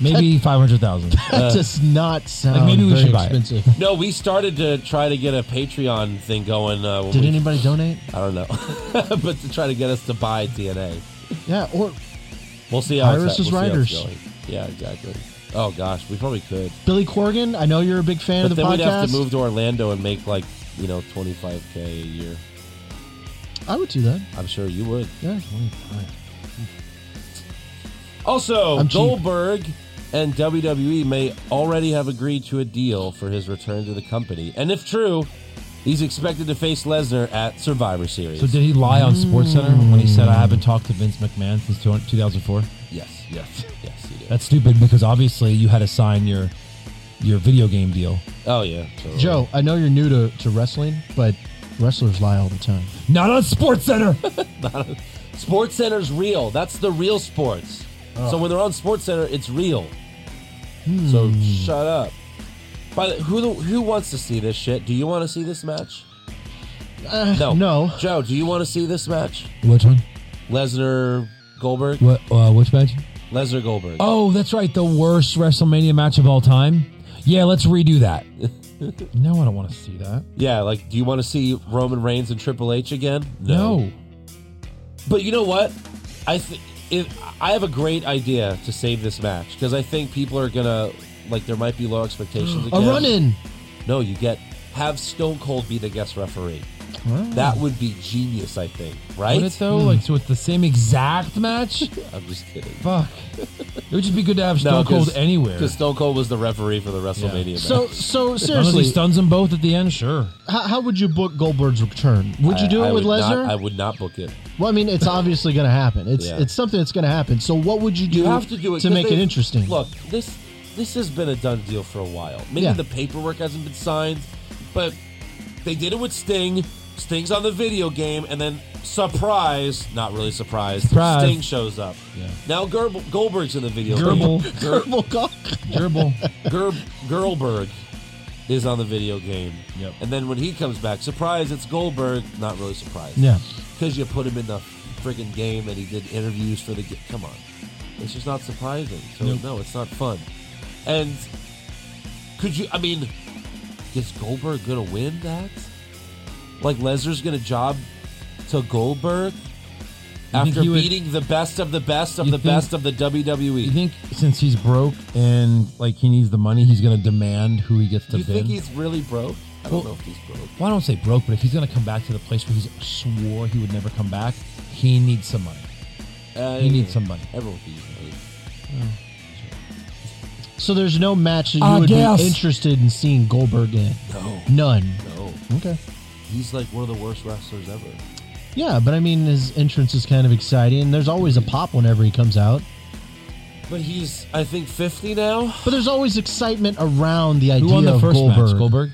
Speaker 4: maybe five hundred thousand.
Speaker 5: That
Speaker 3: Uh,
Speaker 5: does not sound
Speaker 4: maybe we
Speaker 5: very
Speaker 4: should buy it.
Speaker 5: expensive.
Speaker 3: No, we started to try to get a Patreon thing going. Uh, when
Speaker 5: Did
Speaker 3: we-
Speaker 5: anybody donate?
Speaker 3: I don't know, but to try to get us to buy TNA.
Speaker 5: Yeah, or
Speaker 3: We'll see how
Speaker 5: Iris
Speaker 3: it's,
Speaker 5: is
Speaker 3: we'll see how it's
Speaker 5: writers.
Speaker 3: going. Yeah, exactly. Oh gosh, we probably could,
Speaker 5: Billy Corgan. I know you're a big fan
Speaker 3: but
Speaker 5: of the
Speaker 3: then
Speaker 5: podcast.
Speaker 3: we'd have to move to Orlando and make like you know twenty five k a year.
Speaker 5: I would do that.
Speaker 3: I'm sure you would.
Speaker 5: Yeah.
Speaker 3: Also,
Speaker 5: I'm cheap.
Speaker 3: Goldberg and WWE may already have agreed to a deal for his return to the company, and if true, he's expected to face Lesnar at Survivor Series.
Speaker 4: So did he lie on SportsCenter when he said I haven't talked to Vince McMahon since 2004?
Speaker 3: yes, yes, yes, he did.
Speaker 4: That's stupid because obviously you had to sign your your video game deal.
Speaker 3: oh yeah, totally.
Speaker 5: Joe, I know you're new to, to wrestling, but wrestlers lie all the time.
Speaker 4: Not on SportsCenter.
Speaker 3: Sports Center's real. That's the real sports.
Speaker 4: Oh.
Speaker 3: So when they're on Sports Center, it's real. So
Speaker 4: Hmm.
Speaker 3: shut up. By the, who the, who wants to see this shit? Do you want to see this match? no,
Speaker 5: no.
Speaker 3: Joe, do you want to see this match?
Speaker 4: which one?
Speaker 3: Lesnar Goldberg.
Speaker 4: What? Uh, which match?
Speaker 3: Lesnar Goldberg.
Speaker 4: Oh, that's right. The worst WrestleMania match of all time. Yeah, let's redo that. no, I don't want to see that.
Speaker 3: Yeah, like, do you want to see Roman Reigns and Triple H again?
Speaker 4: No.
Speaker 3: But you know what? I think I have a great idea to save this match because I think people are gonna like there might be low expectations.
Speaker 5: A
Speaker 3: Again.
Speaker 5: run in.
Speaker 3: No, you get have Stone Cold be the guest referee. That would be genius, I think. Right?
Speaker 4: Would it though? Like so with the same exact match?
Speaker 3: I'm just kidding.
Speaker 4: Fuck. It would just be good to have Stone Cold anywhere.
Speaker 3: Because Stone Cold was the referee for the WrestleMania. match.
Speaker 5: So, so
Speaker 4: Unless he
Speaker 5: seriously,
Speaker 4: stuns them both at the end, sure.
Speaker 5: how, how would you book Goldberg's return? Would you do
Speaker 3: I- I
Speaker 5: it with
Speaker 3: would not-
Speaker 5: Lesnar?
Speaker 3: I would not book it.
Speaker 5: well, I mean, it's obviously going to happen. It's
Speaker 3: Yeah.
Speaker 5: it's something that's going to happen. So, what would you do?
Speaker 3: You have to do it
Speaker 5: to
Speaker 3: 'cause
Speaker 5: make
Speaker 3: they-
Speaker 5: it interesting.
Speaker 3: Look, this this has been a done deal for a while. Maybe
Speaker 5: Yeah.
Speaker 3: the paperwork hasn't been signed, but they did it with Sting. Sting's on the video game, and then surprise, not really surprised,
Speaker 4: Surprise.
Speaker 3: Sting shows up. Now Gerb- Goldberg's in the video
Speaker 4: Gerbil.
Speaker 3: game.
Speaker 5: Verbal cock.
Speaker 4: Gerbil.
Speaker 3: Gerb- Gerlberg is on the video game. Yep. And then when he comes back, surprise, it's Goldberg. Not really surprised.
Speaker 5: Yeah.
Speaker 3: Because you put him in the friggin' game and he did interviews for the game. Come on. It's just not surprising. So, no, it's not fun. And could you, I mean, is Goldberg going to win that? Like, Lesnar's going to job to Goldberg?
Speaker 4: think
Speaker 3: After
Speaker 4: he would-
Speaker 3: beating the best of the best of
Speaker 4: You
Speaker 3: the
Speaker 4: think-
Speaker 3: best of the E. WWE,
Speaker 4: You think since he's broke and like he needs the money, he's gonna demand who he gets to
Speaker 3: you
Speaker 4: bid?
Speaker 3: think he's really broke? I don't
Speaker 4: Well-
Speaker 3: know if he's broke.
Speaker 4: well, I don't say broke, but if he's gonna come back to the place where he swore he would never come back, he needs some money.
Speaker 3: Uh,
Speaker 4: He needs some money.
Speaker 3: Everyone can use money.
Speaker 5: So, there's no match that you
Speaker 4: I
Speaker 5: would
Speaker 4: guess.
Speaker 5: be interested in seeing Goldberg in.
Speaker 3: No,
Speaker 5: None.
Speaker 3: no.
Speaker 5: Okay.
Speaker 3: He's like one of the worst wrestlers ever.
Speaker 5: Yeah, but I mean, his entrance is kind of exciting. There's always a pop whenever he comes out.
Speaker 3: But he's, I think, 50 now.
Speaker 5: But there's always excitement around the idea
Speaker 4: Who won the
Speaker 5: of
Speaker 4: first
Speaker 5: Goldberg.
Speaker 4: match? Goldberg?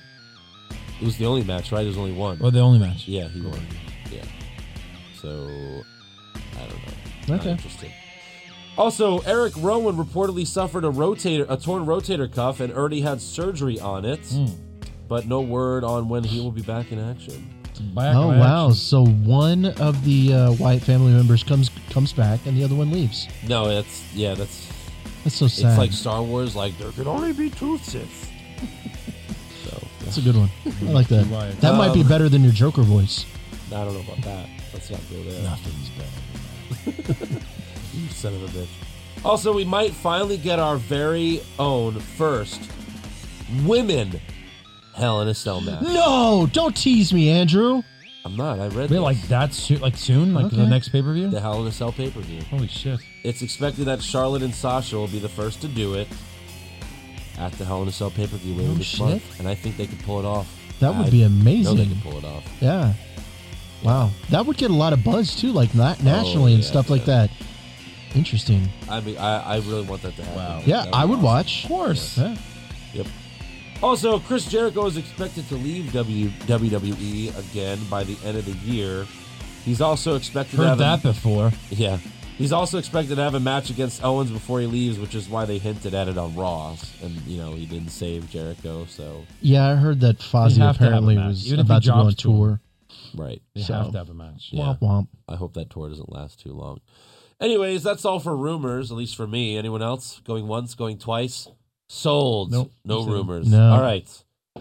Speaker 3: It was the only match, right? There's only one.
Speaker 4: Well, the only match.
Speaker 3: yeah, he won. Yeah. So, I don't know. Not
Speaker 5: Okay.
Speaker 3: interested. Also, Eric Rowan reportedly suffered a rotator, a torn rotator cuff, and already had surgery on it.
Speaker 4: Hmm.
Speaker 3: But no word on when he will be back in action.
Speaker 4: Back
Speaker 5: Oh
Speaker 4: match.
Speaker 5: wow! So one of the uh, Wyatt family members comes comes back, and the other one leaves.
Speaker 3: No, that's yeah, that's
Speaker 5: That's so
Speaker 3: it's
Speaker 5: sad.
Speaker 3: like Star Wars. Like there could only be two Siths. so
Speaker 5: That's a good one. I like that.
Speaker 4: Wyatt.
Speaker 5: That might be
Speaker 3: Um,
Speaker 5: better than your Joker voice.
Speaker 3: I don't know about that. Let's not go there.
Speaker 4: Nothing's better.
Speaker 3: You son of a bitch. Also, we might finally get our very own first women Hell in a Cell match.
Speaker 5: No, don't tease me, Andrew.
Speaker 3: I'm not. I read
Speaker 4: Wait,
Speaker 3: this.
Speaker 4: like that soon? Like soon? Like the
Speaker 5: Okay.
Speaker 4: next pay per view?
Speaker 3: the Hell in a Cell pay per view.
Speaker 4: Holy shit!
Speaker 3: It's expected that Charlotte and Sasha will be the first to do it at the Hell in a Cell pay per view later
Speaker 5: Oh,
Speaker 3: this
Speaker 5: shit.
Speaker 3: month, and I think they could pull it off.
Speaker 5: That would
Speaker 3: I
Speaker 5: be
Speaker 3: know they
Speaker 5: amazing.
Speaker 3: can pull it off.
Speaker 5: Yeah. Wow, that would get a lot of buzz too, like na- nationally and
Speaker 3: yeah,
Speaker 5: stuff like
Speaker 3: yeah.
Speaker 5: that. Interesting.
Speaker 3: I mean, I, I really want that to happen. Wow.
Speaker 5: Yeah, I would watch. Of
Speaker 4: course.
Speaker 5: Yeah.
Speaker 3: Yep. Also, Chris Jericho is expected to leave w- E WWE again by the end of the year. He's also expected to
Speaker 4: Heard
Speaker 3: have a-
Speaker 4: that before.
Speaker 3: yeah. He's also expected to have a match against Owens before he leaves, which is why they hinted at it on Raw. And you know he didn't save Jericho, so
Speaker 5: Yeah, I heard that Fozzy
Speaker 4: have to have a
Speaker 5: apparently
Speaker 4: match,
Speaker 5: was
Speaker 4: even if he
Speaker 5: about to go on
Speaker 4: drops to him.
Speaker 5: tour.
Speaker 3: right.
Speaker 4: They
Speaker 5: So-
Speaker 4: have to have a match.
Speaker 3: Yeah.
Speaker 5: Womp womp.
Speaker 3: I hope that tour doesn't last too long. Anyways, that's all for rumors, at least for me. Anyone else going once, going twice? Sold.
Speaker 4: Nope.
Speaker 3: No
Speaker 4: Sold.
Speaker 3: rumors.
Speaker 5: No.
Speaker 3: All right.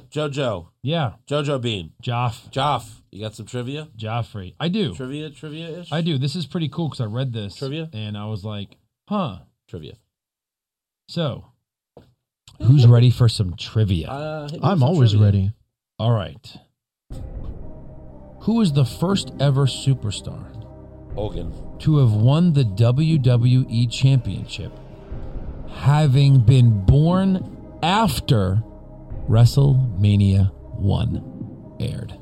Speaker 3: JoJo.
Speaker 4: Yeah.
Speaker 3: JoJo Bean.
Speaker 4: Joff.
Speaker 3: Joff, you got some trivia?
Speaker 4: Joffrey. I do.
Speaker 3: Trivia, trivia ish?
Speaker 4: I do. This is pretty cool because I read this.
Speaker 3: Trivia?
Speaker 4: And I was like, huh.
Speaker 3: Trivia.
Speaker 4: So, who's ready for some trivia?
Speaker 3: Uh, hit me with
Speaker 5: I'm
Speaker 3: some
Speaker 5: always
Speaker 3: trivia.
Speaker 5: ready.
Speaker 4: All right. Who was the first ever superstar
Speaker 3: Hogan.
Speaker 4: to have won the WWE Championship, having been born after WrestleMania 1 aired?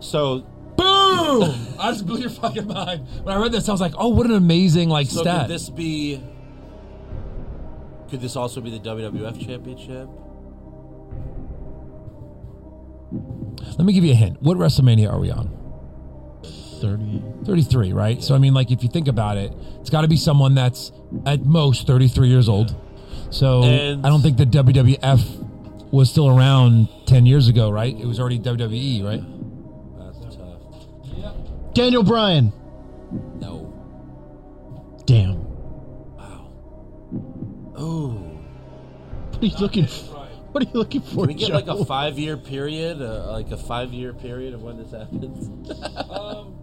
Speaker 3: So,
Speaker 4: Boom! I just blew your fucking mind. When I read this, I was like, oh, what an amazing like
Speaker 3: so
Speaker 4: stat.
Speaker 3: could this be. Could this also be the WWF Championship?
Speaker 4: Let me give you a hint. What WrestleMania are we on?
Speaker 5: 30.
Speaker 4: 33, right? So, I mean, like, if you think about it, it's got to be someone that's at most 33 years old. So,
Speaker 3: And-
Speaker 4: I don't think the WWF was still around 10 years ago, right? It was already WWE, right?
Speaker 3: That's tough.
Speaker 5: Daniel Bryan.
Speaker 3: No.
Speaker 5: Damn.
Speaker 3: Ooh.
Speaker 5: What are you looking for? What are you looking for?
Speaker 3: Can we get like
Speaker 5: Joe?
Speaker 3: a five year period? Uh, like a five year period of when this happens?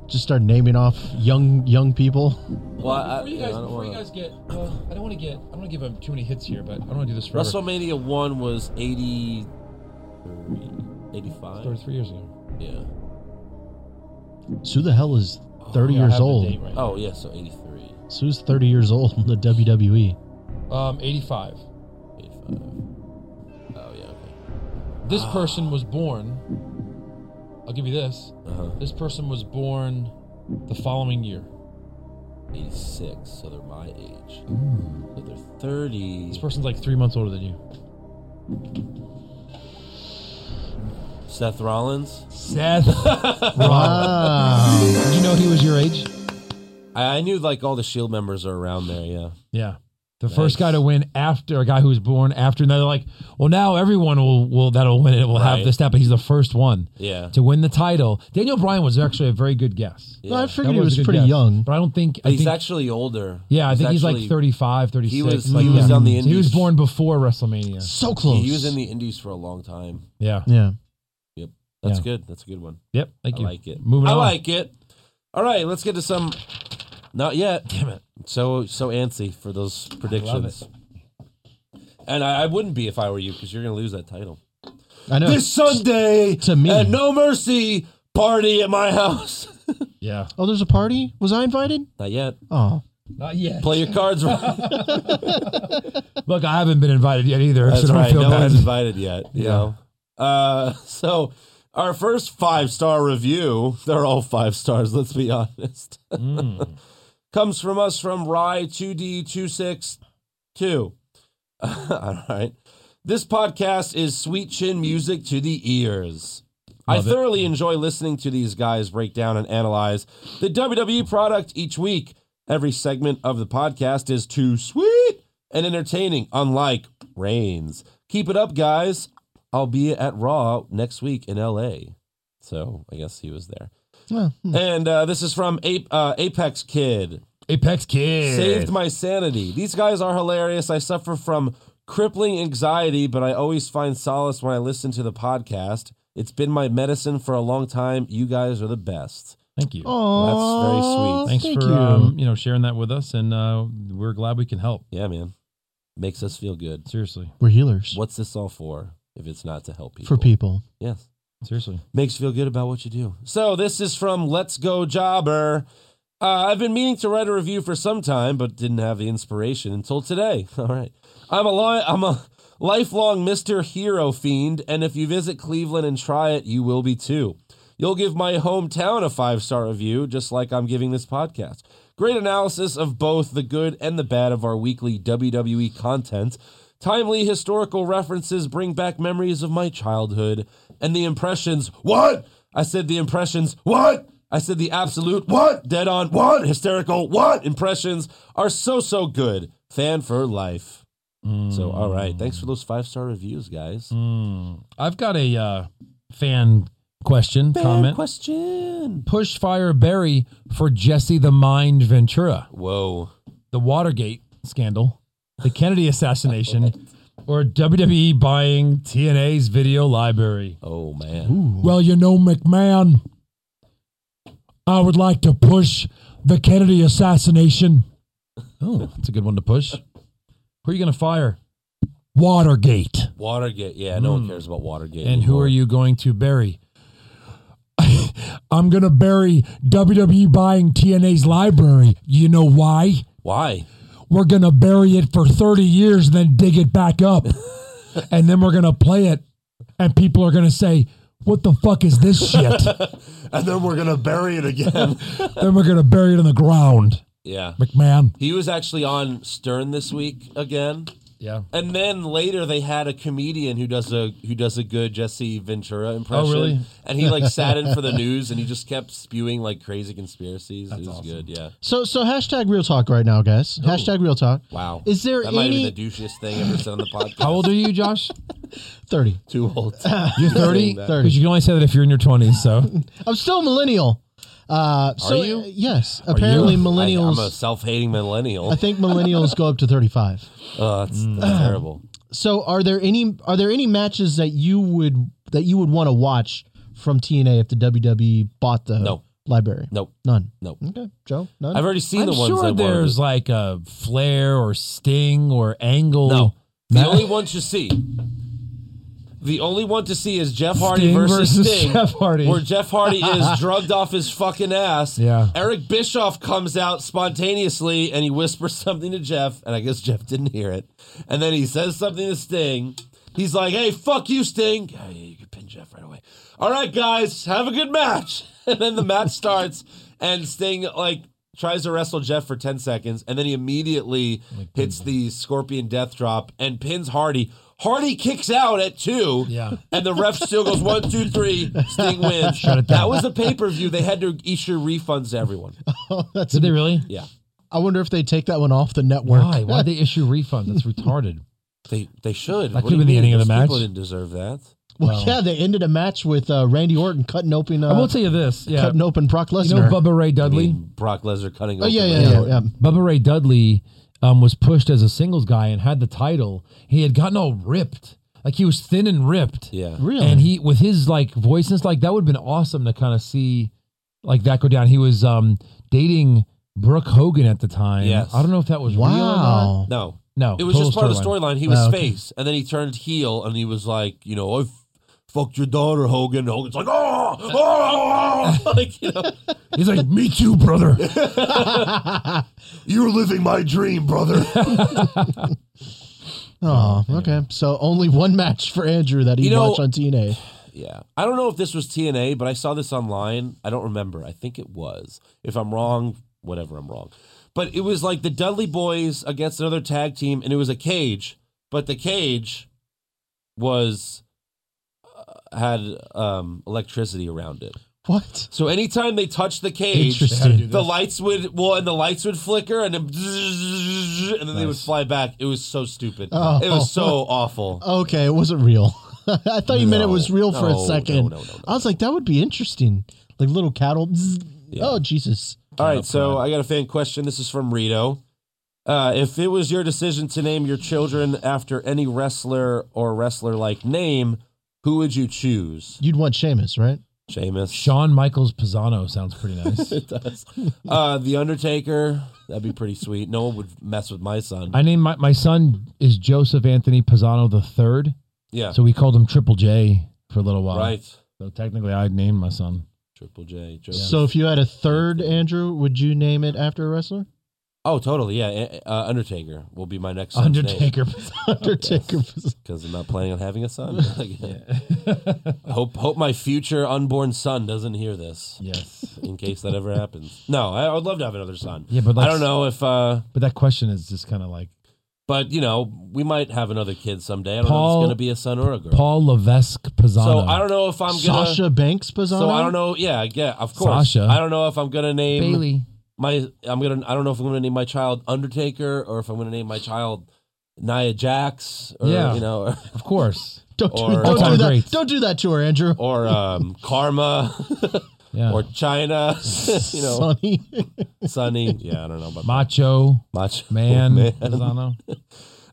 Speaker 5: Just start naming off young young people.
Speaker 3: Well, I,
Speaker 4: Before you
Speaker 3: you know,
Speaker 4: guys,
Speaker 3: I don't
Speaker 4: before you
Speaker 3: wanna-
Speaker 4: guys get, uh, I don't want to get, I don't want to give him too many hits here, but I don't want to do this forever.
Speaker 3: WrestleMania 1 was 80. 85?
Speaker 4: 33 years ago.
Speaker 3: Yeah.
Speaker 5: So who the hell is 30
Speaker 4: Yeah, I
Speaker 5: years
Speaker 4: have the
Speaker 5: old?
Speaker 4: date right now.
Speaker 3: Oh, yeah, so 83.
Speaker 5: So who's 30 years old in the E. WWE?
Speaker 4: Um, 85.
Speaker 3: 85. Oh, yeah, okay.
Speaker 4: This person was born. I'll give you this.
Speaker 3: Uh-huh.
Speaker 4: This person was born the following year.
Speaker 3: 86, so they're my age. So they're 30.
Speaker 4: This person's like three months older than you.
Speaker 3: Seth Rollins?
Speaker 4: Seth.
Speaker 5: Wow.
Speaker 4: Did you know he was your age?
Speaker 3: I, I knew, like, all the S.H.I.E.L.D. members are around there, yeah.
Speaker 4: Yeah. The first guy to win after a guy who was born after another, like, well, now everyone will, will that'll win it. Will
Speaker 3: Right.
Speaker 4: have this step, but he's the first one
Speaker 3: Yeah.
Speaker 4: to win the title. Daniel Bryan was actually a very good guess.
Speaker 5: No, I
Speaker 3: Yeah.
Speaker 5: figured
Speaker 4: That
Speaker 5: he
Speaker 4: a
Speaker 5: was
Speaker 4: good
Speaker 5: pretty
Speaker 4: guess.
Speaker 5: young.
Speaker 4: but I don't think. I
Speaker 3: But he's
Speaker 4: think
Speaker 3: actually older.
Speaker 4: yeah, I think he's
Speaker 3: actually-
Speaker 4: like 35, 36.
Speaker 3: was-
Speaker 4: like
Speaker 3: he was
Speaker 4: that.
Speaker 3: on the
Speaker 4: So he was
Speaker 3: Indies.
Speaker 4: born before WrestleMania.
Speaker 5: So close.
Speaker 3: He was in the Indies for a long time.
Speaker 4: Yeah.
Speaker 5: yeah.
Speaker 3: That's
Speaker 4: Yeah.
Speaker 3: good. That's a good one.
Speaker 4: Yep. Thank
Speaker 3: I
Speaker 4: you.
Speaker 3: like it.
Speaker 4: Moving
Speaker 3: I
Speaker 4: on.
Speaker 3: like it. All right, let's get to some. Not yet. Damn it. So so antsy for those predictions. And I, I wouldn't be if I were you because you're going to lose that title
Speaker 5: I know.
Speaker 3: this Sunday.
Speaker 5: to me.
Speaker 3: and no mercy party at my house.
Speaker 4: Yeah.
Speaker 5: oh, there's a party? Was I invited?
Speaker 3: Not yet.
Speaker 5: Oh.
Speaker 4: Not yet.
Speaker 3: Play your cards right.
Speaker 4: Look, I haven't been invited yet either,
Speaker 3: That's
Speaker 4: so don't
Speaker 3: right.
Speaker 4: feel
Speaker 3: No
Speaker 4: bad.
Speaker 3: one's invited yet. You know. Uh, so our first five star review. They're all five stars. Let's be honest.
Speaker 4: Hmm.
Speaker 3: Comes from us from Rye Two D Two Six Two. All right. This podcast is sweet chin music to the ears. I
Speaker 4: Love it.
Speaker 3: thoroughly enjoy listening to these guys break down and analyze the WWE product each week. Every segment of the podcast is too sweet and entertaining, unlike Reigns. Keep it up, guys. I'll be at Raw next week in LA. So I guess he was there.
Speaker 5: Well,
Speaker 4: hmm.
Speaker 3: And uh, this is from Ape, uh, Apex Kid.
Speaker 4: Apex Kid.
Speaker 3: Saved my sanity. These guys are hilarious. I suffer from crippling anxiety, but I always find solace when I listen to the podcast. It's been my medicine for a long time. You guys are the best.
Speaker 4: Thank you.
Speaker 5: aw,
Speaker 3: that's
Speaker 4: Thanks
Speaker 5: thank
Speaker 4: for
Speaker 5: you.
Speaker 4: um, you know sharing that with us, and uh, we're glad we can help.
Speaker 3: Yeah, man. Makes us feel good.
Speaker 4: Seriously,
Speaker 5: We're healers.
Speaker 3: What's this all for if it's not to help people?
Speaker 5: For people.
Speaker 3: Yes.
Speaker 4: seriously.
Speaker 3: Makes you feel good about what you do. So this is from Let's Go Jobber. Uh, I've been meaning to write a review for some time, but didn't have the inspiration until today. All right, I'm a li- I'm a lifelong Mister Hero fiend, and if you visit Cleveland and try it, you will be too. You'll give my hometown a five star review, just like I'm giving this podcast. Great analysis of both the good and the bad of our weekly WWE content. Timely historical references bring back memories of my childhood and the impressions. What? I said the impressions. What? I said the absolute what, dead on what, hysterical what impressions are so, so good. Fan for life. So, all right. Thanks for those five star reviews, guys.
Speaker 4: Mm. I've got a uh, fan question
Speaker 3: Fan
Speaker 4: comment.
Speaker 3: question.
Speaker 4: Push fire Barry for Jesse the Mind Ventura,
Speaker 3: Whoa.
Speaker 4: the Watergate scandal, the Kennedy assassination, or WWE buying TNA's video library.
Speaker 3: Oh, man.
Speaker 4: Well, you know, McMahon, I would like to push the Kennedy assassination. Oh, that's a good one to push. Who are you going to fire? Watergate.
Speaker 3: Watergate. Yeah, no one cares about Watergate.
Speaker 4: Mm. And who
Speaker 3: anymore.
Speaker 4: are you going to bury? I'm going to bury WWE buying TNA's library. You know why?
Speaker 3: Why?
Speaker 4: We're going to bury it for 30 years and then dig it back up. and then we're going to play it. And people are going to say, what the fuck is this shit?
Speaker 3: And then we're going to bury it again.
Speaker 4: then we're going to bury it in the ground,
Speaker 3: yeah.
Speaker 4: McMahon.
Speaker 3: He was actually on Stern this week again.
Speaker 4: Yeah.
Speaker 3: And then later they had a comedian who does a who does a good Jesse Ventura impression.
Speaker 4: really?
Speaker 3: And he like sat in for the news and he just kept spewing like crazy conspiracies. it was good, yeah.
Speaker 5: So so hashtag real talk right now, guys. Hashtag real talk.
Speaker 3: Oh. Wow.
Speaker 5: Is there
Speaker 3: that might
Speaker 5: any
Speaker 3: have been the douchiest thing ever said on the podcast.
Speaker 4: How old are you, Josh?
Speaker 5: thirty?
Speaker 3: Too old.
Speaker 4: You're 30?
Speaker 3: that.
Speaker 4: Because you can only say that if you're in your 20s. So
Speaker 5: I'm still a millennial. Uh, so,
Speaker 3: Are you?
Speaker 5: Yes. Apparently,
Speaker 3: I, am
Speaker 5: millennials.
Speaker 3: a self-hating millennial.
Speaker 5: I think millennials go up to 35.
Speaker 3: oh, that's, that's terrible.
Speaker 5: So, are there any are there any matches that you would that you would want to watch from TNA if the WWE bought the
Speaker 3: No.
Speaker 5: library?
Speaker 3: Nope.
Speaker 5: None.
Speaker 3: Nope.
Speaker 5: Okay, Joe. None.
Speaker 3: I've already seen
Speaker 4: I'm
Speaker 3: the ones
Speaker 4: sure
Speaker 3: that were-
Speaker 4: there's like a Flair or Sting or Angle.
Speaker 3: No. The
Speaker 4: Matt-
Speaker 3: only one to see. The only one to see is Jeff Hardy
Speaker 4: Sting
Speaker 3: versus,
Speaker 4: versus
Speaker 3: Sting.
Speaker 4: Jeff Hardy.
Speaker 3: Where Jeff Hardy is drugged off his fucking ass.
Speaker 4: Yeah.
Speaker 3: Eric Bischoff comes out spontaneously and he whispers something to Jeff, and I guess Jeff didn't hear it. And then he says something to Sting. He's like, hey, fuck you, Sting. Yeah, yeah, you can pin Jeff right away. All right, guys, have a good match. And then the match starts, and Sting, like, tries to wrestle Jeff for 10 seconds, and then he immediately hits the Scorpion Death Drop and pins Hardy. Hardy kicks out at two,
Speaker 4: Yeah.
Speaker 3: and the ref still goes one, two, three. Sting wins. That was a pay per view. They had to issue refunds to everyone.
Speaker 5: That's
Speaker 4: Did they really?
Speaker 3: Yeah,
Speaker 5: I wonder if they take that one off the network.
Speaker 4: Why? Why'd they issue refunds? That's retarded.
Speaker 3: they they should. What
Speaker 4: That
Speaker 3: do
Speaker 4: could've
Speaker 3: you
Speaker 4: been the
Speaker 3: mean?
Speaker 4: ending of the
Speaker 3: Those
Speaker 4: match.
Speaker 3: People didn't deserve that.
Speaker 5: Well, yeah, they ended a match with uh, Randy Orton cutting open. Uh,
Speaker 4: I will tell you this. Yeah.
Speaker 5: Cutting open Brock
Speaker 4: You
Speaker 5: Lesnar.
Speaker 4: know Bubba Ray
Speaker 3: I
Speaker 4: Dudley?
Speaker 3: mean, Brock Lesnar cutting.
Speaker 5: oh yeah,
Speaker 3: open
Speaker 5: yeah,
Speaker 3: the
Speaker 5: yeah,
Speaker 3: door.
Speaker 5: yeah.
Speaker 4: Bubba Ray Dudley um, was pushed as a singles guy and had the title. He had gotten all ripped. Like he was thin and ripped.
Speaker 3: Yeah.
Speaker 5: Really?
Speaker 4: And he with his like voice and stuff, like that would have been awesome to kind of see like that go down. He was um dating Brooke Hogan at the time.
Speaker 3: Yes.
Speaker 4: I don't know if that was real or not.
Speaker 5: wow.
Speaker 3: No,
Speaker 4: No.
Speaker 3: it was
Speaker 4: total
Speaker 3: just part of the storyline.
Speaker 4: storyline.
Speaker 3: He was
Speaker 5: Oh, okay.
Speaker 3: face, and then he turned heel, and he was like, you know, I f- fucked your daughter, Hogan. Hogan's like, oh, oh, oh," like you know,
Speaker 4: He's like, Me too, brother.
Speaker 7: You're living my dream, brother.
Speaker 5: Oh, okay. So only one match for Andrew that he
Speaker 3: You know-
Speaker 5: watched on TNA.
Speaker 3: yeah. I don't know if this was TNA, but I saw this online. I don't remember. I think it was. If I'm wrong, whatever, I'm wrong. But it was like the Dudley Boys against another tag team, and it was a cage, but the cage was uh, had um, electricity around it.
Speaker 5: What?
Speaker 3: So anytime they touched the cage,
Speaker 5: Interesting.
Speaker 3: the lights would well, and the lights would flicker, and then, and then they would fly back. It was so stupid.
Speaker 5: Oh.
Speaker 3: It was so awful.
Speaker 5: Okay, it wasn't real. I thought you meant it
Speaker 3: No,
Speaker 5: was real for a
Speaker 3: no,
Speaker 5: second.
Speaker 3: no, no, no, no,
Speaker 5: I was like, that would be interesting. Like little cattle. zzz.
Speaker 3: Yeah.
Speaker 5: Oh Jesus!
Speaker 3: All right, so I got a fan question. This is from Rito. Uh, if it was your decision to name your children after any wrestler or wrestler-like name, who would you choose?
Speaker 5: You'd want Seamus, right?
Speaker 3: Sheamus.
Speaker 4: Shawn Michaels Pisano sounds pretty nice.
Speaker 3: It does. Uh, the Undertaker. That'd be pretty sweet. No one would mess with my son.
Speaker 4: I named my, my son is Joseph Anthony Pisano the third.
Speaker 3: Yeah.
Speaker 4: So uh, we called him Triple J for a little while.
Speaker 3: Right.
Speaker 4: So technically, I named my son.
Speaker 3: Triple J. Joe.
Speaker 5: So if you had a third Andrew, would you name it after a wrestler?
Speaker 3: Oh, totally. Yeah, A- uh, Undertaker will be my next son's
Speaker 4: Undertaker.
Speaker 5: Undertaker.
Speaker 3: because I'm not planning on having a son. I hope hope my future unborn son doesn't hear this.
Speaker 4: yes.
Speaker 3: In case that ever happens. No, I, I would love to have another son.
Speaker 4: Yeah, but
Speaker 3: I
Speaker 4: like-
Speaker 3: don't know if uh,
Speaker 4: But that question is just kind of like
Speaker 3: But you know, we might have another kid someday. I don't know
Speaker 4: Paul-
Speaker 3: if it's going to be a son or a girl.
Speaker 4: Paul Levesque Pisano.
Speaker 3: so I don't know if I'm gonna.
Speaker 5: Sasha Banks Pisano.
Speaker 3: So I don't know. Yeah, yeah, of course.
Speaker 4: Sasha.
Speaker 3: I don't know if I'm gonna name
Speaker 1: Bailey.
Speaker 3: my. I'm gonna. I don't know if I'm gonna name my child Undertaker or if I'm gonna name my child Nia Jax. Or,
Speaker 4: Yeah.
Speaker 3: You know, or,
Speaker 4: Of course.
Speaker 5: Don't do,
Speaker 3: Or-
Speaker 5: don't
Speaker 4: All-time
Speaker 5: do that.
Speaker 4: greats.
Speaker 5: Don't do that to her, Andrew.
Speaker 3: or um, Karma
Speaker 4: Yeah.
Speaker 3: or China. you know,
Speaker 5: Sonny.
Speaker 3: Sunny. Yeah, I don't know about
Speaker 4: Macho
Speaker 3: much.
Speaker 4: Man, Pisano.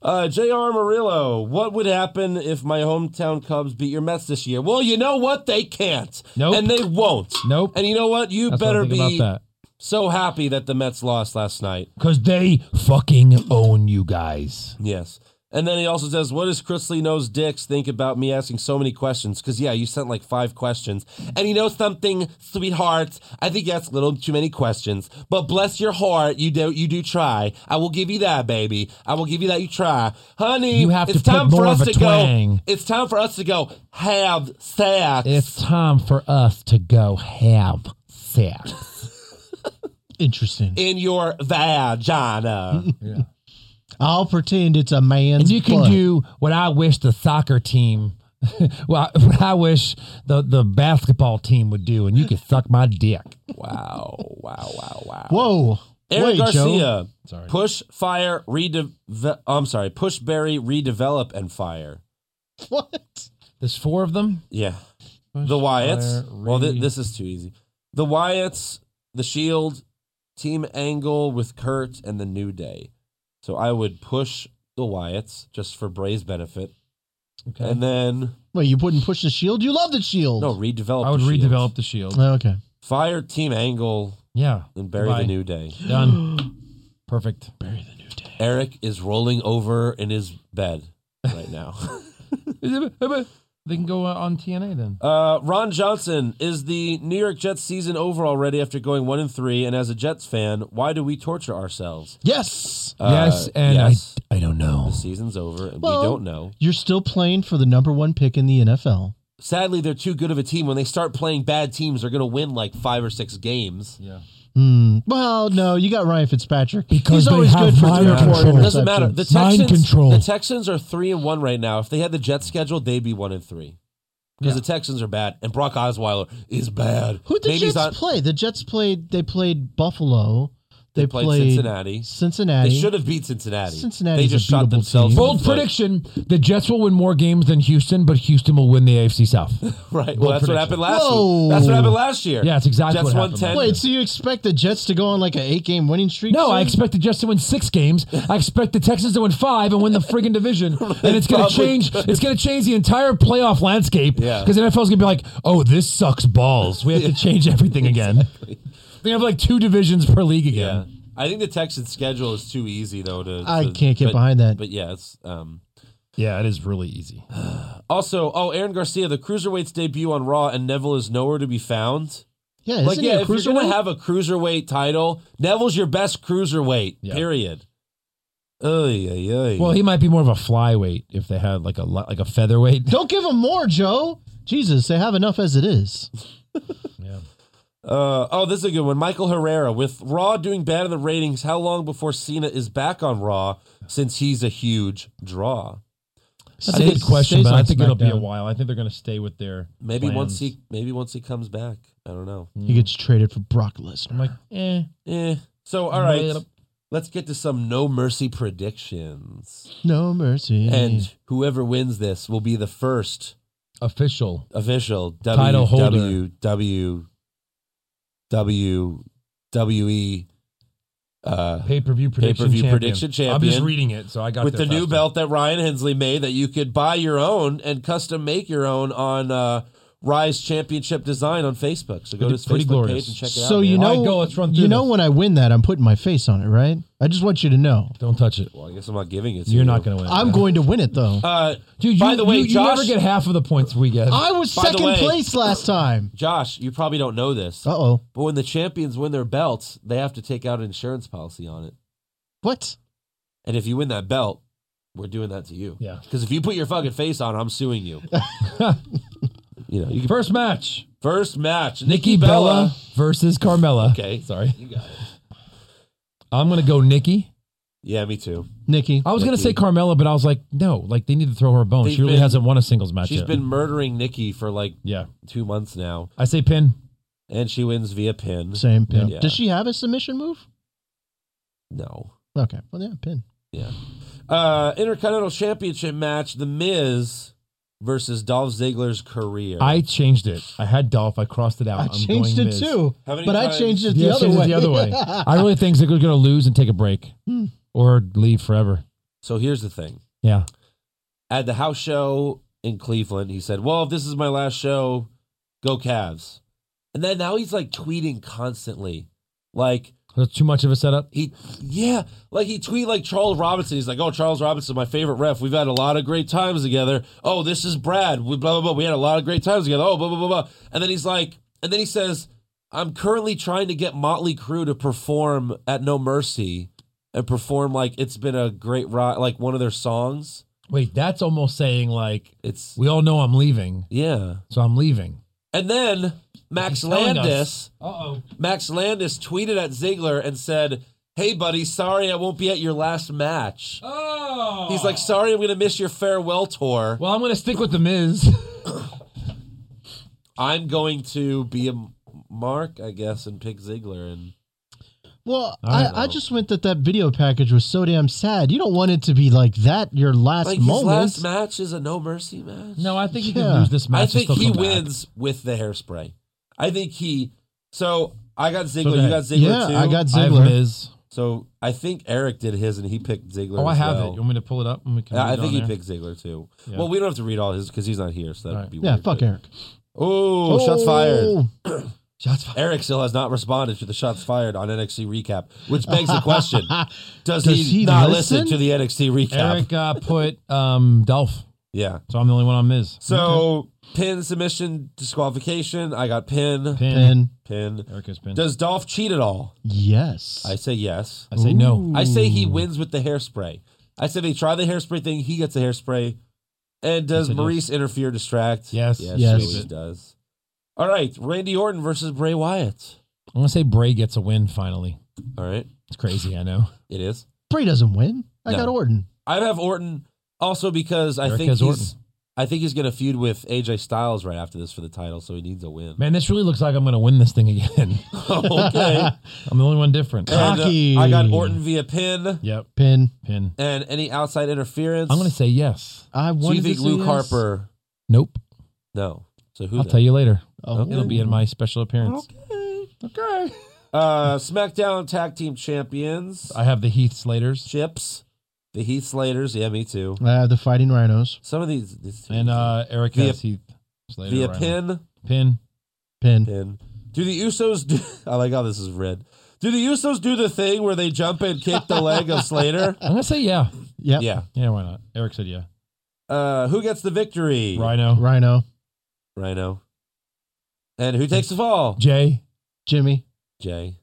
Speaker 3: Uh, J.R. Murillo, what would happen if my hometown Cubs beat your Mets this year? Well, you know what? They can't.
Speaker 4: Nope.
Speaker 3: And they won't.
Speaker 4: Nope.
Speaker 3: And you know what? You
Speaker 4: That's
Speaker 3: better
Speaker 4: what I think
Speaker 3: be
Speaker 4: about that.
Speaker 3: so happy that the Mets lost last night.
Speaker 4: Because they fucking own you guys.
Speaker 3: Yes. And then he also says, What does Chris Lee Knows Dicks think about me asking so many questions? Because, yeah, you sent like five questions. And you know something, sweetheart? I think that's a little too many questions. But bless your heart, you do, you do try. I will give you that, baby. I will give you that. You try. Honey,
Speaker 4: You have to
Speaker 3: it's
Speaker 4: put
Speaker 3: time
Speaker 4: more
Speaker 3: for us
Speaker 4: of a
Speaker 3: to
Speaker 4: twang.
Speaker 3: go. It's time for us to go have sex.
Speaker 4: It's time for us to go have sex.
Speaker 5: Interesting.
Speaker 3: in your vagina.
Speaker 5: I'll pretend it's a man's.
Speaker 4: And you can
Speaker 5: butt.
Speaker 4: do what I wish the soccer team, well, what I wish the, the basketball team would do, and you could suck my dick.
Speaker 3: wow, wow, wow, wow.
Speaker 5: Whoa.
Speaker 3: Eric
Speaker 5: Wait, Joe.
Speaker 3: Garcia. Push, fire, redevelop. I'm sorry. Push, bury, redevelop, and fire.
Speaker 5: What?
Speaker 4: There's four of them.
Speaker 3: Yeah. the Wyatts. well, thi- this is too easy. The Wyatts, The Shield, Team Angle with Kurt, and The New Day. So I would push the Wyatts just for Bray's benefit.
Speaker 4: Okay.
Speaker 3: And then,
Speaker 5: Wait, you wouldn't push the shield? You love the shield.
Speaker 3: no, redevelop.
Speaker 4: I would
Speaker 3: the Shield.
Speaker 4: redevelop the shield.
Speaker 5: Oh, okay.
Speaker 3: Fire Team Angle
Speaker 4: Yeah.
Speaker 3: and bury
Speaker 4: Goodbye.
Speaker 3: The New Day.
Speaker 4: Done. Perfect.
Speaker 3: Eric is rolling over in his bed right now.
Speaker 4: They can go uh, on TNA then.
Speaker 3: Uh, Ron Johnson is the New York Jets season over already after going one and three. And as a Jets fan, why do we torture ourselves?
Speaker 5: Yes.
Speaker 3: Uh,
Speaker 4: yes, and
Speaker 3: yes.
Speaker 4: I, I don't know.
Speaker 3: the season's over, and
Speaker 5: Well-
Speaker 3: we don't know.
Speaker 5: You're still playing for the number one pick in the NFL.
Speaker 3: Sadly, they're too good of a team. When they start playing bad teams, they're going to win like five or six games.
Speaker 4: Yeah.
Speaker 5: Hmm. Well, no, you got Ryan Fitzpatrick.
Speaker 12: Because
Speaker 5: He's
Speaker 12: they
Speaker 5: always
Speaker 12: have
Speaker 5: good for
Speaker 12: mind
Speaker 5: three or four
Speaker 12: control.
Speaker 3: It doesn't matter. The
Speaker 5: interceptions.
Speaker 12: Mind
Speaker 3: Texans,
Speaker 12: control.
Speaker 3: the Texans are three and one right now. If they had the Jets schedule, they'd be one and three because the Texans are bad, and Brock Osweiler is bad.
Speaker 5: Who the
Speaker 3: Maybe he's
Speaker 5: Jets
Speaker 3: not-
Speaker 5: play? The Jets played. They played Buffalo.
Speaker 3: They
Speaker 5: They,
Speaker 3: played Cincinnati.
Speaker 5: Cincinnati.
Speaker 3: They should have beat Cincinnati.
Speaker 5: Cincinnati's
Speaker 3: they just
Speaker 5: a
Speaker 3: shot
Speaker 5: beatable
Speaker 3: themselves.
Speaker 5: team.
Speaker 3: in the
Speaker 4: Bold
Speaker 3: foot.
Speaker 4: prediction: the Jets will win more games than Houston, but Houston will win the AFC South.
Speaker 3: Right. Well, that's what
Speaker 4: prediction.
Speaker 3: happened last.
Speaker 5: Whoa.
Speaker 3: Week. That's what happened last year.
Speaker 4: Yeah, it's exactly
Speaker 3: Jets
Speaker 4: what
Speaker 3: won
Speaker 4: happened.
Speaker 3: ten.
Speaker 5: Wait, so you expect the Jets to go on like an eight-game winning streak?
Speaker 4: No, I
Speaker 5: soon?
Speaker 4: expect the Jets to win six games. I expect the Texans to win five and win the friggin' division. And it's gonna
Speaker 3: Probably.
Speaker 4: change. It's gonna change the entire playoff landscape.
Speaker 3: Yeah.
Speaker 4: Because NFL's gonna be like, oh, this sucks balls. We have to change everything again. They have like two divisions per league
Speaker 3: yeah.
Speaker 4: again.
Speaker 3: I think the Texans' schedule is too easy though. To
Speaker 5: I
Speaker 3: to-
Speaker 5: can't get
Speaker 3: but-
Speaker 5: behind that.
Speaker 3: But yeah, it's um.
Speaker 4: Yeah, it is really easy.
Speaker 3: Also, oh, Aaron Garcia, the cruiserweight's debut on Raw, and Neville is nowhere to be found.
Speaker 5: yeah, isn't
Speaker 3: like,
Speaker 5: he
Speaker 3: yeah,
Speaker 5: a
Speaker 3: if you're
Speaker 5: cruiserweight?
Speaker 3: gonna have a cruiserweight title, Neville's your best cruiserweight.
Speaker 4: Yeah.
Speaker 3: Period. Oh yeah, yeah.
Speaker 4: Well, he might be more of a flyweight if they had like a li- like a featherweight.
Speaker 5: Don't give him more, Joe. Jesus, they have enough as it is.
Speaker 3: Uh, oh, this is a good one. Michael Herrera with Raw doing bad in the ratings. How long before Cena is back on Raw? Since he's a huge draw.
Speaker 4: That's a good question, but I think it'll be a
Speaker 5: while.
Speaker 4: while. I think they're going to stay with their
Speaker 3: Maybe
Speaker 4: plans.
Speaker 3: once he maybe once he comes back. I don't know.
Speaker 5: He gets traded for Brock Lesnar.
Speaker 4: I'm like, eh.
Speaker 3: Eh. So all right.
Speaker 4: Wait up.
Speaker 3: Let's get to some no mercy predictions.
Speaker 5: No mercy.
Speaker 4: Hmm.
Speaker 3: And whoever wins this will be the first
Speaker 4: Official.
Speaker 3: official
Speaker 4: Title holder.
Speaker 3: WWE uh,
Speaker 4: Pay per view prediction.
Speaker 3: Pay-per-view
Speaker 4: champion.
Speaker 3: prediction
Speaker 4: I'm just
Speaker 3: champion.
Speaker 4: reading it, so I got
Speaker 3: with the
Speaker 4: there
Speaker 3: new
Speaker 4: faster.
Speaker 3: belt that Ryan Hensley made that you could buy your own and custom make your own on uh, Rise Championship Design on Facebook. So go to his
Speaker 4: Pretty
Speaker 3: Facebook
Speaker 4: glorious.
Speaker 3: page and check it out.
Speaker 5: so you
Speaker 3: man.
Speaker 5: know,
Speaker 4: All right, go, let's run through
Speaker 5: you know
Speaker 4: this.
Speaker 5: when I win that, I'm putting my face on it, right? I just want you to know.
Speaker 4: Don't touch it.
Speaker 3: Well, I guess I'm not giving it. To
Speaker 4: You're
Speaker 3: you.
Speaker 4: not going to win.
Speaker 5: I'm
Speaker 4: Yeah.
Speaker 5: going to win it though.
Speaker 3: Uh,
Speaker 4: Dude, you,
Speaker 3: by the way,
Speaker 4: you, you
Speaker 3: Josh,
Speaker 4: never get half of the points we get.
Speaker 5: I was
Speaker 3: by the
Speaker 5: second
Speaker 3: way-
Speaker 5: place last time.
Speaker 3: Josh, you probably don't know this,
Speaker 5: Uh oh.
Speaker 3: but when the champions win their belts, they have to take out an insurance policy on it.
Speaker 5: What?
Speaker 3: And if you win that belt, we're doing that to you.
Speaker 4: Yeah.
Speaker 3: Because if you put your fucking face on, I'm suing you. you know. You can,
Speaker 4: First match:
Speaker 3: first match,
Speaker 4: Nikki,
Speaker 3: Nikki
Speaker 4: Bella.
Speaker 3: Bella.
Speaker 4: versus Carmella.
Speaker 3: Okay,
Speaker 4: sorry.
Speaker 3: You got it.
Speaker 4: I'm going to go Nikki.
Speaker 3: Yeah, me too.
Speaker 5: Nikki.
Speaker 4: I was going to say Carmella, but I was like, no, like they need to throw her a bone.
Speaker 3: They've
Speaker 4: she really
Speaker 3: been-
Speaker 4: hasn't won a singles match
Speaker 3: She's
Speaker 4: yet.
Speaker 3: been murdering Nikki for like
Speaker 4: yeah.
Speaker 3: two months now,
Speaker 4: I say pin.
Speaker 3: and she wins via pin.
Speaker 5: Same pin.
Speaker 3: Yeah.
Speaker 5: Does she have a submission move?
Speaker 3: No.
Speaker 5: Okay. Well, yeah, pin.
Speaker 3: Yeah. Uh, Intercontinental Championship match: The Miz versus Dolph Ziggler's career.
Speaker 4: I changed it. I had Dolph. I crossed it out.
Speaker 5: I
Speaker 4: I'm
Speaker 5: changed
Speaker 4: going
Speaker 5: it
Speaker 4: Miz.
Speaker 5: too,
Speaker 3: How many
Speaker 5: but
Speaker 3: times-
Speaker 5: I changed it the,
Speaker 4: Yeah,
Speaker 5: other,
Speaker 4: changed it
Speaker 5: way.
Speaker 4: the other way. I really think Ziggler's going to lose and take a break or leave forever.
Speaker 3: so here's the thing:
Speaker 4: Yeah.
Speaker 3: at the house show in Cleveland, he said, "Well, if this is my last show, go Cavs." And then now he's like tweeting constantly, like
Speaker 4: That's too much of a setup.
Speaker 3: He, yeah, like he tweet like Charles Robinson. He's like, "Oh, Charles Robinson, my favorite ref. We've had a lot of great times together. Oh, this is Brad. We, blah blah blah. We had a lot of great times together. Oh, blah blah blah blah." And then he's like, and then he says, "I'm currently trying to get Motley Crue to perform at No Mercy and perform like it's been a great ride, like one of their songs.
Speaker 4: Wait, that's almost saying like
Speaker 3: It's
Speaker 4: we all know I'm leaving,
Speaker 3: yeah."
Speaker 4: so I'm leaving.
Speaker 3: And then Max
Speaker 4: He's telling
Speaker 3: Landis.
Speaker 4: us. Uh oh.
Speaker 3: Max Landis tweeted at Ziggler and said, Hey, buddy, sorry I won't be at your last match.
Speaker 4: Oh.
Speaker 3: He's like, Sorry, I'm going to miss your farewell tour.
Speaker 4: well, I'm going to stick with the Miz.
Speaker 3: I'm going to be a m- mark, I guess, and pick Ziggler. And
Speaker 5: Well,
Speaker 4: All right,
Speaker 5: I, I just went that that video package was so damn sad. You don't want it to be like that. Your last
Speaker 3: like, his
Speaker 5: moment.
Speaker 3: last match is a no mercy match.
Speaker 4: no, I think he
Speaker 5: Yeah.
Speaker 4: can lose this match.
Speaker 3: I
Speaker 4: and
Speaker 3: think
Speaker 4: still
Speaker 3: he
Speaker 4: come back.
Speaker 3: wins with the hairspray. I think he. So I got Ziggler.
Speaker 4: go
Speaker 3: you
Speaker 4: ahead.
Speaker 3: got Ziggler
Speaker 5: yeah,
Speaker 3: too.
Speaker 5: I got
Speaker 4: I have
Speaker 5: Ziggler.
Speaker 4: Miz.
Speaker 3: so I think Eric did his and he picked Ziggler.
Speaker 4: Oh, I
Speaker 3: as
Speaker 4: have
Speaker 3: well.
Speaker 4: it. You want me to pull it up? When we can
Speaker 3: I I
Speaker 4: read it
Speaker 3: think
Speaker 4: on
Speaker 3: he
Speaker 4: there?
Speaker 3: picked Ziggler too.
Speaker 4: Yeah.
Speaker 3: Well, we don't have to read all his because he's not here, so that
Speaker 4: All
Speaker 3: would be
Speaker 5: Yeah,
Speaker 3: weird.
Speaker 5: fuck
Speaker 3: but-
Speaker 5: Eric.
Speaker 3: Oh, shots fired.
Speaker 5: Oh.
Speaker 4: Shots fired.
Speaker 3: Eric still has not responded to the shots fired on NXT recap, which begs the question: Does,
Speaker 5: Does
Speaker 3: he,
Speaker 5: he
Speaker 3: not listen?
Speaker 5: listen?
Speaker 3: to the NXT recap?
Speaker 4: Eric uh, put um, Dolph,
Speaker 3: Yeah.
Speaker 4: so I'm the only one on Miz.
Speaker 3: So pin submission disqualification. I got pin. Pin.
Speaker 4: Pin.
Speaker 5: Pin.
Speaker 4: Eric is pin.
Speaker 3: Does Dolph cheat at all?
Speaker 5: Yes.
Speaker 3: I say yes.
Speaker 4: I say no.
Speaker 3: I say
Speaker 4: Hmm.
Speaker 3: he wins with the hairspray. I say they try the hairspray thing. He gets the hairspray. And does
Speaker 4: I said yes.
Speaker 3: Maurice interfere, distract?
Speaker 4: Yes.
Speaker 3: Yes,
Speaker 5: Yes.
Speaker 3: she always does. All right, Randy Orton versus Bray Wyatt.
Speaker 4: I'm going to say Bray gets a win finally.
Speaker 3: All right,
Speaker 4: It's crazy, I know.
Speaker 3: it is.
Speaker 5: Bray doesn't win. I
Speaker 3: No.
Speaker 5: got Orton.
Speaker 3: I have Orton also because I
Speaker 4: Eric
Speaker 3: think
Speaker 4: has
Speaker 3: he's
Speaker 4: Orton.
Speaker 3: I think he's going to feud with AJ Styles right after this for the title, so he needs a win.
Speaker 4: Man, this really looks like I'm going to win this thing again.
Speaker 3: okay.
Speaker 4: I'm the only one different.
Speaker 3: And, uh,
Speaker 5: Cocky.
Speaker 3: I got Orton via pin
Speaker 4: Yep.
Speaker 5: Pin.
Speaker 4: Pin.
Speaker 3: and any outside interference.
Speaker 4: I'm going to say yes.
Speaker 5: I
Speaker 3: So
Speaker 5: wanted
Speaker 3: you
Speaker 5: to
Speaker 3: think
Speaker 5: say
Speaker 3: Luke
Speaker 5: yes.
Speaker 3: Harper?
Speaker 4: Nope.
Speaker 3: No. So who?
Speaker 4: I'll
Speaker 3: then?
Speaker 4: tell you later.
Speaker 5: Oh.
Speaker 4: It'll be in my special appearance.
Speaker 5: Okay.
Speaker 3: Uh, SmackDown Tag Team Champions.
Speaker 4: I have the Heath Slaters
Speaker 3: Chips. The Heath Slaters. Yeah, me too.
Speaker 5: I have the Fighting Rhinos.
Speaker 3: Some of these. these
Speaker 4: and uh, Eric
Speaker 3: Via-
Speaker 4: has Heath Slater.
Speaker 3: via
Speaker 4: right now.
Speaker 3: pin.
Speaker 4: Pin.
Speaker 5: Pin.
Speaker 3: Pin. Do the Usos do? I like how this is read. Do the Usos do the thing where they jump and kick the leg of Slater?
Speaker 4: I'm going to say yeah.
Speaker 5: Yep.
Speaker 3: Yeah.
Speaker 4: Yeah, why not? Eric said yeah.
Speaker 3: Uh, who gets the victory?
Speaker 4: Rhino.
Speaker 5: Rhino.
Speaker 3: Rhino. And who takes the fall?
Speaker 4: Jay.
Speaker 5: Jimmy.
Speaker 3: Jay.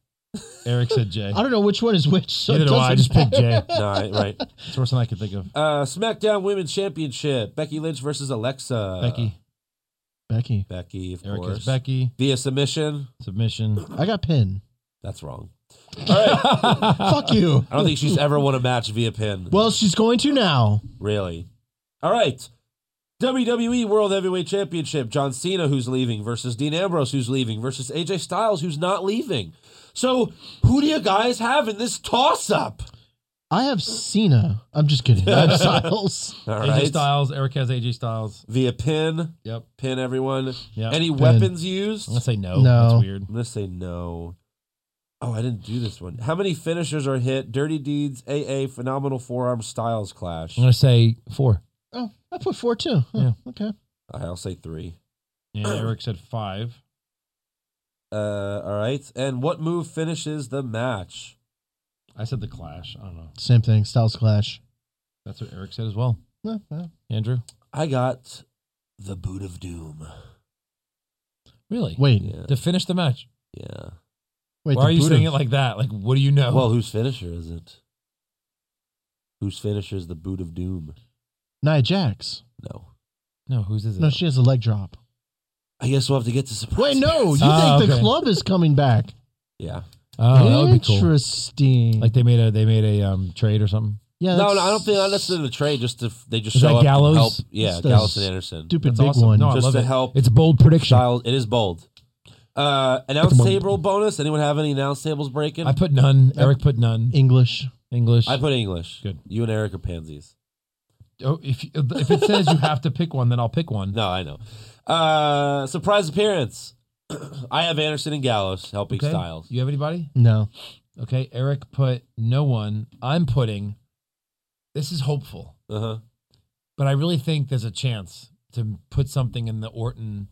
Speaker 4: Eric said Jay.
Speaker 5: I don't know which one is which. So
Speaker 4: Neither
Speaker 5: it
Speaker 4: do I. I
Speaker 5: doesn't
Speaker 4: just picked
Speaker 5: matter.
Speaker 4: Jay.
Speaker 3: All right, right.
Speaker 4: That's the worst thing I could think of.
Speaker 3: Uh, SmackDown Women's Championship: Becky Lynch versus Alexa.
Speaker 4: Becky.
Speaker 5: Becky.
Speaker 3: Becky, of
Speaker 4: Eric
Speaker 3: course.
Speaker 4: has Becky.
Speaker 3: Via submission.
Speaker 4: Submission.
Speaker 5: I got Pin.
Speaker 3: That's wrong. All right.
Speaker 5: Fuck you.
Speaker 3: I don't think she's ever won a match via pin.
Speaker 5: Well, she's going to now.
Speaker 3: really. All right. WWE World Heavyweight Championship. John Cena, who's leaving, versus Dean Ambrose, who's leaving, versus AJ Styles, who's not leaving. So, who do you guys have in this toss-up?
Speaker 5: I have Cena. I'm just kidding. I have Styles.
Speaker 3: All
Speaker 4: AJ
Speaker 3: right.
Speaker 4: Styles. Eric has AJ Styles.
Speaker 3: Via pin.
Speaker 4: Yep.
Speaker 3: Pin everyone.
Speaker 4: Yeah.
Speaker 3: Any weapons used?
Speaker 4: I'm gonna say no.
Speaker 5: No.
Speaker 4: That's weird.
Speaker 3: I'm gonna say no. Oh, I didn't do this one. How many finishers are hit? Dirty deeds, AA, phenomenal forearm, Styles clash.
Speaker 4: I'm gonna say four.
Speaker 5: Oh, I put four too. Huh, Okay.
Speaker 3: I'll say three.
Speaker 4: And Eric said five.
Speaker 3: Uh, all right. And what move finishes the match?
Speaker 4: I said the Clash. I don't know.
Speaker 5: Same thing. Styles clash.
Speaker 4: That's what Eric said as well.
Speaker 5: Huh, huh.
Speaker 4: Andrew,
Speaker 3: I got the boot of doom.
Speaker 4: really?
Speaker 5: Wait.
Speaker 3: Yeah,
Speaker 4: To finish the match.
Speaker 3: yeah.
Speaker 5: Wait.
Speaker 4: Why
Speaker 5: the
Speaker 4: are you
Speaker 5: boot
Speaker 4: saying it
Speaker 5: of-
Speaker 4: like that? Like, what do you know?
Speaker 3: Well, whose finisher is it? Whose finisher is the boot of doom?
Speaker 5: Nia Jax?
Speaker 3: No.
Speaker 4: no, whose is it?
Speaker 5: No, she has a leg drop.
Speaker 3: I guess we'll have to get to surprise.
Speaker 5: Wait, no. You think
Speaker 4: Ah,
Speaker 5: the
Speaker 4: okay.
Speaker 5: club is coming back?
Speaker 3: Yeah.
Speaker 4: oh, that would be cool.
Speaker 5: Interesting.
Speaker 4: Like they made a they made a um, trade or something.
Speaker 5: Yeah,
Speaker 3: no,
Speaker 5: that's
Speaker 3: no, I don't think not necessarily the trade. Just if they just
Speaker 4: Is
Speaker 3: show
Speaker 4: that
Speaker 3: up to
Speaker 4: Gallows?
Speaker 3: help. Yeah,
Speaker 5: That's the
Speaker 3: Gallows and Anderson.
Speaker 5: stupid
Speaker 4: That's
Speaker 5: big
Speaker 4: awesome.
Speaker 5: one.
Speaker 4: No, I
Speaker 3: Just
Speaker 4: love
Speaker 3: to
Speaker 4: it.
Speaker 3: help
Speaker 4: It's a bold prediction.
Speaker 3: Dial- It is bold. Uh, announce table bonus. Anyone have any announce tables breaking?
Speaker 4: I put none. Eric put none.
Speaker 5: English.
Speaker 4: English.
Speaker 3: I put English.
Speaker 4: Good.
Speaker 3: You and Eric are pansies.
Speaker 4: oh, if if it says you have to pick one, then I'll pick one.
Speaker 3: No, I know. Uh, surprise appearance. I have Anderson and Gallows helping
Speaker 4: Okay.
Speaker 3: Styles.
Speaker 4: You have anybody?
Speaker 5: No.
Speaker 4: Okay. Eric put no one. I'm putting. This is hopeful,
Speaker 3: Uh huh.
Speaker 4: but I really think there's a chance to put something in the Orton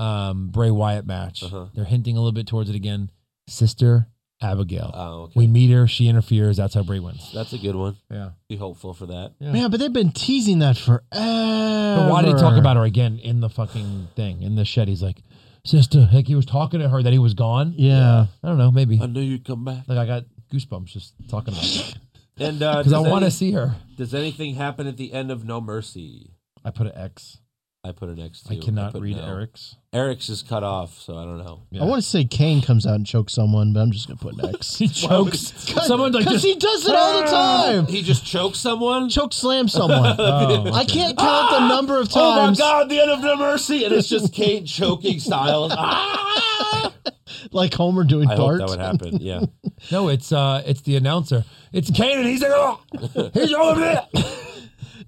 Speaker 4: um, Bray Wyatt match.
Speaker 3: Uh-huh.
Speaker 4: They're hinting a little bit towards it again. Sister Abigail.
Speaker 3: Oh, okay.
Speaker 4: We meet her. She interferes. That's how Bray wins.
Speaker 3: That's a good one.
Speaker 4: Yeah.
Speaker 3: Be hopeful for that.
Speaker 5: Man, but they've been teasing that forever.
Speaker 4: But why did he talk about her again in the fucking thing in the shed? He's like, sister. Like he was talking to her that he was gone.
Speaker 5: Yeah.
Speaker 4: I don't know. Maybe.
Speaker 3: I knew you'd come back.
Speaker 4: Like I got goosebumps just talking about it
Speaker 3: And uh,
Speaker 4: because I
Speaker 3: does
Speaker 4: want to
Speaker 3: any-
Speaker 4: see her.
Speaker 3: Does anything happen at the end of No Mercy?
Speaker 4: I put an X.
Speaker 3: I put an X.
Speaker 4: I
Speaker 3: too.
Speaker 4: cannot
Speaker 3: put
Speaker 4: read
Speaker 3: no.
Speaker 4: Eric's.
Speaker 3: Eric's is cut off, so I don't know.
Speaker 4: Yeah.
Speaker 5: I want to say Kane comes out and chokes someone, but I'm just gonna put an X.
Speaker 4: He chokes. Someone like
Speaker 5: because
Speaker 4: just.
Speaker 5: he does it all the time.
Speaker 3: He just choked someone.
Speaker 5: Choke slam someone.
Speaker 4: Oh,
Speaker 5: I can't count the number of
Speaker 3: Oh my
Speaker 5: times.
Speaker 3: God! The end of No Mercy, and it's just Kate choking Styles. Ah!
Speaker 5: Like Homer doing
Speaker 3: I hope
Speaker 5: Bart.
Speaker 3: that would happen. Yeah.
Speaker 4: no, it's uh, it's the announcer. It's Kane, and he's like, oh, he's over there.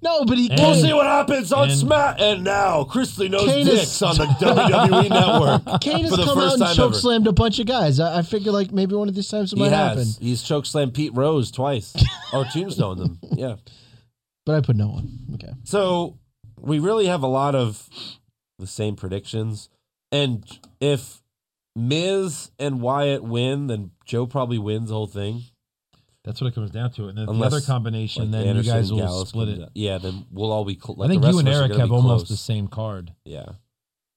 Speaker 5: No, but he
Speaker 3: We'll see
Speaker 5: Kane,
Speaker 3: what happens on
Speaker 4: and-
Speaker 3: Smack. And now, Chrisley knows
Speaker 5: Kane is-
Speaker 3: dicks on the WWE Network.
Speaker 5: Kane
Speaker 3: for
Speaker 5: has
Speaker 3: the
Speaker 5: come out
Speaker 3: first
Speaker 5: and
Speaker 3: time
Speaker 5: choke
Speaker 3: ever.
Speaker 5: slammed a bunch of guys. I, I figure like maybe one of these times it
Speaker 3: He
Speaker 5: might
Speaker 3: has.
Speaker 5: happen.
Speaker 3: He's chokeslammed Pete Rose twice, or tombstone them. Yeah.
Speaker 5: But I put no one. Okay.
Speaker 3: So we really have a lot of the same predictions. And if Miz and Wyatt win, then Joe probably wins the whole thing.
Speaker 4: That's what it comes down to. And then
Speaker 3: Unless,
Speaker 4: the other combination,
Speaker 3: Like
Speaker 4: then
Speaker 3: Anderson
Speaker 4: you guys
Speaker 3: and
Speaker 4: will
Speaker 3: Gallows
Speaker 4: split
Speaker 3: comes
Speaker 4: it.
Speaker 3: out. Yeah, then we'll all be. Cl-
Speaker 4: I
Speaker 3: like,
Speaker 4: think
Speaker 3: the
Speaker 4: you
Speaker 3: rest
Speaker 4: and
Speaker 3: of us are
Speaker 4: Eric
Speaker 3: gonna
Speaker 4: have
Speaker 3: be
Speaker 4: almost
Speaker 3: close.
Speaker 4: the same card.
Speaker 3: Yeah.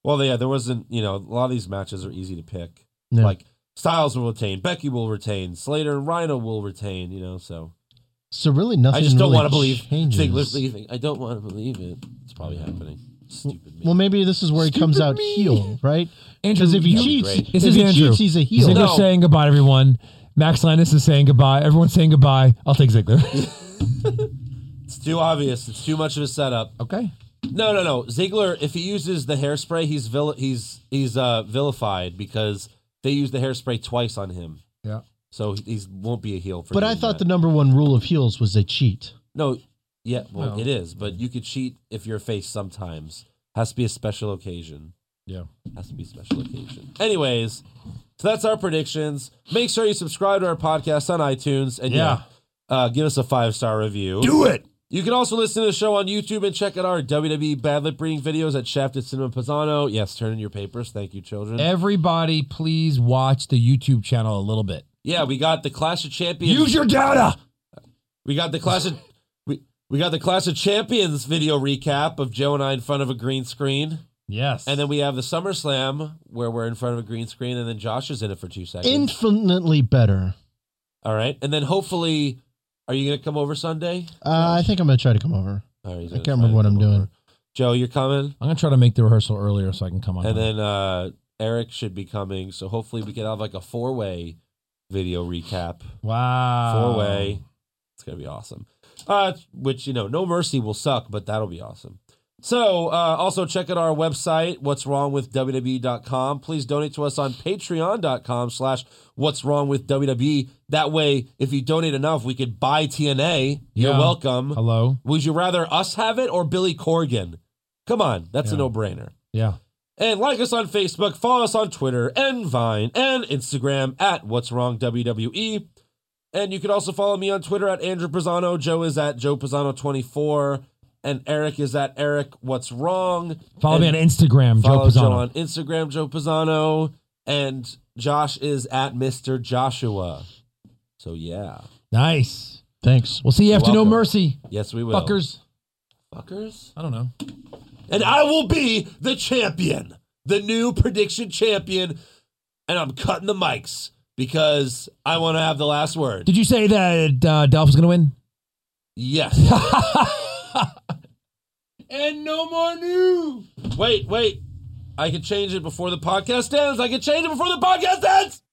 Speaker 3: Well, yeah, there wasn't, you know, a lot of these matches are easy to pick.
Speaker 5: No.
Speaker 3: Like Styles will retain, Becky will retain, Slater and Rhino will retain, you know, so
Speaker 5: So really nothing.
Speaker 3: I just don't
Speaker 5: really
Speaker 3: want to believe
Speaker 5: changes.
Speaker 3: Ziggler's leaving. I don't want to believe it. It's probably happening. Stupid me.
Speaker 5: Well, maybe this is where he comes out heel, right?
Speaker 4: Andrew,
Speaker 5: Because if he
Speaker 4: you-
Speaker 5: cheats,
Speaker 3: great.
Speaker 5: if
Speaker 4: This is
Speaker 5: he
Speaker 4: Andrew.
Speaker 5: cheats, he's a heel.
Speaker 4: Ziggler's
Speaker 3: No.
Speaker 4: saying goodbye, to everyone. Max Linus is saying goodbye. Everyone's saying goodbye. I'll take Ziggler.
Speaker 3: it's too obvious. It's too much of a setup.
Speaker 4: okay.
Speaker 3: No, no, no. Ziggler, if he uses the hairspray, he's vil- he's he's uh, vilified because they used the hairspray twice on him.
Speaker 4: Yeah.
Speaker 3: So he's won't be a heel for.
Speaker 5: But I
Speaker 3: doing
Speaker 5: thought the
Speaker 3: that.
Speaker 5: number one rule of heels was they cheat.
Speaker 3: no, yeah, well,
Speaker 4: No.
Speaker 3: it is. But you could cheat if you're a face sometimes. Has to be a special occasion.
Speaker 4: Yeah.
Speaker 3: Has to be a special occasion. Anyways, so that's our predictions. Make sure you subscribe to our podcast on iTunes and yeah,
Speaker 4: Yeah.
Speaker 3: uh, give us a five star review.
Speaker 10: Do it.
Speaker 3: You can also listen to the show on YouTube and check out our WWE Bad Lip Reading videos at Shafted Cinema Pisano. Yes, turn in your papers. Thank you, children.
Speaker 4: Everybody, please watch the YouTube channel a little bit.
Speaker 3: yeah, we got the Clash of Champions.
Speaker 4: Use your data.
Speaker 3: we got the Clash of we, we got the Clash of Champions video recap of Joe and I in front of a green screen.
Speaker 4: Yes.
Speaker 3: And then we have the SummerSlam where we're in front of a green screen and then Josh is in it for two seconds.
Speaker 5: Infinitely better.
Speaker 3: All right. And then hopefully are you gonna come over Sunday?
Speaker 5: Uh, I think I'm gonna try to come over.
Speaker 3: All right, he's
Speaker 5: I
Speaker 3: gonna
Speaker 5: can't
Speaker 3: try to
Speaker 5: remember what
Speaker 3: come
Speaker 5: I'm doing.
Speaker 3: over. Joe, you're coming?
Speaker 4: I'm gonna try to make the rehearsal earlier so I can come on.
Speaker 3: and then uh, Eric should be coming. So hopefully we can have like a four way video recap.
Speaker 4: wow,
Speaker 3: Four way.
Speaker 4: Oh.
Speaker 3: It's gonna be awesome. Uh, which you know, no mercy will suck, but that'll be awesome. So, uh, also check out our website, what's wrong with WWE.com. Please donate to us on patreon.com slash what's wrong with WWE. That way, if you donate enough, we could buy TNA. You're
Speaker 4: Yeah.
Speaker 3: welcome.
Speaker 4: Hello.
Speaker 3: Would you rather us have it or Billy Corgan? Come on, that's a
Speaker 4: Yeah.
Speaker 3: no brainer.
Speaker 4: Yeah.
Speaker 3: And like us on Facebook, follow us on Twitter and Vine and Instagram at What's Wrong WWE. And you can also follow me on Twitter at Andrew Pisano. Joe is at Joe Pisano24. And Eric is at Eric What's Wrong.
Speaker 4: Follow
Speaker 3: And
Speaker 4: me on Instagram,
Speaker 3: follow
Speaker 4: Joe Pisano.
Speaker 3: Joe on Instagram, Joe Pisano. And Josh is at Mr. Joshua. So yeah.
Speaker 4: Nice.
Speaker 5: Thanks.
Speaker 4: We'll see you after No
Speaker 3: welcome.
Speaker 4: Mercy,
Speaker 3: Yes, we will.
Speaker 4: fuckers.
Speaker 3: Fuckers.
Speaker 4: I don't know.
Speaker 3: and I will be the champion, the new prediction champion. And I'm cutting the mics because I want to have the last word.
Speaker 4: Did you say that uh, Dolph was gonna win?
Speaker 3: Yes. and no more new. Wait, wait. I can change it before the podcast ends. I can change it before the podcast ends.